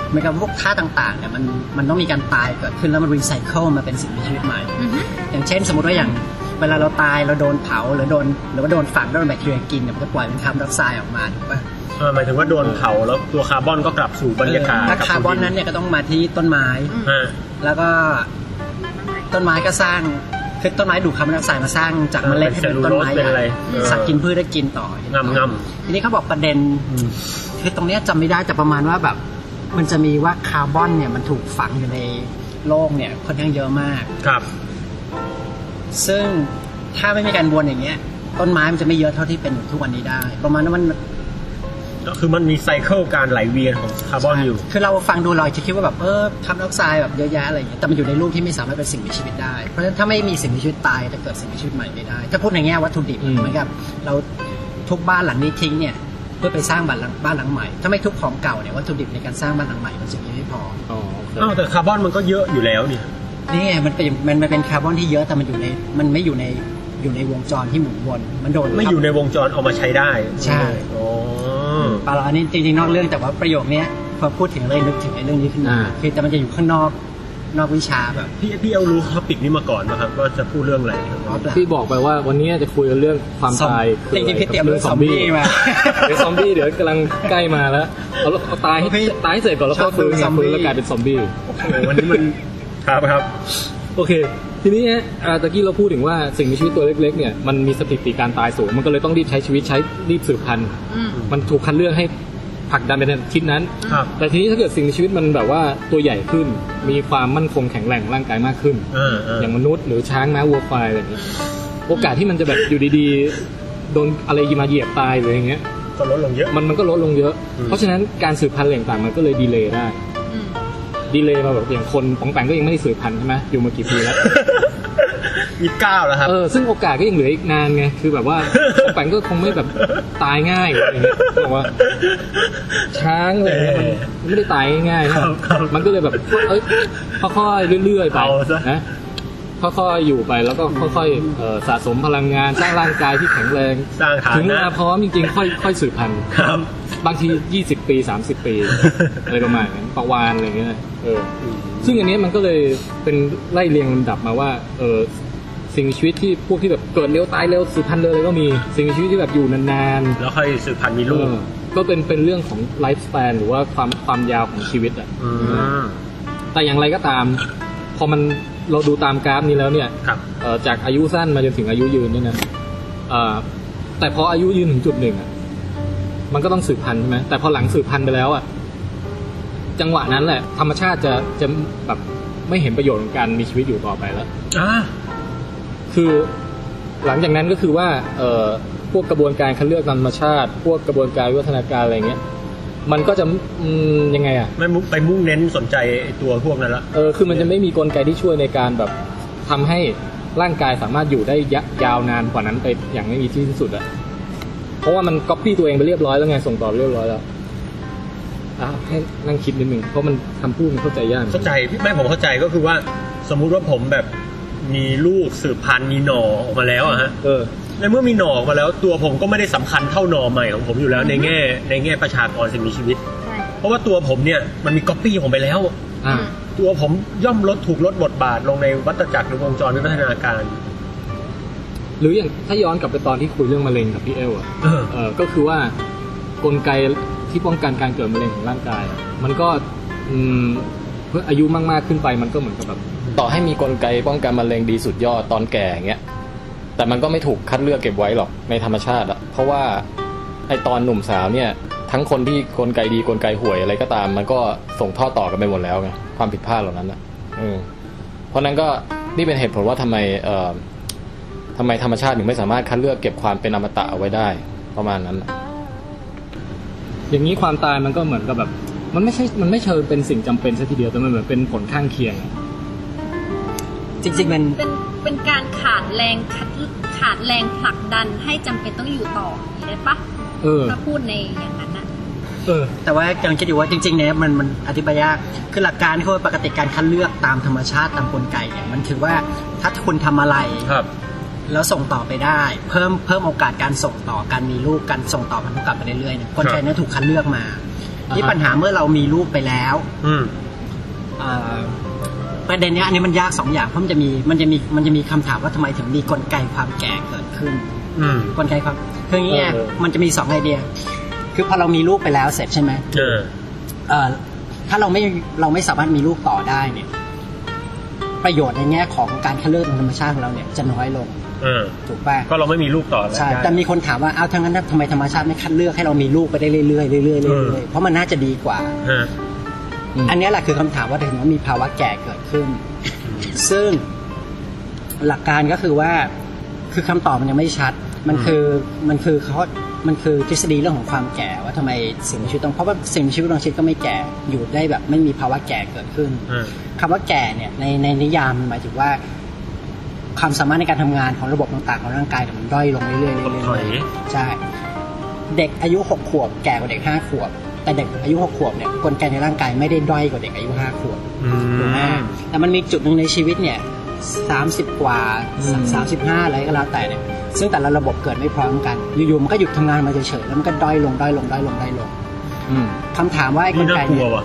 [SPEAKER 3] เหมือนกับพวกธาตุต่างๆเนี่ยมันมันต้องมีการตายเกิดขึ้นแล้วมันรีไซเคิลมาเป็นสิ่งมีชีวิตใหม่
[SPEAKER 4] อือฮึ
[SPEAKER 3] อย่างเช่นสมมติว่าอย่างเวลาเราตายเราโดนเผาหรือโดนหรือว่าโดนฝังโดนแบคทีเรียกินเนี่ยมันก็ปล่อยเป็นคาร์บอนไดออกไซด์ออกมาถูกปะ
[SPEAKER 6] เออหมายถึงว่าโดนเผาแล้วตัวคาร์บอนก็กลับสู่บรรยากาศ
[SPEAKER 3] ถ้าคาร์บอนนั้นเนี่ยก็ต้องมาที่ต้นไม้
[SPEAKER 6] อ่า
[SPEAKER 3] แล้วก็ต้นไม้ก็สร้างคือต้นไม้ดูดคาร์บอนไดออกไซด์มาสร้างจากเมล็ดให้เป็นต้นไม้
[SPEAKER 6] เซลลูโลสเป็นอะไร
[SPEAKER 3] ใหญ่สัตว์กินพืชได้กินต่ออย่าง
[SPEAKER 6] งำง
[SPEAKER 3] ทีนี้เขาบอกประเด็นคือตรงเนี้ยจำไม่ได้แต่ประมาณว่าแบบมันจะมีว่าคาร์บอนเนี่ยมันถูกฝังอยู่ในโลกเนี่ยค่อนข้างเยอะมาก
[SPEAKER 6] ครับ
[SPEAKER 3] ซึ่งถ้าไม่มีการวนอย่างเงี้ย ต้นไม้มันจะไม่เยอะเท่าที่เป็นอยู่ทุกวันนี้ได้ ประมาณว่ามัน
[SPEAKER 6] ก็คือมันมีไซเคิลการไหลเวียนของคาร์บอนอยู่
[SPEAKER 3] คือเราฟังดูเราจะคิดว่าแบบเออคาร์บอนไดออกไซด์แบบเยอะแยะอะไรอย่างเงี้ย แต่มันอยู่ในรูปที่ไม่สามารถเป็นสิ่งมีชีวิตได้ เพราะฉะนั้นถ้าไม่มีสิ่งมีชีวิตตายจะเกิดสิ่งมีชีวิตใหม่ไม่ได้ ถ้าพูดในแง่วัตถุดิบเหมือนกับเราทุบบ้านหลังนี้ทิ้งเนี่ยเพื่อไปสร้างบ้านหลังบ้านหลังใหม่ ถ้าไม่ทุบของเก่าเนี่ยวัตถุดิบในการสร้างบ้านหลังใหม่มันจะมีไม่พอ
[SPEAKER 5] อ๋อโอเค
[SPEAKER 6] อ้าวแต่คาร์บอนมันก็เยอะอยู่แล้วนี่
[SPEAKER 3] นี่ไงมันเป็นมันมันเป็นคาร์บอนที่เยอะแต่มันอยู่ในมันไม่อยู่ในอยู่ในวงจรที่หมุนวน มันโดน
[SPEAKER 6] ไม่อยู่ในวงจรเอามาใช้ได้
[SPEAKER 3] ใช่
[SPEAKER 6] อ๋อ
[SPEAKER 3] ปาลาอันนี้จริงๆนอกเรื่องแต่ว่าประโยคเนี้ยพอพูดถึงเลยนึกถึงไอ้เรื่องนี้ขึ้นมาคือแต่มันจะอยู่ข้างนอกนอกวิชาแบบ
[SPEAKER 6] พี่พี่เอารู้ท็อปิกนี้มาก่อนนะครับว่าจะพูดเรื่องอะไร
[SPEAKER 3] ออฟไลน์
[SPEAKER 5] ที่บอกไปว่าวันนี้จะคุยกันเรื่องความตาย
[SPEAKER 3] จริงๆพี่เตรียมเรื่องซอมบี้มา
[SPEAKER 5] เดี๋ยวซอมบี้เดี๋ยวกำลังใกล้มาแล้วเอาเอาตายให้
[SPEAKER 3] พี่
[SPEAKER 5] ตายให้เสร็จก่อนแล้ว
[SPEAKER 3] ช
[SPEAKER 5] ก็
[SPEAKER 3] อบดู
[SPEAKER 5] ฟื้นไง
[SPEAKER 3] ซอมบี้
[SPEAKER 5] ฟื้นแล้วกลายเป็นซอมบี้
[SPEAKER 6] โอ้โหวันนี้มัน ครับครับ
[SPEAKER 5] โอเค ทีนี้เนี่ยอ่าตะกี้เราพูดถึงว่าสิ่งมีชีวิตตัวเล็กๆเนี่ยมันมีสถิติการตายสูง มันก็เลยต้องรีบใช้ชีวิตใช้รีบสืบพันธุ์
[SPEAKER 4] อืม
[SPEAKER 5] มันถูกคัดเลือกให้ผลักดันไปในทิศนั้น
[SPEAKER 6] ครับ
[SPEAKER 5] แต่ทีนี้ถ้าเกิดสิ่งมีชีวิตมันแบบว่าตัวใหญ่ขึ้น มีความมั่นคงแข็งแรงของร่างกายมากขึ้น
[SPEAKER 6] อ่าอ่า
[SPEAKER 5] อย่างมนุษย์หรือช้างม้าวัวควายอะไรอย่างเงี้ย โอกาสที่มันจะแบบอยู่ดีๆ โดนอะไรมาเหยียบตายหรืออย่างเงี้ย
[SPEAKER 6] ก็ลดลงเยอะ
[SPEAKER 5] มันมันก็ลดลงเยอะ
[SPEAKER 6] อืม
[SPEAKER 5] เพราะฉะนั้นการสืบพันธุ์อะไรต่างๆมันก็เลยดีเลย์ได้
[SPEAKER 4] อืม
[SPEAKER 5] ดีเลย์มาแบบอย่างคนปองแปงก็ยังไม่ได้สืบพันธุ์ใช่ไหมอยู่มากี่ปีแล้ว
[SPEAKER 6] ยี่สิบเก้าแล้วครับ
[SPEAKER 5] เออซึ่งโอกาสก็ยังเหลืออีกนานไง คือแบบว่า แปงก็คงไม่ แบบตายง่ายอะไรอย่างเงี้ยบอกว่าช้างอะไรเงี้ยมันมันไม่ได้ตายง่ายๆนะครับ
[SPEAKER 6] ครับ
[SPEAKER 5] มันก็เลยแบบเอ้ยค่อยๆเรื่อยๆไป
[SPEAKER 6] เอาซะ
[SPEAKER 5] นะค่อยๆอยู่ไปแล้วก็ค่อยๆเอ่อสะสมพลังงานสร้างร่างกายที่แข็งแรง
[SPEAKER 6] สร้างฐา
[SPEAKER 5] ถึงเว
[SPEAKER 6] นะ
[SPEAKER 5] ลาพร้อมจริงๆ ค่อยค่อยสืบพันธุ์
[SPEAKER 6] ครับ
[SPEAKER 5] บางที 20 ปี 30 ปี อะไรประมาณนั้นประวานอะไรเงี้ยนะเออ ซึ่งอันเนี้ยมันก็เลยเป็นไล่เรียงลำดับมาว่าเออสิ่งมีชีวิตที่พวกที่แบบเกิดเร็วตายเร็วสืบพันธุ์เร็วอะไรก็มี สิ่งมีชีวิตที่แบบอยู่นานๆ
[SPEAKER 6] แล้วค่อยสืบพันธุ์มีลูก
[SPEAKER 5] เออก็เป็นเป็นเรื่องของไลฟ์สแปนหรือว่าความความยาวของชีวิตอะ
[SPEAKER 6] ม
[SPEAKER 5] แต่อย่างไรก็ตาม พอมันเราดูตามกราฟนี้แล้วเนี่ย
[SPEAKER 6] ครับ
[SPEAKER 5] เอ่อจากอายุสั้นมาจนถึงอายุยืนเนี่ยนะเอ่อแต่พออายุยืนถึงจุดหนึ่งอะมันก็ต้องสืบพันธุ์ใช่ไหมแต่พอหลังสืบพันธุ์ไปแล้วอะจังหวะนั้นแหละ ธรรมชาติจะจะแบบไม่เห็นประโยชน์ของการมีชีวิตอยู่ต่อไปแล้ว
[SPEAKER 6] อ่า
[SPEAKER 5] คือหลังจากนั้นก็คือว่าเอ่อพวกกระบวนการคัดเลือกธรรมชาติ พวกกระบวนการวิวัฒนาการอะไรเงี้ย มันก็จะอืมยังไงอ่ะ
[SPEAKER 6] ไม่มุ่งไปมุ่งเน้นสนใจไอ้ตัวพวกนั้นละ
[SPEAKER 5] เออคือมันจะไม่มีกลไกที่ช่วยในการแบบทำให้ร่างกายสามารถอยู่ได้ยะยาวนานกว่านั้นไปอย่างไม่มีที่สิ้นสุดอ่ะเพราะว่ามันก๊อปปี้ตัวเองไปเรียบร้อยแล้วไงส่งต่อเรียบร้อยแล้วอ่ะให้นั่งคิดนิดนึงเพราะมันคำพูดมันเข้าใจยาก
[SPEAKER 6] เข้าใจไม่ผมเข้าใจก็คือว่าสมมุติว่าผมแบบมีลูกสืบพันธุ์มีหน่อออกมาแล้วอะฮะ
[SPEAKER 5] เออ
[SPEAKER 6] ในเมื่อมีหน่อออกมาแล้ว ตัวผมก็ไม่ได้สำคัญเท่าหน่อใหม่ของผมอยู่แล้วในแง่ ในแง่ประชากรสิ่งมีชีวิต
[SPEAKER 4] ใช่
[SPEAKER 6] เพราะว่าตัวผมเนี่ยมันมีก๊อปปี้ผมไปแล้ว
[SPEAKER 5] อ่ะ
[SPEAKER 6] ตัวผมย่อมลดถูกลดบทบาทลงในวัฏจักรหรือวงจรวิวัฒนาการ
[SPEAKER 5] หรืออย่างถ้าย้อนกลับไปตอนที่คุยเรื่องมะเร็งกับพี่เอลอะ
[SPEAKER 6] เออ
[SPEAKER 5] เอ่อก็คือว่ากลไกที่ป้องกันการเกิดมะเร็งของร่างกาย มันก็อืมเพื่ออายุมากๆขึ้นไปมันก็เหมือนกับแบบ
[SPEAKER 8] ต่อให้มีกลไกป้องกันมะเร็งดีสุดยอดตอนแก่อย่างเงี้ย แต่มันก็ไม่ถูกคัดเลือกเก็บไว้หรอกในธรรมชาติอะเพราะว่าไอตอนหนุ่มสาวเนี่ย ทั้งคนที่กลไกดีกลไกห่วยอะไรก็ตาม มันก็ส่งท่อดต่อกันไปหมดแล้วไงความผิดพลาดเหล่านั้นอะเออเพราะนั้นก็นี่เป็นเหตุผลว่าทำไมเอ่อทำไมธรรมชาติถึงไม่สามารถคัดเลือกเก็บความเป็นอมตะเอาไว้ได้ประมาณนั้นอะ
[SPEAKER 5] อย่างนี้ความตายมันก็เหมือนกับแบบ มันไม่ใช่มันไม่เชิงเป็นสิ่งจำเป็นซะทีเดียวแต่มันเหมือนเป็นผลข้างเคียงอะ
[SPEAKER 3] จริง ๆ มัน
[SPEAKER 4] เป็นเป็นการขาดแรงขัดขาดแรงผลักดันให้จำเป็นต้องอยู่ต่ออย่างนี้ได้ปะ
[SPEAKER 5] เออ
[SPEAKER 4] ถ้าพูดในอย่างนั้นนะ
[SPEAKER 5] เออ
[SPEAKER 3] แต่ว่ากำลังคิดอยู่ว่าจริงๆเนี่ยมันมันอธิบายยากคือหลักการที่ว่าปกติการคัดเลือกตามธรรมชาติตามกลไกเนี่ยมันคือว่าถ้าคุณทำอะไร
[SPEAKER 6] ครับ
[SPEAKER 3] แล้วส่งต่อไปได้ เพิ่มเพิ่มโอกาสการส่งต่อการมีลูกการส่งต่อพันธุกรรมไปเรื่อยๆเนี่ยกลไกนี้ถูกคัดเลือกมานี่ปัญหาเมื่อเรามีลูกไปแล้ว
[SPEAKER 6] อืม
[SPEAKER 3] เอ่อประเด็นเนี้ยอันนี้มันยากสองอย่างเพราะมันจะมีมันจะมีมันจะมีคำถามว่าทำไมถึงมีกลไกความแก่เกิดขึ้น
[SPEAKER 6] อืม
[SPEAKER 3] กลไกความคืออย่างนี้ไง
[SPEAKER 5] เออ
[SPEAKER 3] มันจะมีสองไอเดีย คือพอเรามีลูกไปแล้วเสร็จใช่ไหม
[SPEAKER 6] เออ
[SPEAKER 3] เอ่อถ้าเราไม่เราไม่สามารถมีลูกต่อได้เนี่ย ประโยชน์ในแง่ของการคัดเลือกทางธรรมชาติของเราเนี่ยจะน้อยลง
[SPEAKER 6] เออ
[SPEAKER 3] ถูกป่ะ
[SPEAKER 6] ก็เราไม่มีลูกต่อแล้ว
[SPEAKER 3] ใช่
[SPEAKER 6] ได้
[SPEAKER 3] แต่มีคนถามว่าอ้าวทั้างนั้นทำไมธรรมชาติไม่คัดเลือกให้เรามีลูกไปได้เรื่อยๆเรื่อยๆเรื่
[SPEAKER 6] เออ
[SPEAKER 3] อยๆเพราะมันน่าจะดีกว่า
[SPEAKER 6] ฮะ
[SPEAKER 3] อันเนี้ยแหละคือคำถามว่าถึงว่ามีภาวะแก่เกิดขึ้น ซึ่งหลักการก็คือว่าคือคำตอบมันยังไม่ชัด มันคือมันคือเขามันคือทฤษฎีเรื่องของความแก่ว่าทำไมสิ่งมีชีวิตต้องเพราะว่าสิ่งมีชีวิตบางชนิดก็ไม่แก่อยู่ได้แบบ ไม่มีภาวะแก่เกิดขึ้น
[SPEAKER 6] เออ
[SPEAKER 3] คำว่าแก่เนี่ยในในนิยามมันหมายถึงว่าความสามารถในการทำงานของระบบต่างๆ ของร่างกายเนี่ยมันด้อยลงเรื่อยๆเรื่อยๆ
[SPEAKER 6] ถดถอ
[SPEAKER 3] เรื่อ
[SPEAKER 6] ย
[SPEAKER 3] ยๆใช่ เด็กอายุหกขวบแก่กว่าเด็กห้าขวบ แต่เด็กอายุหกขวบเนี่ยกลไกในร่างกายไม่ได้ด้อยกว่าเด็กอายุห้าขวบ
[SPEAKER 6] อื
[SPEAKER 3] ถูกไหม
[SPEAKER 6] ม
[SPEAKER 3] แต่มันมีจุดหนึ่งในชีวิตเนี่ยสามสิบกว่าสามสิบห้าอะไรก็แล้วแต่เนี่ยซึ่งแต่ละระบบเกิดไม่พร้อมกันอยู่ๆมันก็หยุดทำงานมาเฉยๆแล้วมันก็ด้อยลงด้อยลงด้อยลงด้อยลง
[SPEAKER 5] อืม
[SPEAKER 3] คำถามว่าไอ้ก
[SPEAKER 6] นี่
[SPEAKER 3] ลไก
[SPEAKER 6] น่ากลั
[SPEAKER 3] เนี่
[SPEAKER 6] วย ว่ะ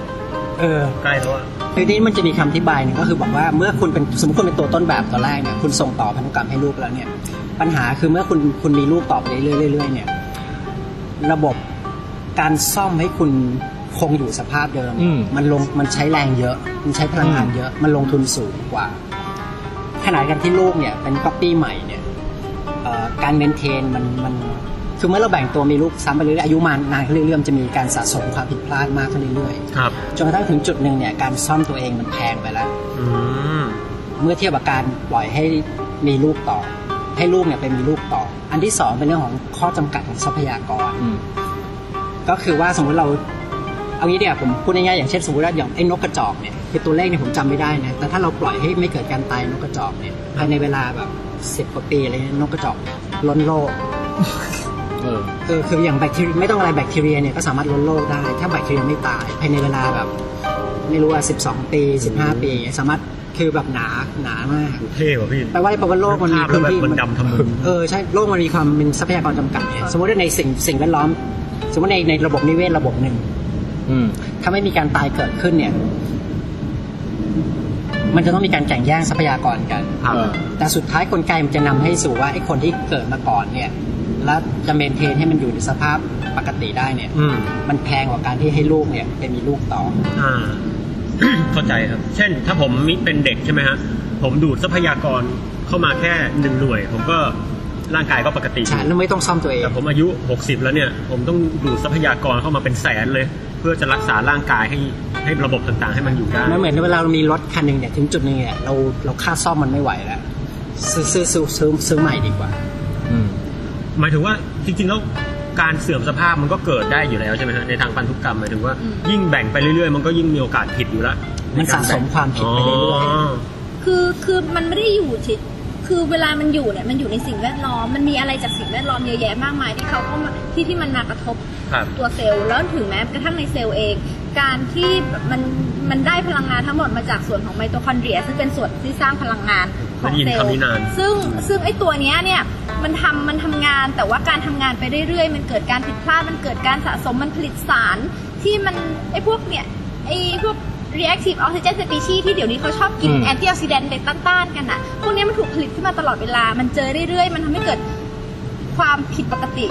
[SPEAKER 3] เออ
[SPEAKER 6] ใกล้แล้วอ่ะ
[SPEAKER 3] ทีนี้มันจะมีคำอธิบายหนึ่งก็คือบอกว่าเมื่อคุณเป็นสมมติคุณเป็นตัวต้นแบบตอนแรกเนี่ยคุณส่งต่อพันธุกรรมให้ลูกแล้วเนี่ย ปัญหาคือเมื่อคุณคุณมีลูกต่อไปเรื่อยๆเรื่อยๆเนี่ยระบบการซ่อมให้คุณคงอยู่สภาพเดิม
[SPEAKER 5] อืม
[SPEAKER 3] มันลงมันใช้แรงเยอะ มันใช้พลังงานเยอะ มันลงทุนสูงกว่าขณะกันที่ลูกเนี่ยเป็นก๊อปปี้ใหม่เนี่ยเอ่อการเมนเทนมันมันคือเมื่อเราแบ่งตัวมีลูกซ้ำไปเรื่อยๆอายุมานานขึ้นเรื่อยๆมันจะมีการสะสมความผิดพลาดมากขึ้นเรื่อยๆ
[SPEAKER 6] ครับ
[SPEAKER 3] จนกระทั่งถึงจุดหนึ่งเนี่ยการซ่อมตัวเองมันแพงไปแล้ว
[SPEAKER 6] อืม
[SPEAKER 3] เมื่อเทียบกับการปล่อยให้มีลูกต่อ ให้ลูกเนี่ยไปมีลูกต่อ อันที่สองเป็นเรื่องของข้อจำกัดของทรัพยากร
[SPEAKER 5] อืม
[SPEAKER 3] ก็คือว่าสมมุติเราเอางี้เดี๋ยวผมพูดง่ายๆอย่างเช่นสมมติว่าอย่างไอ้นกกระจอกเนี่ยคือตัวเลขเนี่ยผมจำไม่ได้นะแต่ถ้าเราปล่อยให้ไม่เกิดการตายนกกระจอกเนี่ยภายในเวลาแบบสิบกว่าปีอะไรเงี้ยนกกระจอกล้นโลก
[SPEAKER 5] เออ
[SPEAKER 3] เออคืออย่างแบคทีเรียไม่ต้องอะไรแบคทีเรียเนี่ยก็สามารถลดโรคได้ ถ้าแบคทีเรียไม่ตายภายในเวลาแบบ ไม่รู้ว่า 12 ปี 15 ปีอย่างเงี้ยสามารถคือแบบหนาหนามาก
[SPEAKER 6] เท่ว่ะพี่
[SPEAKER 3] แปลว่าอะไรแปลว่าโลกมันมี
[SPEAKER 6] ภาพแล้
[SPEAKER 3] พื้
[SPEAKER 6] วน แบบ
[SPEAKER 3] ที่
[SPEAKER 6] มันดำทำมึน
[SPEAKER 3] เออใช่โลกมันมีความเป็นทรัพยากรจำกัดเนี่ยสมมติว่าในสิ่งสิ่งแวดล้อม สมมติในในระบบนิเวศระบบหนึ่ง
[SPEAKER 8] อืม
[SPEAKER 3] ถ้าไม่มีการตายเกิดขึ้นเนี่ย มันจะต้องมีการแข่งแย่งทรัพยากรกัน
[SPEAKER 6] ครับ
[SPEAKER 3] แต่สุดท้ายกลไกมันจะนำให้สู่ว่าไอ้คนที่เกิดมาก่อนเนี่ย แล้วจะเมนเทนให้มันอยู่ในสภาพปกติได้เนี่ย
[SPEAKER 6] อืม
[SPEAKER 3] มันแพงกว่าการที่ให้ลูกเนี่ยไปมีลูกต่อ
[SPEAKER 6] อ่า เข้าใจครับ เช่น ถ้าผมมิเป็นเด็กใช่ไหมฮะ ผมดูดทรัพยากรเข้ามาแค่หนึ่งหน่วย ผมก็ร่างกายก็ปกติ
[SPEAKER 3] ใช่แล้วไม่ต้องซ่อมตัวเอง
[SPEAKER 6] แต่ผมอายุ 60 แล้วเนี่ย ผมต้องดูดทรัพยากรเข้ามาเป็นแสนเลย เพื่อจะรักษาร่างกายให้ให้ระบบต่างๆ ให้มันอยู่ได้
[SPEAKER 3] มันเหมือนเวลาเรามีรถคันหนึ่งเนี่ยถึงจุดหนึ่งเนี่ยเราเราค่าซ่อมมันไม่ไหวแล้วซื้อซื้อซื้อซื้อซื้อใหม่ดีกว่า
[SPEAKER 8] อืม
[SPEAKER 6] หมายถึงว่าจริงๆแล้วการเสื่อมสภาพมันก็เกิดได้อยู่แล้วใช่ไหมฮะในทางพันธุกรรมหมายถึงว่ายิ่งแบ่งไปเรื่อยๆ มันก็ยิ่งมีโอกาสผิดอยู่ละ
[SPEAKER 3] มันสะสมความผิดไปเรื่อยๆ
[SPEAKER 6] อ
[SPEAKER 4] คือคือมันไม่ได้อยู่เฉยคือเวลามันอยู่เนี่ยมันอยู่ในสิ่งแวดล้อม มันมีอะไรจากสิ่งแวดล้อมเยอะแยะมากมายที่เขาเข้ามาที่ที่มันมากระทบ
[SPEAKER 6] ครับ
[SPEAKER 4] ตัวเซลล์แล้วถึงแม้กระทั่งในเซลล์เอง การที่แบบมันมันได้พลังงานทั้งหมดมาจากส่วนของไมโตคอนเดรีย ซึ่งเป็นส่วนที่สร้างพลังงานของ
[SPEAKER 6] ได้ยิน
[SPEAKER 4] เซลล์
[SPEAKER 6] คำนี้นาน
[SPEAKER 4] ซึ่งซึ่งไอตัวเนี้ยเนี่ยมันทำมันทำงานแต่ว่าการทำงานไปเรื่อยๆ มันเกิดการผิดพลาดมันเกิดการสะสมมันผลิตสารที่มันไอพวกเนี่ยไอพวก reactive oxygen species ที่เดี๋ยวนี้เขาชอบกิน
[SPEAKER 8] อืม
[SPEAKER 4] แอนตี้ออกซิแดนต์ไปต้านๆกันอ่ะ พวกเนี้ยมันถูกผลิตขึ้นมาตลอดเวลา มันเจอเรื่อยๆ มันทำให้เกิดความผิดปกติ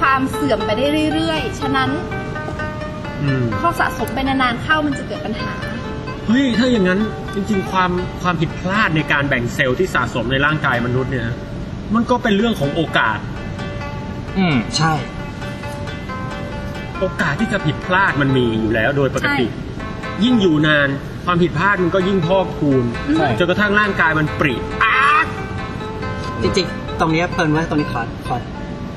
[SPEAKER 4] ความเสื่อมไปได้เรื่อยๆ ฉะนั้น
[SPEAKER 6] อืม
[SPEAKER 4] พอสะสมไปนานๆเข้ามันจะเกิดปัญหา
[SPEAKER 6] เฮ้ยถ้าอย่างนั้นจริงๆ ความความผิดพลาดในการแบ่งเซลล์ที่สะสมในร่างกายมนุษย์เนี่ยฮะมันก็เป็นเรื่องของโอกาส
[SPEAKER 8] อืม
[SPEAKER 3] ใช่
[SPEAKER 6] โอกาสที่จะผิดพลาดมันมีอยู่แล้วโดยปกติ
[SPEAKER 4] ใช่
[SPEAKER 6] ยิ่งอยู่นานความผิดพลาดมันก็ยิ่งพอกพูน
[SPEAKER 8] ใช่
[SPEAKER 6] จนกระทั่งร่างกายมันปริอ่ะ
[SPEAKER 3] จริงๆ ตรงเนี้ยเพิ่นว่าตรงนี้ขอขอ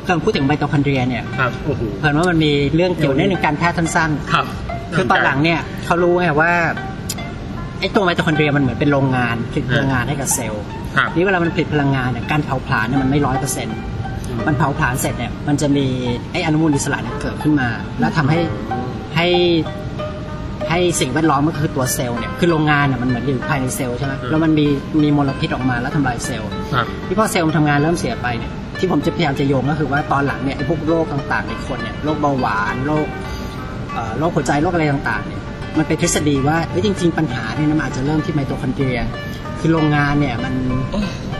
[SPEAKER 3] เพิ่นพูดถึงไมโตคอนเดรียเนี่ย
[SPEAKER 6] ครับโอ้โห
[SPEAKER 3] เพิ่นว่ามันมีเรื่องเกี่ยวเนื่องในการแพทย์สั้น
[SPEAKER 6] ครับ
[SPEAKER 3] ๆคือตอนหลังเนี่ยเขารู้ไงว่าไอ้ตัวไมโตคอนเดรียมันเหมือนเป็นโรงงานผลิตพลังงานให้กับเซลล์
[SPEAKER 6] ครับ
[SPEAKER 3] นี่เวลามันผลิตพลังงานเนี่ยการเผาผลาญเนี่ยมันไม่ร้อยเปอร์เซ็นต์
[SPEAKER 6] ม
[SPEAKER 3] มันเผาผลาญเสร็จเนี่ยมันจะมีไอ้อนุมูลอิสระเนี่ยเกิดขึ้นมา แล้วทำให้ให้ให้สิ่งแวดล้อมก็คือตัวเซลล์เนี่ยคือโรงงานเนี่ยมันเหมือนอยู่ภายในเซลล์ใช่ไหมแล้วมันมีมีมลพิษออกมาแล้วทำลายเซลล์
[SPEAKER 6] ครับ
[SPEAKER 3] ที่พอเซลล์มันทำงานเริ่มเสียไปเนี่ยที่ผมจะพยายามจะโยงก็คือว่าตอนหลังเนี่ยไอ้พวกโรคต่างๆในคนเนี่ยโรคเบาหวานโรคเอ่อโรคหัวใจโรคอะไรต่างๆเนี่ยมันเป็นทฤษฎีว่าเอ้ยจริง ๆ ปัญหาเนี่ยมันอาจจะเริ่มที่ไมโตคอนเดรีย คือโรงงานเนี่ยมัน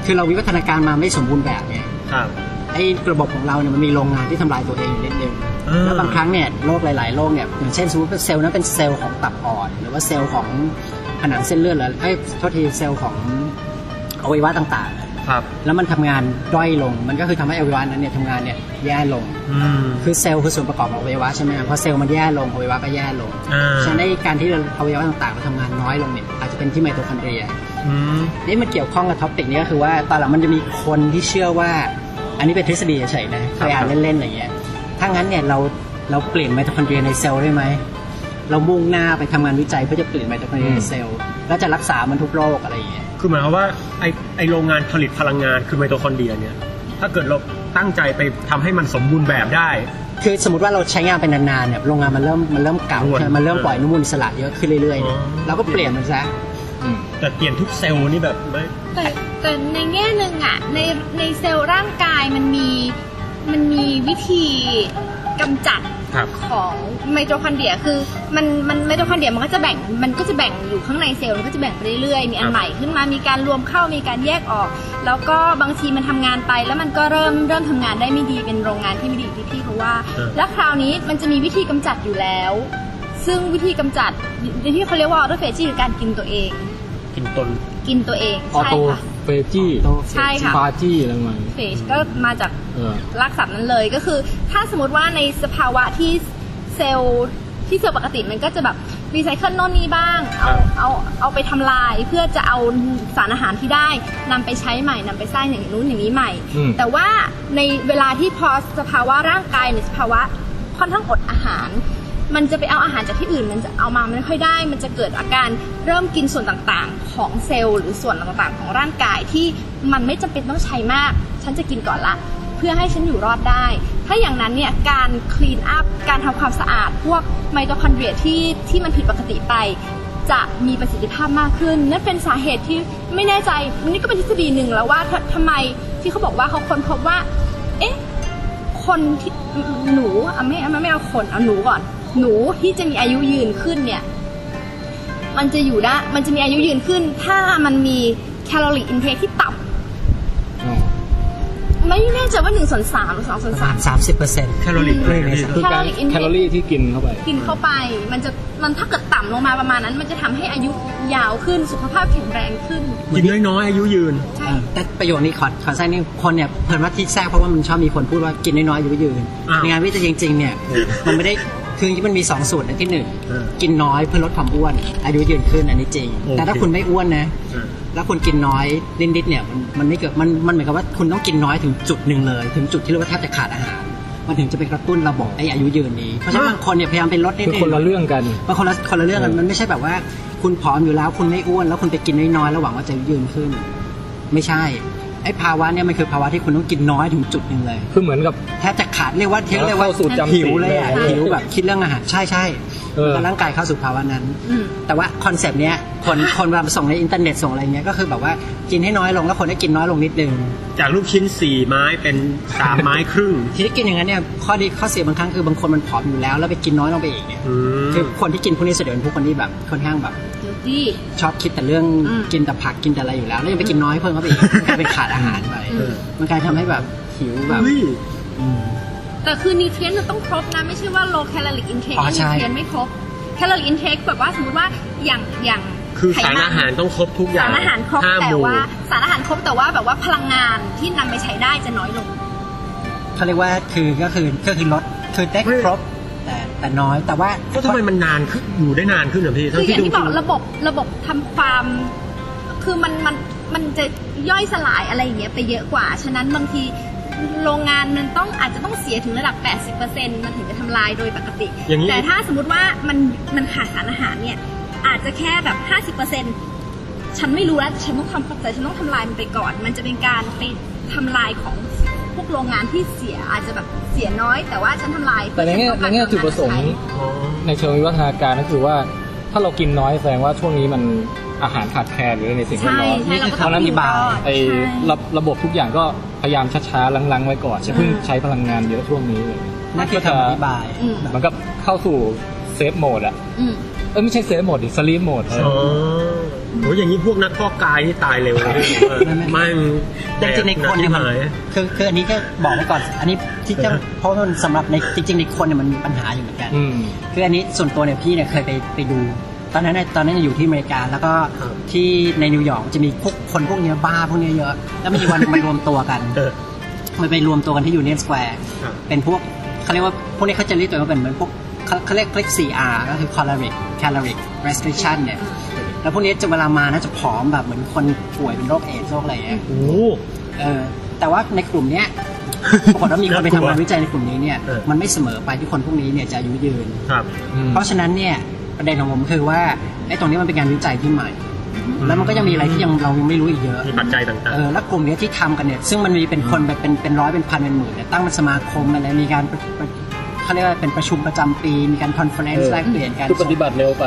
[SPEAKER 3] คือเราวิวัฒนาการมาไม่สมบูรณ์แบบเนี่ย
[SPEAKER 6] ครับ
[SPEAKER 3] ไอ้ระบบของเราเนี่ยมันมีโรงงานที่ทำลายตัวเองอยู่นิดนึง
[SPEAKER 6] เออ
[SPEAKER 3] แล้วบางครั้งเนี่ยโรคหลายๆโรคเนี่ยอย่างเช่นสมมติว่าเซลล์นั้นเป็นเซลล์ของตับอ่อน หรือว่าเซลล์ของผนังเส้นเลือดหรือไอ้ยโทษทีเซลล์ของอวัยวะต่างๆ
[SPEAKER 6] ครับ
[SPEAKER 3] แล้วมันทำงานด้อยลง มันก็คือทำให้อวัยวะนั้นเนี่ยทำงานเนี่ยแย่ลง
[SPEAKER 6] อืม
[SPEAKER 3] คือเซลล์คือส่วนประกอบของอวัยวะใช่ไหมครับพอเซลล์มันแย่ลงอวัยวะก็แย่ลง
[SPEAKER 6] อ่า
[SPEAKER 3] ฉะนั้นไอ้การที่เราอวัยวะต่างๆมันทำงานน้อยลงเนี่ยอาจจะเป็นที่ไมโตคอนเดรีย
[SPEAKER 6] อืม
[SPEAKER 3] นี่มันเกี่ยวข้องกับท็อปิกนี้ก็คือว่าตอนหลังมันจะมีคนที่เชื่อว่า อันนี้เป็นทฤษฎีเฉยๆนะเคยอ่านเล่นๆอะไรเงี้ยถ้างั้นเนี่ยเราเราเปลี่ยนไมโทคอนเดรียในเซลล์ได้ไหมเรามุ่งหน้าไปทำงานวิจัยเพื่อจะเปลี่ยนไมโทคอนเดรียในเซลล์แล้วจะรักษามันทุกโรคอะไรอย่างเงี้ย
[SPEAKER 6] คือหมายความว่าไอไอโรงงานผลิตพลังงานคือไมโตคอนเดรียเนี่ย ถ้าเกิดเราตั้งใจไปทำให้มันสมบูรณ์แบบได้
[SPEAKER 3] คือสมมติว่าเราใช้งานไปนานๆเนี่ยโรงงานมันเริ่มมันเริ่มเก่า
[SPEAKER 6] ร่วน
[SPEAKER 3] ใช่ไหมมันเริ่มปล่อยอนุมูลอิสระเยอะขึ้นเรื่อยๆเนี่ย
[SPEAKER 6] อ๋อ
[SPEAKER 3] เราก็เปลี่ยนมันซะ
[SPEAKER 8] อืม
[SPEAKER 6] แต่เปลี่ยนทุกเซลล์นี่แบบไม่
[SPEAKER 4] แต่แต่ในแง่หนึ่งอะในในเซลล์ร่างกายมันมีมันมีวิธีกำจัด
[SPEAKER 6] ครับ
[SPEAKER 4] ของไมโตคอนเดรียคือมันมันไมโตคอนเดรียมันก็จะแบ่งมันก็จะแบ่งอยู่ข้างในเซลล์มันก็จะแบ่งไปเรื่อยๆมีอั
[SPEAKER 6] ครั
[SPEAKER 4] น
[SPEAKER 6] บ
[SPEAKER 4] ใหม่ขึ้นมามีการรวมเข้ามีการแยกออก แล้วก็บางทีมันทำงานไป แล้วมันก็เริ่มเริ่มทำงานได้ไม่ดีเป็นโรงงานที่ไม่ดีอย่างที่พี่เขาว่า แล้วคราวนี้มันจะมีวิธีกำจัดอยู่แล้ว ซึ่งวิธีกำจัดที่เขาเรียกว่าออโตเฟจีหรือการกินตัวเอง
[SPEAKER 6] กินตน
[SPEAKER 4] กินตัวเอง
[SPEAKER 9] ออ
[SPEAKER 4] ใช่
[SPEAKER 9] โต
[SPEAKER 4] ค่ะ
[SPEAKER 9] เฟจี้
[SPEAKER 4] ใช่ค่ะ
[SPEAKER 9] ฟาจี้อะไรประมาณนี้
[SPEAKER 4] เฟจก็มาจาก
[SPEAKER 9] เออ
[SPEAKER 4] รักษานั้นเลยก็คือถ้าสมมติว่าในสภาวะที่เซลล์ที่เซลล์ปกติมันก็จะแบบรีไซเคิลโน่นนี่บ้าง เอา
[SPEAKER 6] ครับ
[SPEAKER 4] เอาเอาไปทำลายเพื่อจะเอาสารอาหารที่ได้นำไปใช้ใหม่นำไปสร้างอย่างนู้นอย่างนี้ใหม่
[SPEAKER 9] อืม
[SPEAKER 4] แต่ว่าในเวลาที่พอสภาวะร่างกายในสภาวะค่อนข้างอดอาหาร มันจะไปเอาอาหารจากที่อื่น มันจะเอามาไม่ค่อยได้ มันจะเกิดอาการเริ่มกินส่วนต่างๆ ของเซลล์หรือส่วนต่างๆ ของร่างกายที่มันไม่จำเป็นต้องใช้มาก ฉันจะกินก่อนละ เพื่อให้ฉันอยู่รอดได้ ถ้าอย่างนั้นเนี่ยการคลีนอัพการทำความสะอาด พวกไมโตคอนเดรียที่ที่มันผิดปกติไป จะมีประสิทธิภาพมากขึ้น นั่นเป็นสาเหตุที่ไม่แน่ใจนี่ก็เป็นทฤษฎีหนึ่งแล้วว่าทำทำไมที่เขาบอกว่าเขาค้นพบว่า เอ๊ะ ค คนที่หนูอ่ะไม่ไม่ไม่เอาคนเอาหนูก่อน หนูที่จะมีอายุยืนขึ้นเนี่ย มันจะอยู่ได้มันจะมีอายุยืนขึ้น ถ้ามันมีแคลอรี่อินเทคที่ต่
[SPEAKER 8] อืม
[SPEAKER 4] ำไม่แน่ใจว่าหนึ่งส่วนสามหรือสองส่วน
[SPEAKER 3] ป
[SPEAKER 4] สาม
[SPEAKER 3] ระาม ณสามสิบเปอร์เซ็นต์
[SPEAKER 6] แคลอรี่เท่าไหร่นะพี่
[SPEAKER 5] คือการ
[SPEAKER 4] Calorie intake
[SPEAKER 5] แคลอรี่ที่กินเข้าไป
[SPEAKER 4] กินเข้าไป มันจะมันถ้าเกิดต่ำลงมาประมาณนั้น มันจะทำให้อายุยาวขึ้นสุขภาพแข็งแรงขึ้น
[SPEAKER 6] กินน้อยๆอายุยืน
[SPEAKER 4] ใช่
[SPEAKER 3] แต่ประโยคนี้ขอขอแทรกนิดคนเนี่ยเพิ่นว่าที่แทรกเพราะว่ามันชอบมีคนพูดว่ากินน้อยๆอยู่ยืน
[SPEAKER 6] อ้าว
[SPEAKER 3] ในงานวิจัยจริงๆเนี่ยมันไม่ได้คือที่มันมีสองสูตรอันที่หนึ่ง
[SPEAKER 6] เออ
[SPEAKER 3] กินน้อยเพื่อลดความอ้วน อายุยืนขึ้นอันนี้จริง
[SPEAKER 6] โอเค
[SPEAKER 3] แต่ถ้าคุณไม่อ้วนนะ แล้วคุณกินน้อยนิดๆเนี่ยมันมันไม่เกิดมันมันเหมือนกับว่าคุณต้องกินน้อยถึงจุดหนึ่งเลย ถึงจุดที่เรียกว่าแทบจะขาดอาหาร มันถึงจะไปกระตุ้นระบบไอ้อายุยืนนี้เพราะฉะนั้นบางคนเนี่ยพยายามไปลดนิด
[SPEAKER 5] คือ
[SPEAKER 3] นึ
[SPEAKER 5] คน
[SPEAKER 3] ง
[SPEAKER 5] ละเรื่องกัน
[SPEAKER 3] มันคนละคนละเรื่องกันมันไม่ใช่แบบว่า คุณผอมอยู่แล้วคุณไม่อ้วน แล้วคุณไปกินน้อยๆแล้วหวังว่าจะยืนขึ้น ไม่ใช่ไอ้ภาวะเนี่ยมันคือภาวะที่คุณต้องกินน้อยถึงจุดหนึ่งเลย
[SPEAKER 5] คือเหมือนกับ
[SPEAKER 3] แทบจะขาดเรียกว่าเทเรียกว่า
[SPEAKER 5] เข้าสู่จำศีล
[SPEAKER 3] หิวเลยอะ
[SPEAKER 5] เลย
[SPEAKER 3] หิวแบบคิดเรื่องอาหารใช่ใช่
[SPEAKER 5] เออ
[SPEAKER 3] แล้วร่างกายเข้าสู่ภาวะนั้น
[SPEAKER 4] อืม
[SPEAKER 3] แต่ว่าคอนเซปต์เนี้ยคนคนมาส่งในอินเทอร์เน็ตส่งอะไรเงี้ยก็คือแบบว่ากินให้น้อยลงแล้วคนได้กินน้อยลงนิดนึง
[SPEAKER 6] จากลูกชิ้นสี่ไม้เป็นสามไม้ครึ่ง
[SPEAKER 3] ทีนี้กินอย่างนั้นเนี่ยข้อดีข้อเสียบางครั้งคือบางคนมันผอมอยู่แล้วแล้วไปกินน้อยลงไปอีกเนี่ย
[SPEAKER 6] อืม
[SPEAKER 3] คือคนที่กินพวกนี้ส่วนใหญ่เป็นพวกคนที่แบบค่อนข้างแบบ
[SPEAKER 4] เดี๋ยวดี
[SPEAKER 3] ชอบคิดแต่เรื่อง
[SPEAKER 4] อืม
[SPEAKER 3] กินแต่ผักกินแต่อะไรอยู่แล้วแล้วยังไปกินน้อยเพิ่มเข้าไปอีกมันกลายเป็นขาดอาหารไปมันกลายทำให้แบบหิวแบบ
[SPEAKER 6] อุ๊ย
[SPEAKER 4] แต่คือนิวเทรียนต์มันต้องครบนะ ไม่ใช่ว่า low caloric intake นิวเทรียนต์ไม่ครบ caloric intake แบบว่าสมมติว่าอย่างอย่าง
[SPEAKER 6] คือ
[SPEAKER 4] ไข
[SPEAKER 6] สาร
[SPEAKER 4] มัน
[SPEAKER 6] อาหารต้องครบทุกอย่า
[SPEAKER 4] สาง รอาหารครบ
[SPEAKER 6] ห้
[SPEAKER 4] แต่
[SPEAKER 6] หมู่
[SPEAKER 4] ว่าสารอาหารครบแต่ว่าแบบว่าพลังงานที่นำไปใช้ได้จะน้อยลง
[SPEAKER 3] เขาเรียกว่าคือก็คือก็คือลดคือได้ครบแต่แต่น้อยแต่ว่า
[SPEAKER 6] ก็ทำไมมันนานขึ้นอยู่ได้นานขึ้นเหรอพี่
[SPEAKER 4] คืออย่างที่บอก
[SPEAKER 6] จริๆ
[SPEAKER 4] ระบบระบบทำความคือมันมันมันจะย่อยสลายอะไรอย่างเงี้ยไปเยอะกว่า ฉะนั้นบางทีโรงงานมันต้องอาจจะต้องเสียถึงระดับ 80%มันถึงจะทำลายโดยปกติ
[SPEAKER 5] อย่างนี้
[SPEAKER 4] แต่ถ้าสมมติว่ามันมันขาดสารอาหารเนี่ย อาจจะแค่แบบ 50%ฉันไม่รู้แล้วฉันต้องทำแต่ฉันต้องทำลายมันไปก่อน มันจะเป็นการไปทำลายของพวกโรงงานที่เสียอาจจะแบบเสียน้อย แต่ว่าฉันทำลาย
[SPEAKER 5] แต่ในแง่ในแง่จุดประสงค์
[SPEAKER 6] อ๋อ
[SPEAKER 5] ในเชิงวิวัฒนาการก็คือว่า ถ้าเรากินน้อยแสดงว่าช่วงนี้มันอาหารขาดแคลนหรือในสิ่งแวด
[SPEAKER 4] ใช่
[SPEAKER 5] ล้อม
[SPEAKER 4] ใช่เราก็
[SPEAKER 5] เพ
[SPEAKER 4] ต้อ
[SPEAKER 5] ราะฉะ
[SPEAKER 4] ง
[SPEAKER 5] นั้น
[SPEAKER 4] ยู่รด
[SPEAKER 5] ไอ้
[SPEAKER 4] ใช่
[SPEAKER 5] ระระบบทุกอย่างก็พยายามช้าๆลังๆไว้ก่อนอย่าเพิ่ง
[SPEAKER 4] ใช่
[SPEAKER 5] ใช้พลังงานเยอะช่วงนี้เลย
[SPEAKER 3] นั่นคือคำอธิบาย
[SPEAKER 4] อืม
[SPEAKER 5] มันก็เข้าสู่เซฟโหมดอะ
[SPEAKER 4] อืม
[SPEAKER 5] เอ้ยไม่ใช่เซฟโหมดดิสลีปโหมด
[SPEAKER 6] อ๋อโหอย่างนี้พวกนักฟอกกายนี่ตายเร็วนะพี่เออ
[SPEAKER 3] ไม่ไม่
[SPEAKER 6] แมัน
[SPEAKER 3] จริงๆในคนเนี่ย
[SPEAKER 6] ห
[SPEAKER 3] มัน
[SPEAKER 6] หาย
[SPEAKER 3] คือคืออันนี้ก็บอกไว้ก่อน อันนี้ที่จะเพราะมันสำหรับในจริงๆในคนเนี่ยมันมีปัญหาอยู่เหมือนกัน
[SPEAKER 5] อืม
[SPEAKER 3] คืออันนี้ส่วนตัวเนี่ยพี่เนี่ยเคยไปไปดู ตอนนั้นเนี่ยตอนนั้นอยู่ที่อเมริกา แล้วก็
[SPEAKER 6] ครับ
[SPEAKER 3] ที่ในนิวยอร์กจะมีพวกคนพวกเนี้ยบ้าพวกเนี้ยเยอะ แล้วมันมี วัน มันรวมตัวกัน
[SPEAKER 6] เออ
[SPEAKER 3] มันไปรวมตัวกันที่ยูเนียนสแควร์
[SPEAKER 6] ครับ
[SPEAKER 3] เป็นพวกเขาเรียกว่าพวกนี้เขาจะเรียกตัวเองว่าเป็นเหมือนพวกเขาเขาเรียกคลิก 4R ก็คือ caloric caloric restriction เนี่ยแล้วพวกนี้จะเวลามาน่าจะผอมแบบเหมือนคนป่วยเป็นโรคเอดส์โรคอะไรอย่างเงี้ย
[SPEAKER 6] โอ้โห
[SPEAKER 3] เออแต่ว่าในกลุ่มเนี้ย ปรากฏว่ามีคนไปทำงานวิจัยในกลุ่มนี้เนี่ย
[SPEAKER 6] เออ
[SPEAKER 3] มันไม่เสมอไปที่คนพวกนี้เนี่ยจะอายุยืน
[SPEAKER 6] ครับ
[SPEAKER 3] เพราะฉะนั้นเนี่ยประเด็นของผมคือว่าไอ้ตรงนี้มันเป็นงานวิจัยที่ใหม่ แล้วมันก็ยังมีอะไรที่ยังเรายังไม่รู้อีกเยอะ
[SPEAKER 6] มีปัจจัยต่าง
[SPEAKER 3] เออแล้วกลุ่มเนี้ยที่ทำกันเนี่ยซึ่งมันมีเป็นคนแบบเป็นเป็นร้อยเป็นพันเป็นหมื่นเนี่ยตั้งเป็นสมาคมอะไรมีการประประเขาเรียกว่าเป็นประชุมประจำปี มีการคอนเฟอเรน
[SPEAKER 5] เอ
[SPEAKER 3] ซ์
[SPEAKER 5] อ
[SPEAKER 3] แลกเปลี่ยนกัน
[SPEAKER 5] คือปฏิบัติเร็วไป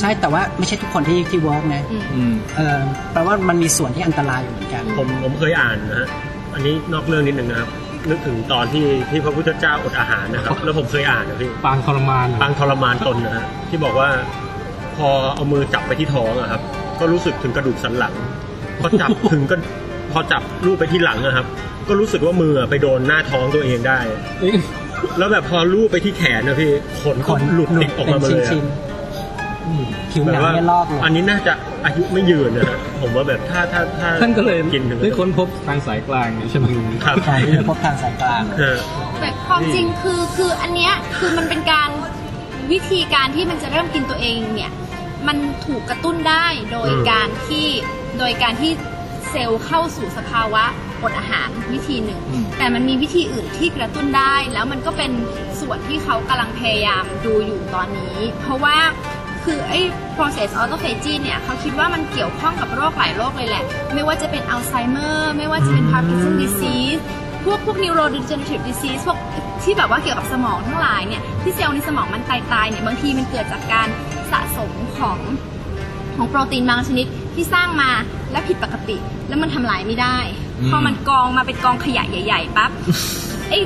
[SPEAKER 3] ใช่แต่ว่าไม่ใช่ทุกคนที่ที่วอล์กนะ
[SPEAKER 5] อืม
[SPEAKER 3] เออแปลว่ามันมีส่วนที่อันตรายอยู่เหมือนกัน
[SPEAKER 6] ๆผมผมเคยอ่านนะฮะ อันนี้นอกเรื่องนิดนึงนะครับ นึกถึงตอนที่ที่พระพุทธเจ้าอดอาหารนะครับ แล้วผมเคยอ่านนะพี่
[SPEAKER 5] ปางทรมานอะ
[SPEAKER 6] ปางทรมานตนนะฮะที่บอกว่าพอเอามือจับไปที่ท้องอะครับ ก็รู้สึกถึงกระดูกสันหลัง พอจับ ถึงก็พอจับลูกไปที่หลังอะครับ ก็รู้สึกว่ามืออะไปโดนหน้าท้องตัวเองได้ แล้วแบบพอลูกไปที่แขนนะพี่ขน
[SPEAKER 3] ข
[SPEAKER 6] ข
[SPEAKER 3] น
[SPEAKER 6] นหลุดติดออกมาหมดเลยอะ
[SPEAKER 3] ชิ้นๆผิวหนังเนี่ยลอกเลย
[SPEAKER 6] อันนี้น่าจะอายุไม่ยืนนะฮะผมว่าแบบถ้าถ้าถ้า
[SPEAKER 5] ท่านก็เลย
[SPEAKER 6] กินถึง
[SPEAKER 5] ได้ค้นพบทางสายกลางใช่ไหม
[SPEAKER 6] ครับ
[SPEAKER 3] ใช่ที่เราพบทางสายกลาง
[SPEAKER 6] เออ
[SPEAKER 4] แต่ความจริงคือคืออันเนี้ยคือมันเป็นการวิธีการที่มันจะเริ่มกินตัวเองเนี่ย มันถูกกระตุ้นได้โดย
[SPEAKER 6] อืม
[SPEAKER 4] การที่โดยการที่เซลล์เข้าสู่สภาวะอดอาหารวิธีหนึ่ง แต่มันมีวิธีอื่นที่กระตุ้นได้ แล้วมันก็เป็นส่วนที่เขากำลังพยายามดูอยู่ตอนนี้ เพราะว่าคือไอ้ process autophagy เนี่ยเขาคิดว่ามันเกี่ยวข้องกับโรคหลายโรคเลยแหละ ไม่ว่าจะเป็นอัลไซเมอร์ไม่ว่าจะเป็น Parkinson disease พวกพวก neurodegenerative disease พวกที่แบบว่าเกี่ยวกับสมองทั้งหลายเนี่ยที่เซลล์ในสมองมันตายตายๆเนี่ยบางทีมันเกิดจากการสะสมของของโปรตีนบางชนิดที่สร้างมา และผิดปกติ แล้วมันทำลายไม่ได้ พอมันกองมาเป็นกองขยะใหญ่ๆปั๊บ ไอ้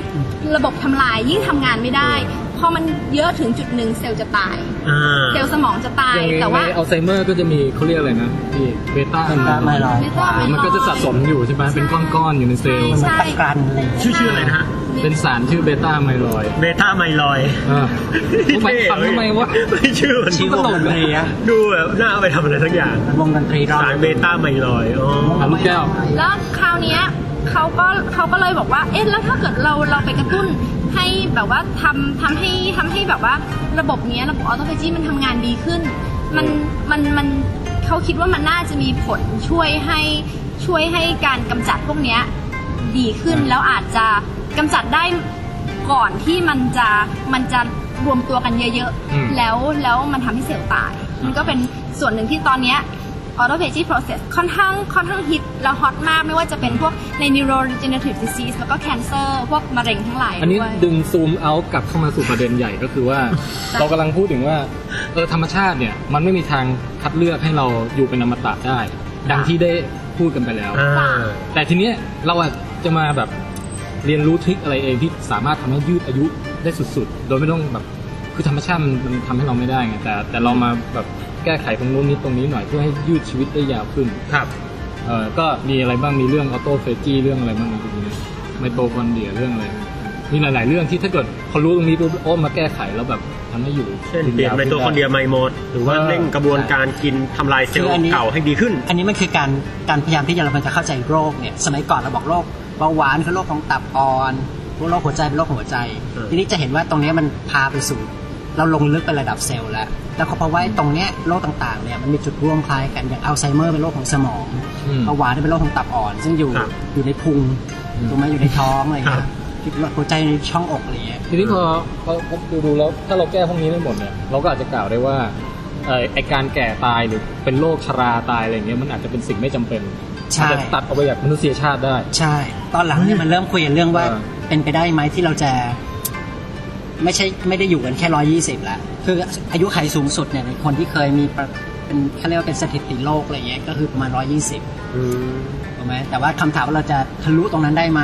[SPEAKER 4] ระบบทำลายยิ่งทำงานไม่ได้ พอมันเยอะถึงจุดหนึ่งเซลล์จะตาย
[SPEAKER 6] อ่า
[SPEAKER 4] เซลล์สมองจะตาย
[SPEAKER 5] อย่าง
[SPEAKER 4] แต่
[SPEAKER 5] ใน
[SPEAKER 4] ว่า
[SPEAKER 5] อัลไซเมอร์ก็จะมีเขาเรียกอะไรนะที่เบต้า
[SPEAKER 3] เป็นกล้ามไม่ร้อย
[SPEAKER 4] ไม่ต้อง
[SPEAKER 5] มันก็จะสะสมอยู่ใช่ไหมเป็นก้อนๆอยู่ในเซลล์
[SPEAKER 3] มัน
[SPEAKER 4] ใช่
[SPEAKER 3] ตะกรันอะไรอย่างเงี้ย
[SPEAKER 6] ชื่อชื่ออะไรนะฮะ
[SPEAKER 5] เป็นสารชื่อเบต้าไมลอยด์
[SPEAKER 6] เบต้าไมลอย
[SPEAKER 5] เออทำไมฟังทำไมวะ
[SPEAKER 6] ไม่ชื่อมัน
[SPEAKER 3] ชื่อวงดนตรีอะ
[SPEAKER 6] ดูแบบน่าเอาไปทำอะไรสักอย่าง
[SPEAKER 3] วงดนตรีร้อง
[SPEAKER 6] สารเบต้าไมลอยอ๋อ
[SPEAKER 5] อ่ะลูกแก้ว
[SPEAKER 4] แล้วคราวเนี้ยเขาก็เขาก็เลยบอกว่า เอ๊ะแล้วถ้าเกิดเราเราไปกระตุ้นให้แบบว่าทำทำให้ทำให้แบบว่าระบบเนี้ยระบบออโตเฟจีมันทำงานดีขึ้น มันมันมันเขาคิดว่ามันน่าจะมีผลช่วยให้ช่วยให้การกำจัดพวกเนี้ยดีขึ้นแล้วอาจจะกำจัดได้ก่อนที่มันจะมันจะรวมตัวกันเยอะ
[SPEAKER 5] อืม
[SPEAKER 4] ๆ แล้วแล้วมันทำให้เซลล์ตาย มันก็เป็นส่วนหนึ่งที่ตอนเนี้ย autophagy process ค่อนข้างค่อนข้างฮิตและฮอตมากไม่ว่าจะเป็นพวกใน neurodegenerative disease แล้วก็ cancer พวกมะเร็งทั้งหลาย
[SPEAKER 5] อันนี้
[SPEAKER 4] ด้วย
[SPEAKER 5] ดึงซูมเอากลับเข้ามาสู่ประเด็นใหญ่ก็คือ ว่า เรากำลังพูดถึงว่าเออธรรมชาติเนี่ย มันไม่มีทางคัดเลือกให้เราอยู่เป็นอมตะได้ ดังที่ได้พูดกันไปแล้ว
[SPEAKER 6] อ่า
[SPEAKER 5] แต่ทีเนี้ยเราอะจะมาแบบเรียนรู้ทริคอะไรเองที่สามารถทำให้ยืดอายุได้สุดๆ โดยไม่ต้องแบบคือธรรมชาติมันมันทำให้เราไม่ได้ไงแต่ แต่เรามาแบบแก้ไขตรงนู้นนิดตรงนี้หน่อยเพื่อให้ยืดชีวิตได้ยาวขึ้น
[SPEAKER 6] ครับ
[SPEAKER 5] เอ่อก็มีอะไรบ้างมีเรื่องออโตเฟจีเรื่องอะไรบ้างนะตรงนี้ไมโตคอนเดรียเรื่องอะไร มีหลาย ๆ เรื่องที่ถ้าเกิดพอรู้ตรงนี้ปุ๊บโอ้มาแก้ไขแล้วแบบทำให้อยู่
[SPEAKER 6] เช่นเปลี่ยน
[SPEAKER 5] าว
[SPEAKER 6] ไป
[SPEAKER 5] ขึ้
[SPEAKER 6] ตัวคนเดียวไมโมด หรือว่าเร่งกระบวนการกินทำลายเซลล์
[SPEAKER 3] คืออันนี้
[SPEAKER 6] เก่าให้ดีขึ้น
[SPEAKER 3] อันนี้มันคือการการพยายามที่เราจะเข้าใจโรคเนี่ยสมัยก่อนเราบอกโรคเบาหวานคือโรคของตับอ่อนโรคหัวใจเป็นโรคหัวใจ
[SPEAKER 6] เออ
[SPEAKER 3] ทีนี้จะเห็นว่าตรงเนี้ยมันพาไปสู่ เราลงลึกไประดับเซลล์แล้วแล้วเขาพบว่าตรงเนี้ยโรคต่างๆเนี่ยมันมีจุดร่วมคล้ายกันอย่างอัลไซเมอร์เป็นโรคของสมอง
[SPEAKER 5] อืม
[SPEAKER 3] เบาหวานเป็นโรคของตับอ่อน ซึ่งอยู่
[SPEAKER 6] ครับ
[SPEAKER 3] อยู่ในพุงถูกไหมอยู่ในท้องอะไรอย่างเงี้ยหัวใจอยู่ในช่องอกอะไรอย่างเงี้ย
[SPEAKER 5] ทีนี้พอพอพอดูดูแล้วถ้าเราแก้พวกนี้ได้หมดเนี่ยเราก็อาจจะกล่าวได้ว่าเอ่อไอการแก่ตายหรือเป็นโรคชราตายอะไรเงี้ยมันอาจจะเป็นสิ่งไม่จำเป็น
[SPEAKER 3] ใช่
[SPEAKER 5] อาจจะตัดออกไปจากมนุษยชาติได้
[SPEAKER 3] ใช่ ตอนหลังเนี่ยมันเริ่มคุยกันเรื่องว่า
[SPEAKER 5] เออ
[SPEAKER 3] เป็นไปได้ไหมที่เราจะ ไม่ใช่ไม่ได้อยู่กันแค่ร้อยี่สิบละคืออายุไขสูงสุดเนี่ยในคนที่เคยมีประเป็นเขาเรียกว่าเป็นสถิติโลกอะไรเงี้ยก็คือประมาณร้อยี่สิบถูกไหมแต่ว่าคำถามว่าเราจะทะลุตรงนั้นได้ไหม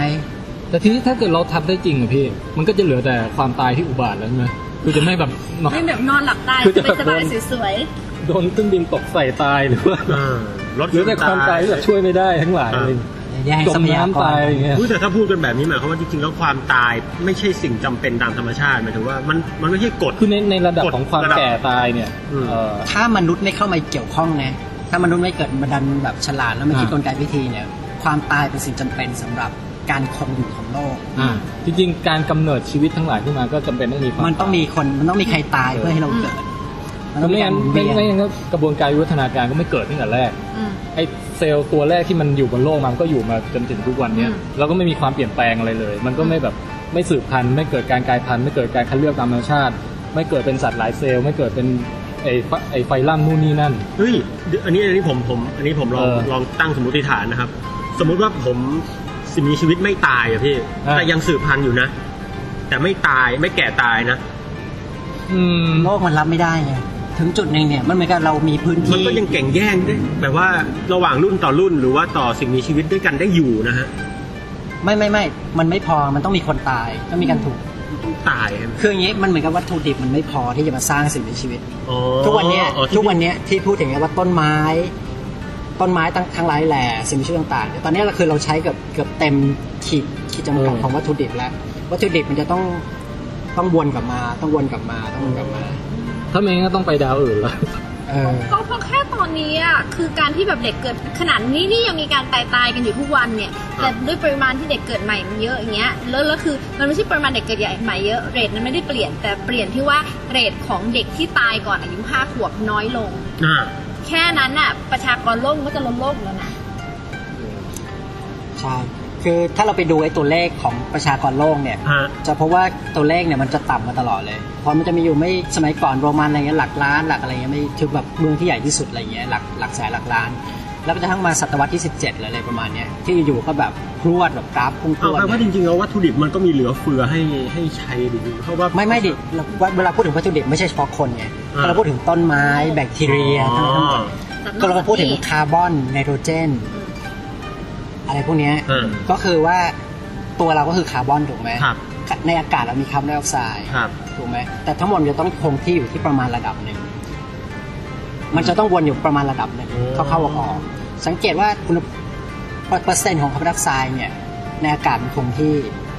[SPEAKER 5] แต่ทีนี้ถ้าเกิดเราทำได้จริงอะพี่ มันก็จะเหลือแต่ความตายที่อุบาทแล้วใช่ไหมคือจะไม่แบบ นอน
[SPEAKER 4] ไม่แบบนอนหลับได้
[SPEAKER 5] คือจะ
[SPEAKER 4] สบายๆสวยๆ
[SPEAKER 5] โดนเครื่องบินตกใส่ตายหรือว่า
[SPEAKER 6] อ่าลด
[SPEAKER 5] หรือแต่ความตายที่แบบช่วยไม่ได้ทั้งหลายอะไร
[SPEAKER 3] แย่ง
[SPEAKER 5] จ
[SPEAKER 3] ทรั
[SPEAKER 5] ม
[SPEAKER 3] พยาก
[SPEAKER 5] น้ำ
[SPEAKER 3] ร
[SPEAKER 5] ตายอะไรเงี้ย
[SPEAKER 6] อุ๊ยแต่ถ้าพูดกันแบบนี้หมายความว่าจริงๆแล้วความตายไม่ใช่สิ่งจำเป็นตามธรรมชาติหมายถึงว่ามันมันไม่ใช่กฎ
[SPEAKER 5] คือในในระดับของความ
[SPEAKER 6] ระดับ
[SPEAKER 5] แก่ตายเนี่ย
[SPEAKER 6] อืม
[SPEAKER 5] เอ่อ
[SPEAKER 3] ถ้ามนุษย์ไม่เข้ามาเกี่ยวข้องนะถ้ามนุษย์ไม่เกิดมาดันแบบฉลาดแล้วไม่คิด
[SPEAKER 5] อ่า
[SPEAKER 3] กลไกวิธีเนี่ย ความตายเป็นสิ่งจำเป็นสำหรับการคงอยู่ของโลก
[SPEAKER 5] อ่าจริงๆการกำเนิดชีวิตทั้งหลายขึ้นมาก็จำเป็นต้องมีความ
[SPEAKER 3] มันต้องมีคนมันต้องมีใครตายเพื่อให้เราเกิดมันต้อง
[SPEAKER 5] ไม่
[SPEAKER 3] มีกา
[SPEAKER 5] งั้
[SPEAKER 3] ร
[SPEAKER 5] น
[SPEAKER 3] เวี
[SPEAKER 5] ไม่
[SPEAKER 3] ยน
[SPEAKER 5] ไม่งั้นก็กระบวนการวิวัฒนาการก็ไม่เกิดตั้งแต่แรก
[SPEAKER 4] อืม
[SPEAKER 5] ไอเซลล์ตัวแรกที่มันอยู่บนโลกมันก็อยู่มาจนถึงทุกวันเนี้ย
[SPEAKER 4] อืม
[SPEAKER 5] เราก็ไม่มีความเปลี่ยนแปลงอะไรเลย มันก็ไม่แบบไม่สืบพันธุ์ไม่เกิดการกลายพันธุ์ไม่เกิดการคัดเลือกตามธรรมชาติ ไม่เกิดเป็นสัตว์หลายเซลล์ไม่เกิดเป็นไอไฟไอไฟล่ำนู่นนี่นั่น
[SPEAKER 6] เฮ้ยเดี๋ยวอันนี้อันนี้ผมผมอันนี้ผมลอง
[SPEAKER 5] เออ
[SPEAKER 6] ลองตั้งสมมติฐานนะครับ สมมุติว่าผมสิมีชีวิตไม่ตายอะพี่
[SPEAKER 5] อ่า
[SPEAKER 6] แต่ยังสืบพันธุ์อยู่นะ แต่ไม่ตายไม่แก่ตายนะ
[SPEAKER 5] อืม
[SPEAKER 3] โลกมันรับไม่ได้ไงถึงจุดหนึ่งเนี่ยมันเหมือนกับเรามีพื้น
[SPEAKER 6] มัน
[SPEAKER 3] ที่
[SPEAKER 6] ก็ยังแข่งแย่งได้แบบว่าระหว่างรุ่นต่อรุ่นหรือว่าต่อสิ่งมีชีวิตด้วยกันได้อยู่นะฮะ
[SPEAKER 3] ไม่ไม่ไม่มันไม่พอมันต้องมีคนตายต้องมีการถูก
[SPEAKER 6] ต้องตายอะ
[SPEAKER 3] คืออย่างนี้มันเหมือนกับวัตถุดิบมันไม่พอที่จะมาสร้างสิ่งมีชีวิต
[SPEAKER 6] อ๋อ
[SPEAKER 3] ทุกวันเนี้ย
[SPEAKER 6] อ๋อที่
[SPEAKER 3] ทุกวันเนี้ยที่พูดถึงเนี่ยว่าต้นไม้ ต้นไม้ทั้งทั้งหลายแหล่สิ่งมีชีวิตต่างๆเนี่ยตอนเนี้ยเราคือเราใช้เกือบเกือบเต็มขีดขีดจำกัดของวัตถุดิบแล้ว วัตถุดิบมันจะต้องต้องวนกลับมาต้องวนกลับมาต้องวนกลับมา
[SPEAKER 5] ถ้าไม่งั้นก็ต้องไปดาวอื่นละ
[SPEAKER 3] เออ
[SPEAKER 4] ก็เพราะแค่ตอนนี้อ่ะคือการที่แบบเด็กเกิดขนาดนี้นี่ยังมีการตายตายๆกันอยู่ทุกวันเนี่ยแต่ด้วยปริมาณที่เด็กเกิดใหม่มันเยอะอย่างเงี้ยแล้วแล้วคือมันไม่ใช่ปริมาณเด็กเกิดใหญ่ใหม่เยอะเรทนั้นไม่ได้เปลี่ยนแต่เปลี่ยนที่ว่าเรทของเด็กที่ตายก่อนอายุห้าขวบน้อยลง
[SPEAKER 6] อ่า
[SPEAKER 4] แค่นั้นอ่ะประชากรโลกมันก็จะล้นโลกแล้วนะ
[SPEAKER 3] ใช่ คือถ้าเราไปดูไอ้ตัวเลขของประชากรโลกเนี่ย
[SPEAKER 6] ฮะ
[SPEAKER 3] จะพบว่าตัวเลขเนี่ยมันจะต่ำมาตลอดเลย เพราะมันจะมีอยู่ไม่สมัยก่อนโรมันอะไรเงี้ยหลักล้านหลักอะไรเงี้ยไม่คือแบบเมืองที่ใหญ่ที่สุดอะไรเงี้ยหลักหลักแสนหลักล้าน แล้วก็จะทั้งมาศตวรรษที่ 17เลยอะไรประมาณเนี้ยที่อยู่ๆก็แบบพรวดแบบกราฟพุ่งพร
[SPEAKER 6] เอา
[SPEAKER 3] วด
[SPEAKER 6] แปลว่า
[SPEAKER 3] เนี่
[SPEAKER 6] จ
[SPEAKER 3] ย
[SPEAKER 6] ริงๆแล้ววัตถุดิบมันก็มีเหลือเฟือให้ให้ใช้ดิเพราะว่า
[SPEAKER 3] ไม่ไม่ดิเราเวลาพูดถึงวัตถุดิบไม่ใช่เฉพาะคนไง
[SPEAKER 6] อ่า
[SPEAKER 3] เราพูดถึงต้นไม้แบคทีเรีย
[SPEAKER 6] อ๋
[SPEAKER 3] ทั้ง
[SPEAKER 6] อ
[SPEAKER 3] หมดก็เราก็พูดถึงคาร์บอนไนโตรเจน อะไรพวกเนี้ย
[SPEAKER 6] อ่า
[SPEAKER 3] ก็คือว่า ตัวเราก็คือคาร์บอนถูกไหม
[SPEAKER 6] ครับ
[SPEAKER 3] ในอากาศเรามีคาร์บอนไดออกไซด์
[SPEAKER 6] ครับ
[SPEAKER 3] ถูกไหมแต่ทั้งหมดมันจะต้องคงที่อยู่ที่ประมาณระดับหนึ่งมันจะต้องวนอยู่ประมาณระดับหนึ่ง
[SPEAKER 6] โอ้
[SPEAKER 3] เข้าๆออกๆสังเกตว่าคุณเปอร์เปอร์เซ็นต์ของคาร์บอนไดออกไซด์เนี่ยในอากาศมันคงที่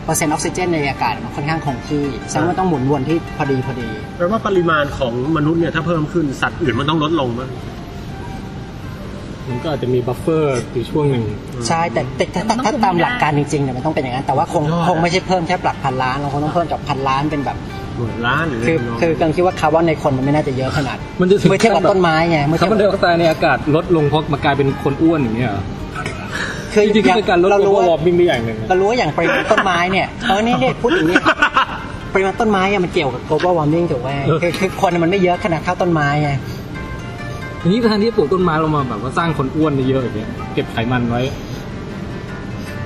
[SPEAKER 3] เปอร์เซ็นต์ออกซิเจนในอากาศมันค่อนข้างคงที่แสดงว่ามันต้องหมุนวนที่พอดีพอดี
[SPEAKER 6] แปลว่าปริมาณของมนุษย์เนี่ยถ้าเพิ่มขึ้นสัตว์อื่นมันต้องลดลงมั้ง
[SPEAKER 5] มันก็อาจจะมีบัฟเฟอร์อยู่ช่วงหนึ่ง
[SPEAKER 3] ใช่แต่แต่ถ้าถ้าถ้าตามหลักการจริงๆเนี่ยมันต้องเป็นอย่างนั้นแต่ว่าคง
[SPEAKER 6] ยอด
[SPEAKER 3] คงไม่ใช่เพิ่มแค่หลักพันล้านเราคงต้องเพิ่มจากพันล้านเป็นแบบ
[SPEAKER 6] หมื่นล้านหรือ
[SPEAKER 3] คือคือกำลังคิดว่าคาร์บอนในคนมันไม่น่าจะเยอะขนาด
[SPEAKER 5] มันจะถึง
[SPEAKER 3] เมื่อเทียบกับ
[SPEAKER 5] ขั้นแบบ
[SPEAKER 3] ต้นไม้ไงเมื่อ
[SPEAKER 5] คา
[SPEAKER 3] เทีย
[SPEAKER 5] ร์
[SPEAKER 3] บ
[SPEAKER 5] อนไดออ
[SPEAKER 3] บกับ
[SPEAKER 5] กไซด์ในอากาศลดลงเพราะมากลายเป็นคนอ้วนอย่างเงี้ยเหรอ
[SPEAKER 3] คือ
[SPEAKER 5] จริงๆก็เป็นการลด
[SPEAKER 3] เรา
[SPEAKER 5] โล
[SPEAKER 3] รู้
[SPEAKER 5] ก
[SPEAKER 3] ว่า
[SPEAKER 5] ร้อนวิ่งได้อย่างหนึ่งนะ
[SPEAKER 3] เรารู้ว่าอย่างปริมาณต้นไม้เนี่ยเออนี่เนี่ยพูดอย่างนี้ปริมาณต้นไม้อะมันเกี่ยวกับ global warming ถูกไหมคือคือคนมันไม่เยอะขนาดเท่าต้นไม้ไง
[SPEAKER 5] ทีนี้แทนที่จะปลูกต้นไม้เรามาแบบว่าสร้างคนอ้วนเยอะๆอย่างเงี้ยเก็บไขมันไว้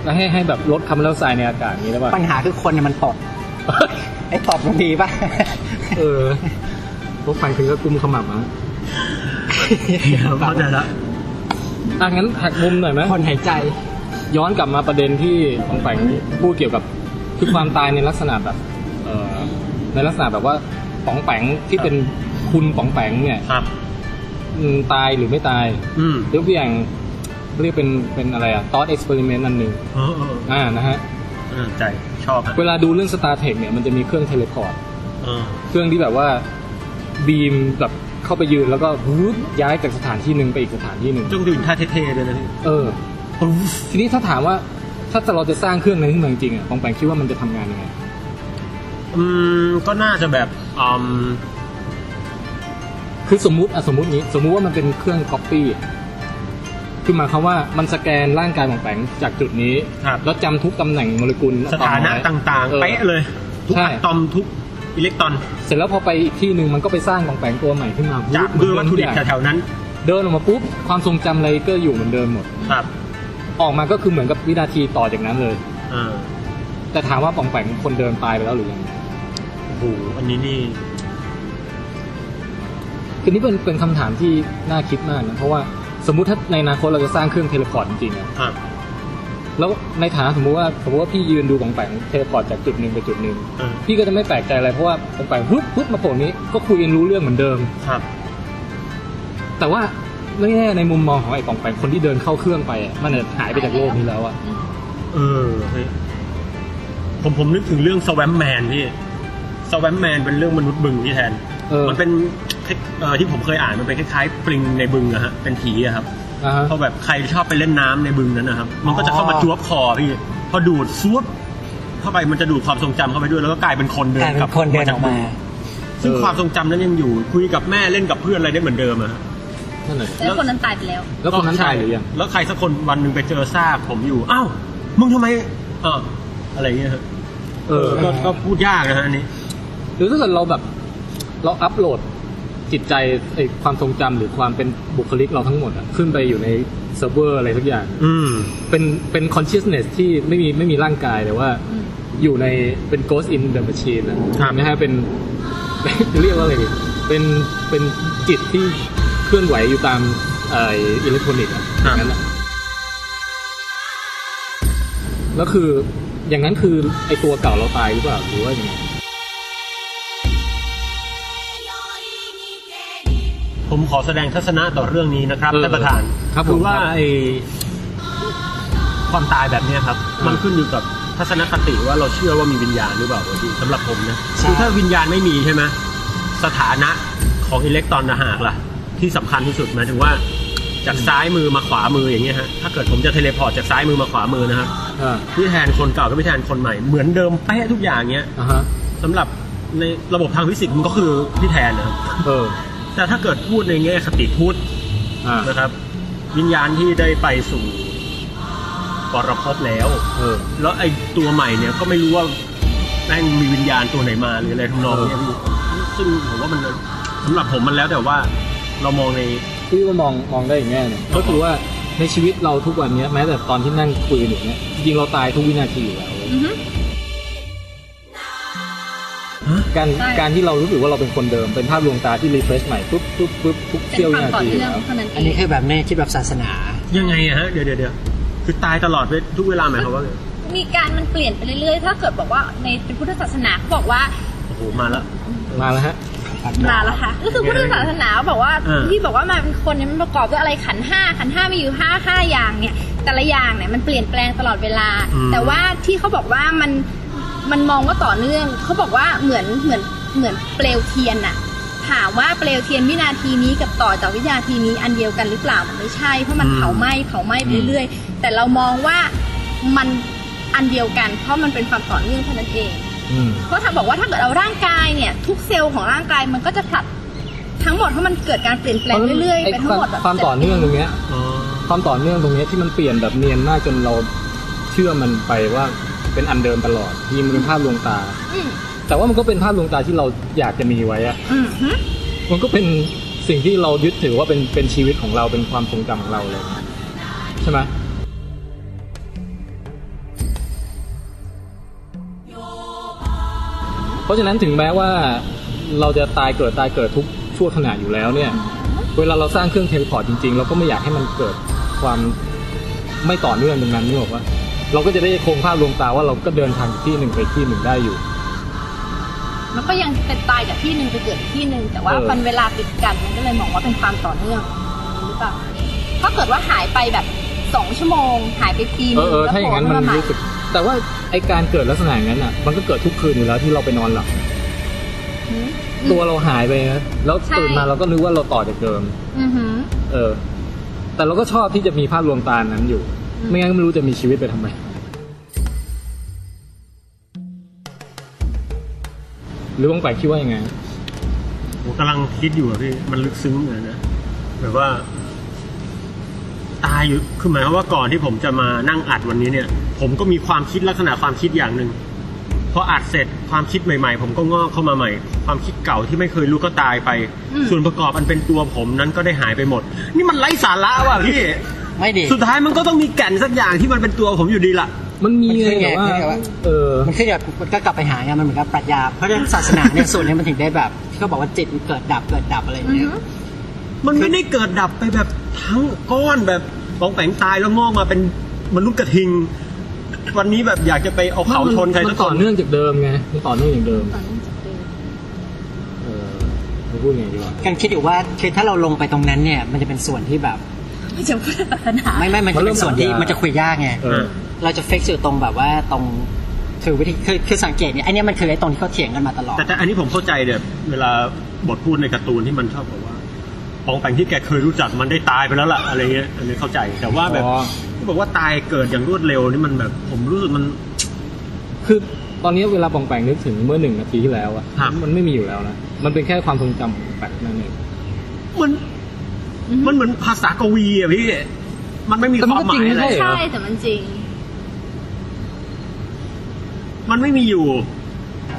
[SPEAKER 5] แล้วให้ให้แบบลดคาร์บอนไดออกไซด์ในอากาศอย่างนี้ได้ป่ะ
[SPEAKER 3] ปัญหาคือคนเนี่ยมันตดไอ้ตดมันดีป่ะ
[SPEAKER 5] เอ อพวกฟังถึงก็กลุมขมับอ่ะ
[SPEAKER 6] เข้าใจละ
[SPEAKER 5] อ่ะงั้นหักมุมหน่อยไหม
[SPEAKER 3] คนหายใจ
[SPEAKER 5] ย้อนกลับมาประเด็นที่ของแฝงพูดเกี่ยวกับคือความตายในลักษณะแบบเอ่อในลักษณะแบบว่าป๋องแปงที่
[SPEAKER 6] ครับ
[SPEAKER 5] เป็นคุณป๋องแปงเนี่ย
[SPEAKER 6] ครับ
[SPEAKER 5] อืมตายหรือไม่ตาย
[SPEAKER 6] อืม
[SPEAKER 5] ยกตัวอย่างเรียกเป็นเป็นอะไรอะตอสเอ็กซ์เพร์เมนต์อันหนึ่ง
[SPEAKER 6] เออเออ
[SPEAKER 5] อ่านะฮะ
[SPEAKER 6] เออใจชอบฮะ
[SPEAKER 5] เวลาดูเรื่อง Star Trek เนี่ยมันจะมีเครื่องเทเลพอร์ต
[SPEAKER 6] เออ
[SPEAKER 5] เครื่องที่แบบว่าบีมแบบเข้าไปยืนแล้วก็วืบย้ายจากสถานที่หนึ่งไปอีกสถานที่หนึ่ง
[SPEAKER 6] จงดื่มท่าเท่ๆด้วยนะพี่
[SPEAKER 5] เออ
[SPEAKER 6] ปุ๊บ
[SPEAKER 5] ทีนี้ถ้าถามว่าถ้าเราจะสร้างเครื่องนั้นขึ้นมาจริงๆอะป๋องแปงคิดว่ามันจะทำงานยังไง
[SPEAKER 6] อืมก็น่าจะแบบอืม
[SPEAKER 5] คือสมมุติอะสมมุตินี้สมมุติว่ามันเป็นเครื่อง copy คือหมายความว่ามันสแกนร่างกายของแปงจากจุดนี้
[SPEAKER 6] ครับ
[SPEAKER 5] แล้วจำทุกตำแหน่งโมเลกุล
[SPEAKER 6] สถานะ
[SPEAKER 5] อะตอมไว้
[SPEAKER 6] ต่าง
[SPEAKER 5] เอ
[SPEAKER 6] ๆ
[SPEAKER 5] อ
[SPEAKER 6] เป๊ะเลย ทุก
[SPEAKER 5] ใช่
[SPEAKER 6] อะตอมทุกอิเล็กตรอน
[SPEAKER 5] เสร็จแล้วพอไปอีกที่หนึ่งมันก็ไปสร้างของแปงตัวใหม่ขึ้นมา
[SPEAKER 6] จาก
[SPEAKER 5] เหมื
[SPEAKER 6] มื
[SPEAKER 5] น
[SPEAKER 6] อวัตถุดิ
[SPEAKER 5] ทุกอ
[SPEAKER 6] บ
[SPEAKER 5] ย่าง
[SPEAKER 6] แถวๆนั้น
[SPEAKER 5] เดินออกมาปุ๊บ ความทรงจำอะไรก็อยู่เหมือนเดิมหมด
[SPEAKER 6] ครับ
[SPEAKER 5] ออกมาก็คือเหมือนกับวินาทีต่อจากนั้นเลย
[SPEAKER 6] เออ
[SPEAKER 5] แต่ถามว่าปองแปงคนเดินตายไปแล้วหรือยัง
[SPEAKER 6] โอ้โหอันนี้นี่
[SPEAKER 5] คือนี่เป็นเป็นคำถามที่น่าคิดมากนะเพราะว่าสมมุติถ้าในอนาคตเราจะสร้างเครื่องเทเลพอร์ตจริงๆอะ
[SPEAKER 6] ครับ
[SPEAKER 5] แล้วในฐานะสมมติว่าสมมติว่าพี่ยืนดูของแปงเทเลพอร์ตจากจุดหนึ่งไปจุดหนึ่ง
[SPEAKER 6] เออ
[SPEAKER 5] พี่ก็จะไม่แปลกใจอะไรเพราะว่าของแปงปุ๊บปุ๊บมาโผล่นี้ก็คุยกันรู้เรื่องเหมือนเดิม
[SPEAKER 6] ครับ
[SPEAKER 5] แต่ว่าไม่แน่ในมุมมองของไอ้ของแปงคนที่เดินเข้าเครื่องไปอะมันอาจหายไปจากโลกนี้แล้วอะ
[SPEAKER 6] เออเฮ้ยผมผมนึกถึงเรื่องสว m มแมนพี่สว m มแมนเป็นเรื่องมนุษย์บึงที่แทน
[SPEAKER 5] เออ
[SPEAKER 6] มันเป็นเอ่อที่ผมเคยอ่านมันเป็นคล้ายๆปริงในบึงอะฮะเป็นผีอะครับ
[SPEAKER 5] อ่าฮะ
[SPEAKER 6] เพราะแบบใครชอบไปเล่นน้ำในบึงนั้นนะครับ มันก็จะเข้ามาจ้วบคอพี่ พอดูดซุบเข้าไปมันจะดูดความทรงจำเข้าไปด้วยแล้วก็กลายเป็นคนเดิ
[SPEAKER 3] กลาน ยเป็
[SPEAKER 6] กลับ
[SPEAKER 3] นคนเดินออกมา
[SPEAKER 6] ซึ่งความทรงจำนั้นยังอยู่ คุยกับแม่เล่นกับเพื่อนอะไรได้เหมือนเดิมอะฮะ
[SPEAKER 5] นั่นแหละ
[SPEAKER 4] แล้วคนนั้นตายไปแล้ว
[SPEAKER 5] แล้วคนนั้นตายหรือยัง
[SPEAKER 6] แล้วใครสักคนวันหนึ่งไปเจอซากผมอยู่ อ้าวมึงทำไมเอออะไรอย่างเงี้ยฮะ
[SPEAKER 5] เออ
[SPEAKER 6] ก็ก็พูดยากนะฮะอันนี้
[SPEAKER 5] หรือถ้าเกิดเราแบบเราอัปโหลดจิตใจไอ้ความทรงจำหรือความเป็นบุคลิกเราทั้งหมดอะขึ้นไปอยู่ในเซิร์ฟเวอร์อะไรทุกอย่าง
[SPEAKER 6] อืม
[SPEAKER 5] เป็นเป็น consciousness ที่ไม่มีไม่มีร่างกายแต่ว่า
[SPEAKER 4] อืม
[SPEAKER 5] อยู่ในเป็น ghost in the machine นะครับ นะฮะเป็น เรียกว่าอะไรดีเป็นเป็นจิตที่เคลื่อนไหวอยู่ตามเอ่อิเล็กทรอนิกส์อะอย่างนั้นแหละแล้วคืออย่างนั้นคือไอตัวเก่าเราตายหรือเปล่าหรือว่าอย่างไง
[SPEAKER 6] ผมขอแสดงทัศนะต่อเรื่องนี้นะครับ
[SPEAKER 5] เออ
[SPEAKER 6] ท่านประธาน
[SPEAKER 5] ครับผม
[SPEAKER 6] คือว่า
[SPEAKER 5] รับ
[SPEAKER 6] ไอ้ความตายแบบเนี้ยครับ
[SPEAKER 5] อืม
[SPEAKER 6] มันขึ้นอยู่กับทัศนคติว่าเราเชื่อว่ามีวิญญาณหรือเปล่าพี่สำหรับผมนะ
[SPEAKER 3] ใช่
[SPEAKER 6] คือถ้าวิญญาณไม่มีใช่ไหมสถานะของอิเล็กตรอนนะหากล่ะ ที่สำคัญที่สุดหมายถึงว่าจากซ้ายมือมาขวามืออย่างเงี้ยฮะถ้าเกิดผมจะเทเลพอร์ตจากซ้ายมือมาขวามือนะครับ
[SPEAKER 5] อ่า
[SPEAKER 6] พี่แทนคนเก่ากับพี่แทนคนใหม่เหมือนเดิมเป๊ะทุกอย่างเงี้ย
[SPEAKER 5] อ่าฮะ
[SPEAKER 6] สำหรับในระบบทางฟิสิกส์มันก็คือพี่แทนนะครับ
[SPEAKER 5] เออ
[SPEAKER 6] แต่ถ้าเกิดพูดในแง่คติพุทธ
[SPEAKER 5] อ่า
[SPEAKER 6] นะครับวิญญาณที่ได้ไปสู่ปรภพแล้ว
[SPEAKER 5] เออ
[SPEAKER 6] แล้วไอ้ตัวใหม่เนี่ยก็ไม่รู้ว่าแม่งมีวิญญาณตัวไหนมาหรืออะไรทำนองเนี้ยพี่ซึ่งผมว่ามันสำหรับผมมันแล้วแต่ว่าเรามองใน
[SPEAKER 5] พี่ก็มองมองได้อีกแง่หนึงก็คือว่าในชีวิตเราทุกวันเนี้ยแม้แต่ตอนที่นั่งคุยกันอยู่เนี่ยจริงๆเราตายทุกวินาทีอยู่แล้ว
[SPEAKER 4] อือฮึ
[SPEAKER 5] การ
[SPEAKER 4] ใช่
[SPEAKER 5] การที่เรารู้สึกว่าเราเป็นคนเดิมเป็นภาพลวงตาที่รีเฟรชใหม่ปุ๊บปุ๊บปุ๊บทุก
[SPEAKER 4] เป็น
[SPEAKER 5] เที่ยว
[SPEAKER 4] ค
[SPEAKER 5] วิ
[SPEAKER 4] วาม
[SPEAKER 5] นา
[SPEAKER 4] ต่อ
[SPEAKER 5] ทีอยู่
[SPEAKER 4] เนื่อง
[SPEAKER 5] แล้ว
[SPEAKER 4] เท่านั้นเอ
[SPEAKER 3] อันนี้
[SPEAKER 4] ง
[SPEAKER 3] คือแบบในคิดแบบศาสนา
[SPEAKER 6] ยังไงอะฮะ เดี๋ยวเดี๋ยวเดี๋ยวคือตายตลอดเวลาทุกเวลาหมายความว่าไง
[SPEAKER 4] มีการมันเปลี่ยนไปเรื่อยๆ ถ้าเกิดบอกว่าในพุทธศาสนาเขาบอกว่า
[SPEAKER 6] โอ้โหมาแล้ว
[SPEAKER 5] มาแล้วฮะ
[SPEAKER 4] ลาละค่ะก็คือพุทธศาสนาบอกว่า
[SPEAKER 6] อ่า
[SPEAKER 4] ที่บอกว่ามาเป็นคนเนี่ยมันประกอบด้วยอะไรขันธ์ห้าขันธ์ห้ามีอยู่ห้าห้าอย่างเนี่ย แต่ละอย่างเนี่ยมันเปลี่ยนแปลงตลอดเวลา แต่ว่าที่เขาบอกว่ามันมันมองว่าต่อเนื่องเขาบอกว่าเหมือนเหมือนเหมือนเปลวเทียนน่ะ ถามว่าเปลวเทียนวินาทีนี้กับต่อจากวินาทีนี้อันเดียวกันหรือเปล่ามันไม่ใช่เพราะมันเผาไหม้เผาไหม้ไปเรื่อยๆแต่เรามองว่ามันอันเดียวกัน เพราะมันเป็นความต่อเนื่องเท่านั้นเอง
[SPEAKER 5] อืม
[SPEAKER 4] เพราะทางบอกว่าถ้าเกิดเอาร่างกายเนี่ยทุกเซลล์ของร่างกายมันก็จะผลัดทั้งหมดเพราะมันเกิดการเปลี่ยนแปลงเรื่อยๆ
[SPEAKER 5] ไอ้
[SPEAKER 4] เป็นทั้งหมดแบบ
[SPEAKER 5] ความต่อเนื่องตรงเนี้ย
[SPEAKER 6] อ๋อ
[SPEAKER 5] ความต่อเนื่องตรงเนี้ยที่มันเปลี่ยนแบบเนียนมากจนเราเชื่อมันไปว่าเป็นอันเดิมตลอดที่มันเป็นภาพลวงตา
[SPEAKER 4] อืม
[SPEAKER 5] แต่ว่ามันก็เป็นภาพลวงตาที่เราอยากจะมีไว้อะ
[SPEAKER 4] อืมฮึ
[SPEAKER 5] มันก็เป็นสิ่งที่เรายึดถือว่าเป็นเป็นชีวิตของเราเป็นความทรงจำของเราเลยใช่ไหมเพราะฉะนั้นถึงแม้ว่าเราจะตายเกิดตายเกิดทุกชั่วขณะอยู่แล้วเนี่ย เวลาเราสร้างเครื่องเทเลพอร์ตจริงๆ เราก็ไม่อยากให้มันเกิดความไม่ต่อเนื่องตรงนั้นนึกออกว่าเราก็จะได้คงภาพลวงตาว่าเราก็เดินทางจากที่หนึ่งไปที่หนึ่งได้อยู่
[SPEAKER 4] มันก็ยังเป็นตายจากที่หนึ่งไปเกิดอีกที่หนึ่งแต่ว่า
[SPEAKER 5] เออ
[SPEAKER 4] มันเวลาติดกันมันก็เลยมองว่าเป็นความต่อเนื่องหรือเปล่าถ้าเกิดว่าหายไปแบบสองชั่วโมง หายไปปีห
[SPEAKER 5] เอ
[SPEAKER 4] นึ
[SPEAKER 5] อง เออ
[SPEAKER 4] แล้ว
[SPEAKER 5] ถ้าอ
[SPEAKER 4] โผ
[SPEAKER 5] ย่างนั้น
[SPEAKER 4] ล่ขึ้น
[SPEAKER 5] มัน
[SPEAKER 4] มาใหม่
[SPEAKER 5] รู้สึก แต่ว่าไอการเกิดลักษณะอย่างนั้นอ่ะ มันก็เกิดทุกคืนอยู่แล้วที่เราไปนอนหลับ
[SPEAKER 4] อืม
[SPEAKER 5] ตัวเราหายไปนะแล้ว
[SPEAKER 4] ใช่
[SPEAKER 5] ตื่นมาเราก็นึกว่าเราต่อจากเดิม
[SPEAKER 4] อือฮึ
[SPEAKER 5] เออ แต่เราก็ชอบที่จะมีภาพลวงตานั้นอยู่
[SPEAKER 4] อืม
[SPEAKER 5] ไม่งั้นก็ไม่รู้จะมีชีวิตไปทำไม หรือวงแปลกคิดว่ายังไง
[SPEAKER 6] ผมกำลังคิดอยู่อะพี่มันลึกซึ้งเลยนะแบบว่า ตายอยู่คือหมายความว่าก่อนที่ผมจะมานั่งอัดวันนี้เนี่ย ผมก็มีความคิดลักษณะความคิดอย่างหนึ่งพออัดเสร็จความคิดใหม่ๆ ผมก็งอกเข้ามาใหม่ ความคิดเก่าที่ไม่เคยรู้ก็ตายไป
[SPEAKER 4] อืม
[SPEAKER 6] ส่วนประกอบอันเป็นตัวผมนั้นก็ได้หายไปหมด นี่มันไร้สาระว่ะพี่
[SPEAKER 3] ไม่ดี
[SPEAKER 6] สุดท้ายมันก็ต้องมีแก่นสักอย่างที่มันเป็นตัวผมอยู่ดีล่ะ
[SPEAKER 5] มันมี
[SPEAKER 3] มัน
[SPEAKER 5] ไง
[SPEAKER 3] คือไง
[SPEAKER 5] แต่ว่า
[SPEAKER 3] คือไงวะ
[SPEAKER 5] เออ
[SPEAKER 3] มันขึ้นกับมันก็กลับไปหาไงมันเหมือนกับปรัชญาเพราะฉะนั้นศาสนาเนี่ยส่วนนี้มันถึงได้แบบที่เขาบอกว่าจิตมันเกิดดับเกิดดับอะไรอย่าง
[SPEAKER 4] อือ
[SPEAKER 3] เงี้ย
[SPEAKER 4] ฮึ
[SPEAKER 6] มันไม่ได้เกิดดับไปแบบทั้งก้อนแบบปองแปงตายแล้วงอกมาเป็นมนุษย์กระทิง วันนี้แบบอยากจะไปเอาเขาชนใคร
[SPEAKER 5] มั
[SPEAKER 6] สัก
[SPEAKER 5] ต่
[SPEAKER 6] ค
[SPEAKER 5] อน เนื่องจากเดิมไง มันต่อเนื่องจากเดิม เออจะพูดยังไงดีวะ
[SPEAKER 3] กันคิดอยู่ว่าคือถ้าเราลงไปตรงนั้นเนี่ยมันจะเป็นส่วนที่แบบ
[SPEAKER 4] ไม่จำเป็นศาสนา
[SPEAKER 3] ไม่ไม่มัน
[SPEAKER 5] มั
[SPEAKER 3] จะ
[SPEAKER 5] นเริ่
[SPEAKER 3] เป็
[SPEAKER 5] ม
[SPEAKER 3] นส่วนที่
[SPEAKER 5] หลังยา
[SPEAKER 3] มันจะคุยยากไง
[SPEAKER 5] เออ
[SPEAKER 3] เราจะเฟกอยู่ตรงแบบว่าตรงคือวิธีคือคือสังเกตเนี่ยอันเนี้ยมันคือไอ้ตรงที่เขาเถียงกันมาตลอด
[SPEAKER 6] แต่แต่อันนี้ผมเข้าใจเนี่ยเวลาบทพูดในการ์ตูนที่มันชอบบอกว่าปองแปงที่แกเคยรู้จักมันได้ตายไปแล้วล่ะอะไรเงี้ยอันนี้เข้าใจแต่ว่าแบบ
[SPEAKER 5] อ๋อ
[SPEAKER 6] ที่บอกว่าตายเกิดอย่างรวดเร็วนี่มันแบบ ผมรู้สึกมัน
[SPEAKER 5] คือตอนนี้เวลาปองแปงนึกถึงเมื่อหนึ่งนาทีที่แล้วอะ
[SPEAKER 6] ครับ
[SPEAKER 5] มันไม่มีอยู่แล้วนะ มันเป็นแค่ความทรงจำของปองแปงนั่นเอง
[SPEAKER 6] มันมันเหมือนภาษากวีอะพี่มันไม่มี
[SPEAKER 5] แต่
[SPEAKER 6] ค
[SPEAKER 5] มัน
[SPEAKER 6] วาม
[SPEAKER 5] ก็
[SPEAKER 6] ห
[SPEAKER 5] จริ
[SPEAKER 6] มางยอะไร
[SPEAKER 5] ไม่ใช่
[SPEAKER 4] ใช่แต่มันจริง
[SPEAKER 6] มันไม่มีอยู่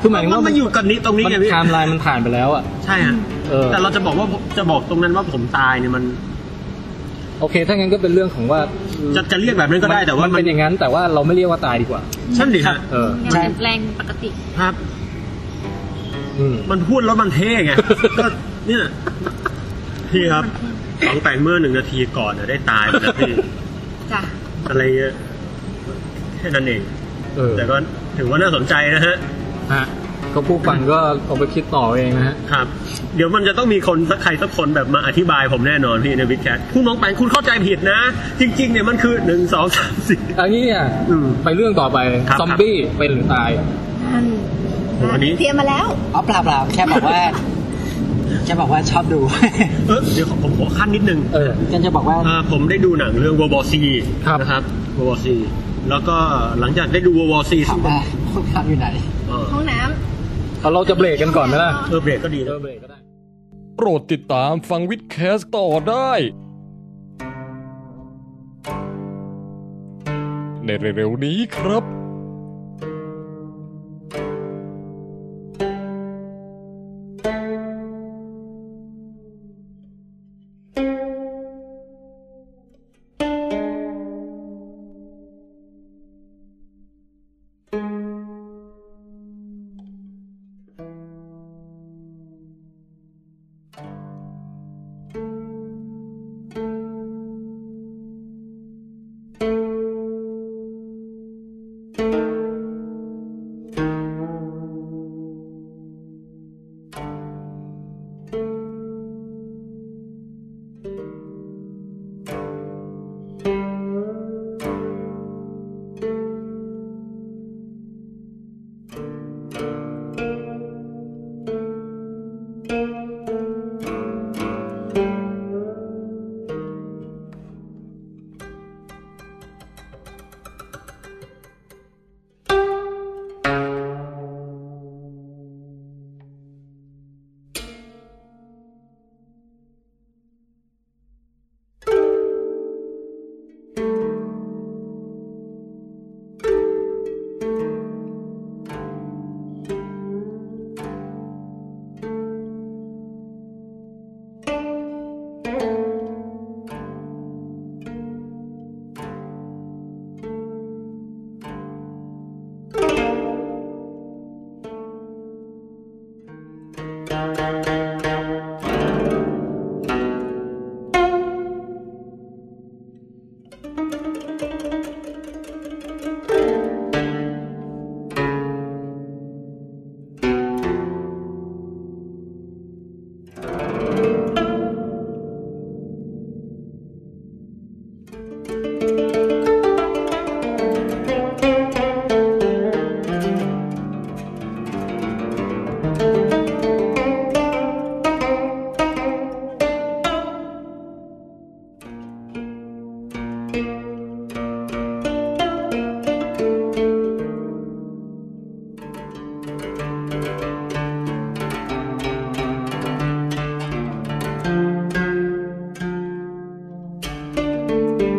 [SPEAKER 5] คือหมายถึง
[SPEAKER 6] มัน
[SPEAKER 5] ว่า
[SPEAKER 6] มั
[SPEAKER 5] มัน น
[SPEAKER 6] อยู่กับนี้ตรงนี้ไง
[SPEAKER 5] มัน
[SPEAKER 6] พี่
[SPEAKER 5] ไทม์ไลน์มันผ่านไปแล้วอะ
[SPEAKER 6] ใช่ฮะ
[SPEAKER 5] เออ
[SPEAKER 6] แต่เราจะบอกว่าจะบอกตรงนั้นว่าผมตายเนี่ยมัน
[SPEAKER 5] โอเค ถ้างั้นก็เป็นเรื่องของว่า
[SPEAKER 6] จะจะเรียกแบบนั้นก็ได้แต่ว่า
[SPEAKER 5] มัน
[SPEAKER 6] มัน
[SPEAKER 5] เป็นอย่างนั้นแต่ว่าเราไม่เรียกว่าตายดีกว่า
[SPEAKER 6] ใช่ดิฮะ
[SPEAKER 5] เออ
[SPEAKER 4] ยังเปลี่ยนแปลงปกติ
[SPEAKER 6] ครับ
[SPEAKER 5] อืม
[SPEAKER 6] มันพูดแล้วมันเท่ไง ก็เนี่ยพี่ครับสองแต่งเมื่อหนึ่งนาทีก่อนน่ะได้ตายไปแล้วพี่
[SPEAKER 4] จ้ะ
[SPEAKER 6] อะไรเงี้ยแค่นั้นเอง
[SPEAKER 5] เออ
[SPEAKER 6] แต่ก็ถือว่าน่าสนใจนะฮะ
[SPEAKER 5] ฮะก็ผู้ฟังก็เอาไปคิดต่อเองนะฮะ
[SPEAKER 6] ครับ เดี๋ยวมันจะต้องมีคนสักใครสักคนแบบมาอธิบายผมแน่นอนพี่ในวิดแคทผู้น้องแปงคุณเข้าใจผิดนะ จริง ๆ เนี่ยมันคือหนึ่งสองสามสี่
[SPEAKER 5] อันนี้อ่ะ
[SPEAKER 6] อืม
[SPEAKER 5] ไปเรื่องต่อไป
[SPEAKER 6] ครับ
[SPEAKER 5] ซอมบี้เป็นหรือตาย
[SPEAKER 4] อัน
[SPEAKER 6] โหอันนี้
[SPEAKER 4] เตรียมมาแล้ว
[SPEAKER 3] อ๋อเปล่าเปล่าแค่บอกว่าแค่บอกว่าชอบดู
[SPEAKER 6] เออเดี๋ยวขอผมขอขั้นนิดนึง
[SPEAKER 5] เออ
[SPEAKER 3] กันจะบอกว่า
[SPEAKER 6] อ่าผมได้ดูหนังเรื่อง World War C
[SPEAKER 5] ครับ
[SPEAKER 6] นะครับ World War C แล้วก็หลังจากได้ดู World War C
[SPEAKER 3] ถามว่าพวกภาพอยู่ไหน
[SPEAKER 6] เออ
[SPEAKER 4] ห้องน้ำ
[SPEAKER 5] เอาเราจะเบรกกันก่อนไหมล่ะ
[SPEAKER 6] เออเบรกก็ดี
[SPEAKER 5] เอ
[SPEAKER 6] นะ
[SPEAKER 5] อเบรกก็ได้
[SPEAKER 8] โปรดติดตามฟังวิดแคสต่อได้ ในเร็วๆนี้ครับ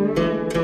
[SPEAKER 1] Thank you.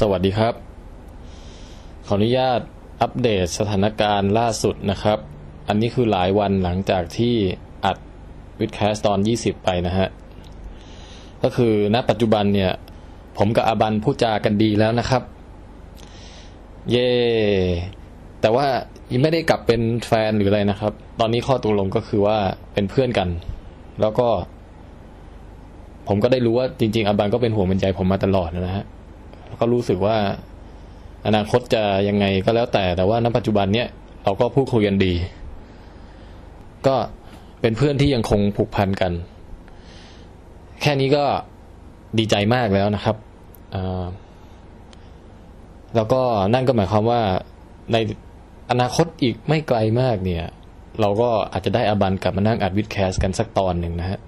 [SPEAKER 8] สวัสดีครับ ขออนุญาตอัปเดตสถานการณ์ล่าสุดนะครับ อันนี้คือหลายวันหลังจากที่อัดวิดแคสตอน 20 ไปนะฮะ ก็คือณปัจจุบันเนี่ย ผมกับอาบันพูดจากันดีแล้วนะครับ เย่แต่ว่ายังไม่ได้กลับเป็นแฟนหรืออะไรนะครับ ตอนนี้ข้อตกลงก็คือว่าเป็นเพื่อนกัน แล้วก็ ผมก็ได้รู้ว่าจริง ๆอาบันก็เป็นห่วงเป็นใจผมมาตลอดนะฮะ แล้วก็รู้สึกว่า อนาคตจะยังไงก็แล้วแต่ แต่ว่าณปัจจุบันเนี้ยเราก็พูดคุยกันดี ก็เป็นเพื่อนที่ยังคงผูกพันกัน แค่นี้ก็ดีใจมากแล้วนะครับอ่าแล้วก็นั่นก็หมายความว่าในอนาคตอีกไม่ไกลมากเนี่ย เราก็อาจจะได้อาบันกลับมานั่งอัดวิดแคสกันสักตอนหนึ่งนะฮะ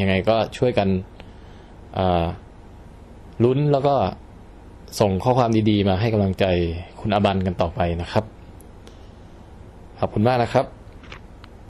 [SPEAKER 8] ยังไงก็ช่วยกันอ่าลุ้นแล้วก็ ส่งข้อความดีๆ มาให้กำลังใจคุณอาบันกันต่อไปนะครับ ขอบคุณมากนะครับ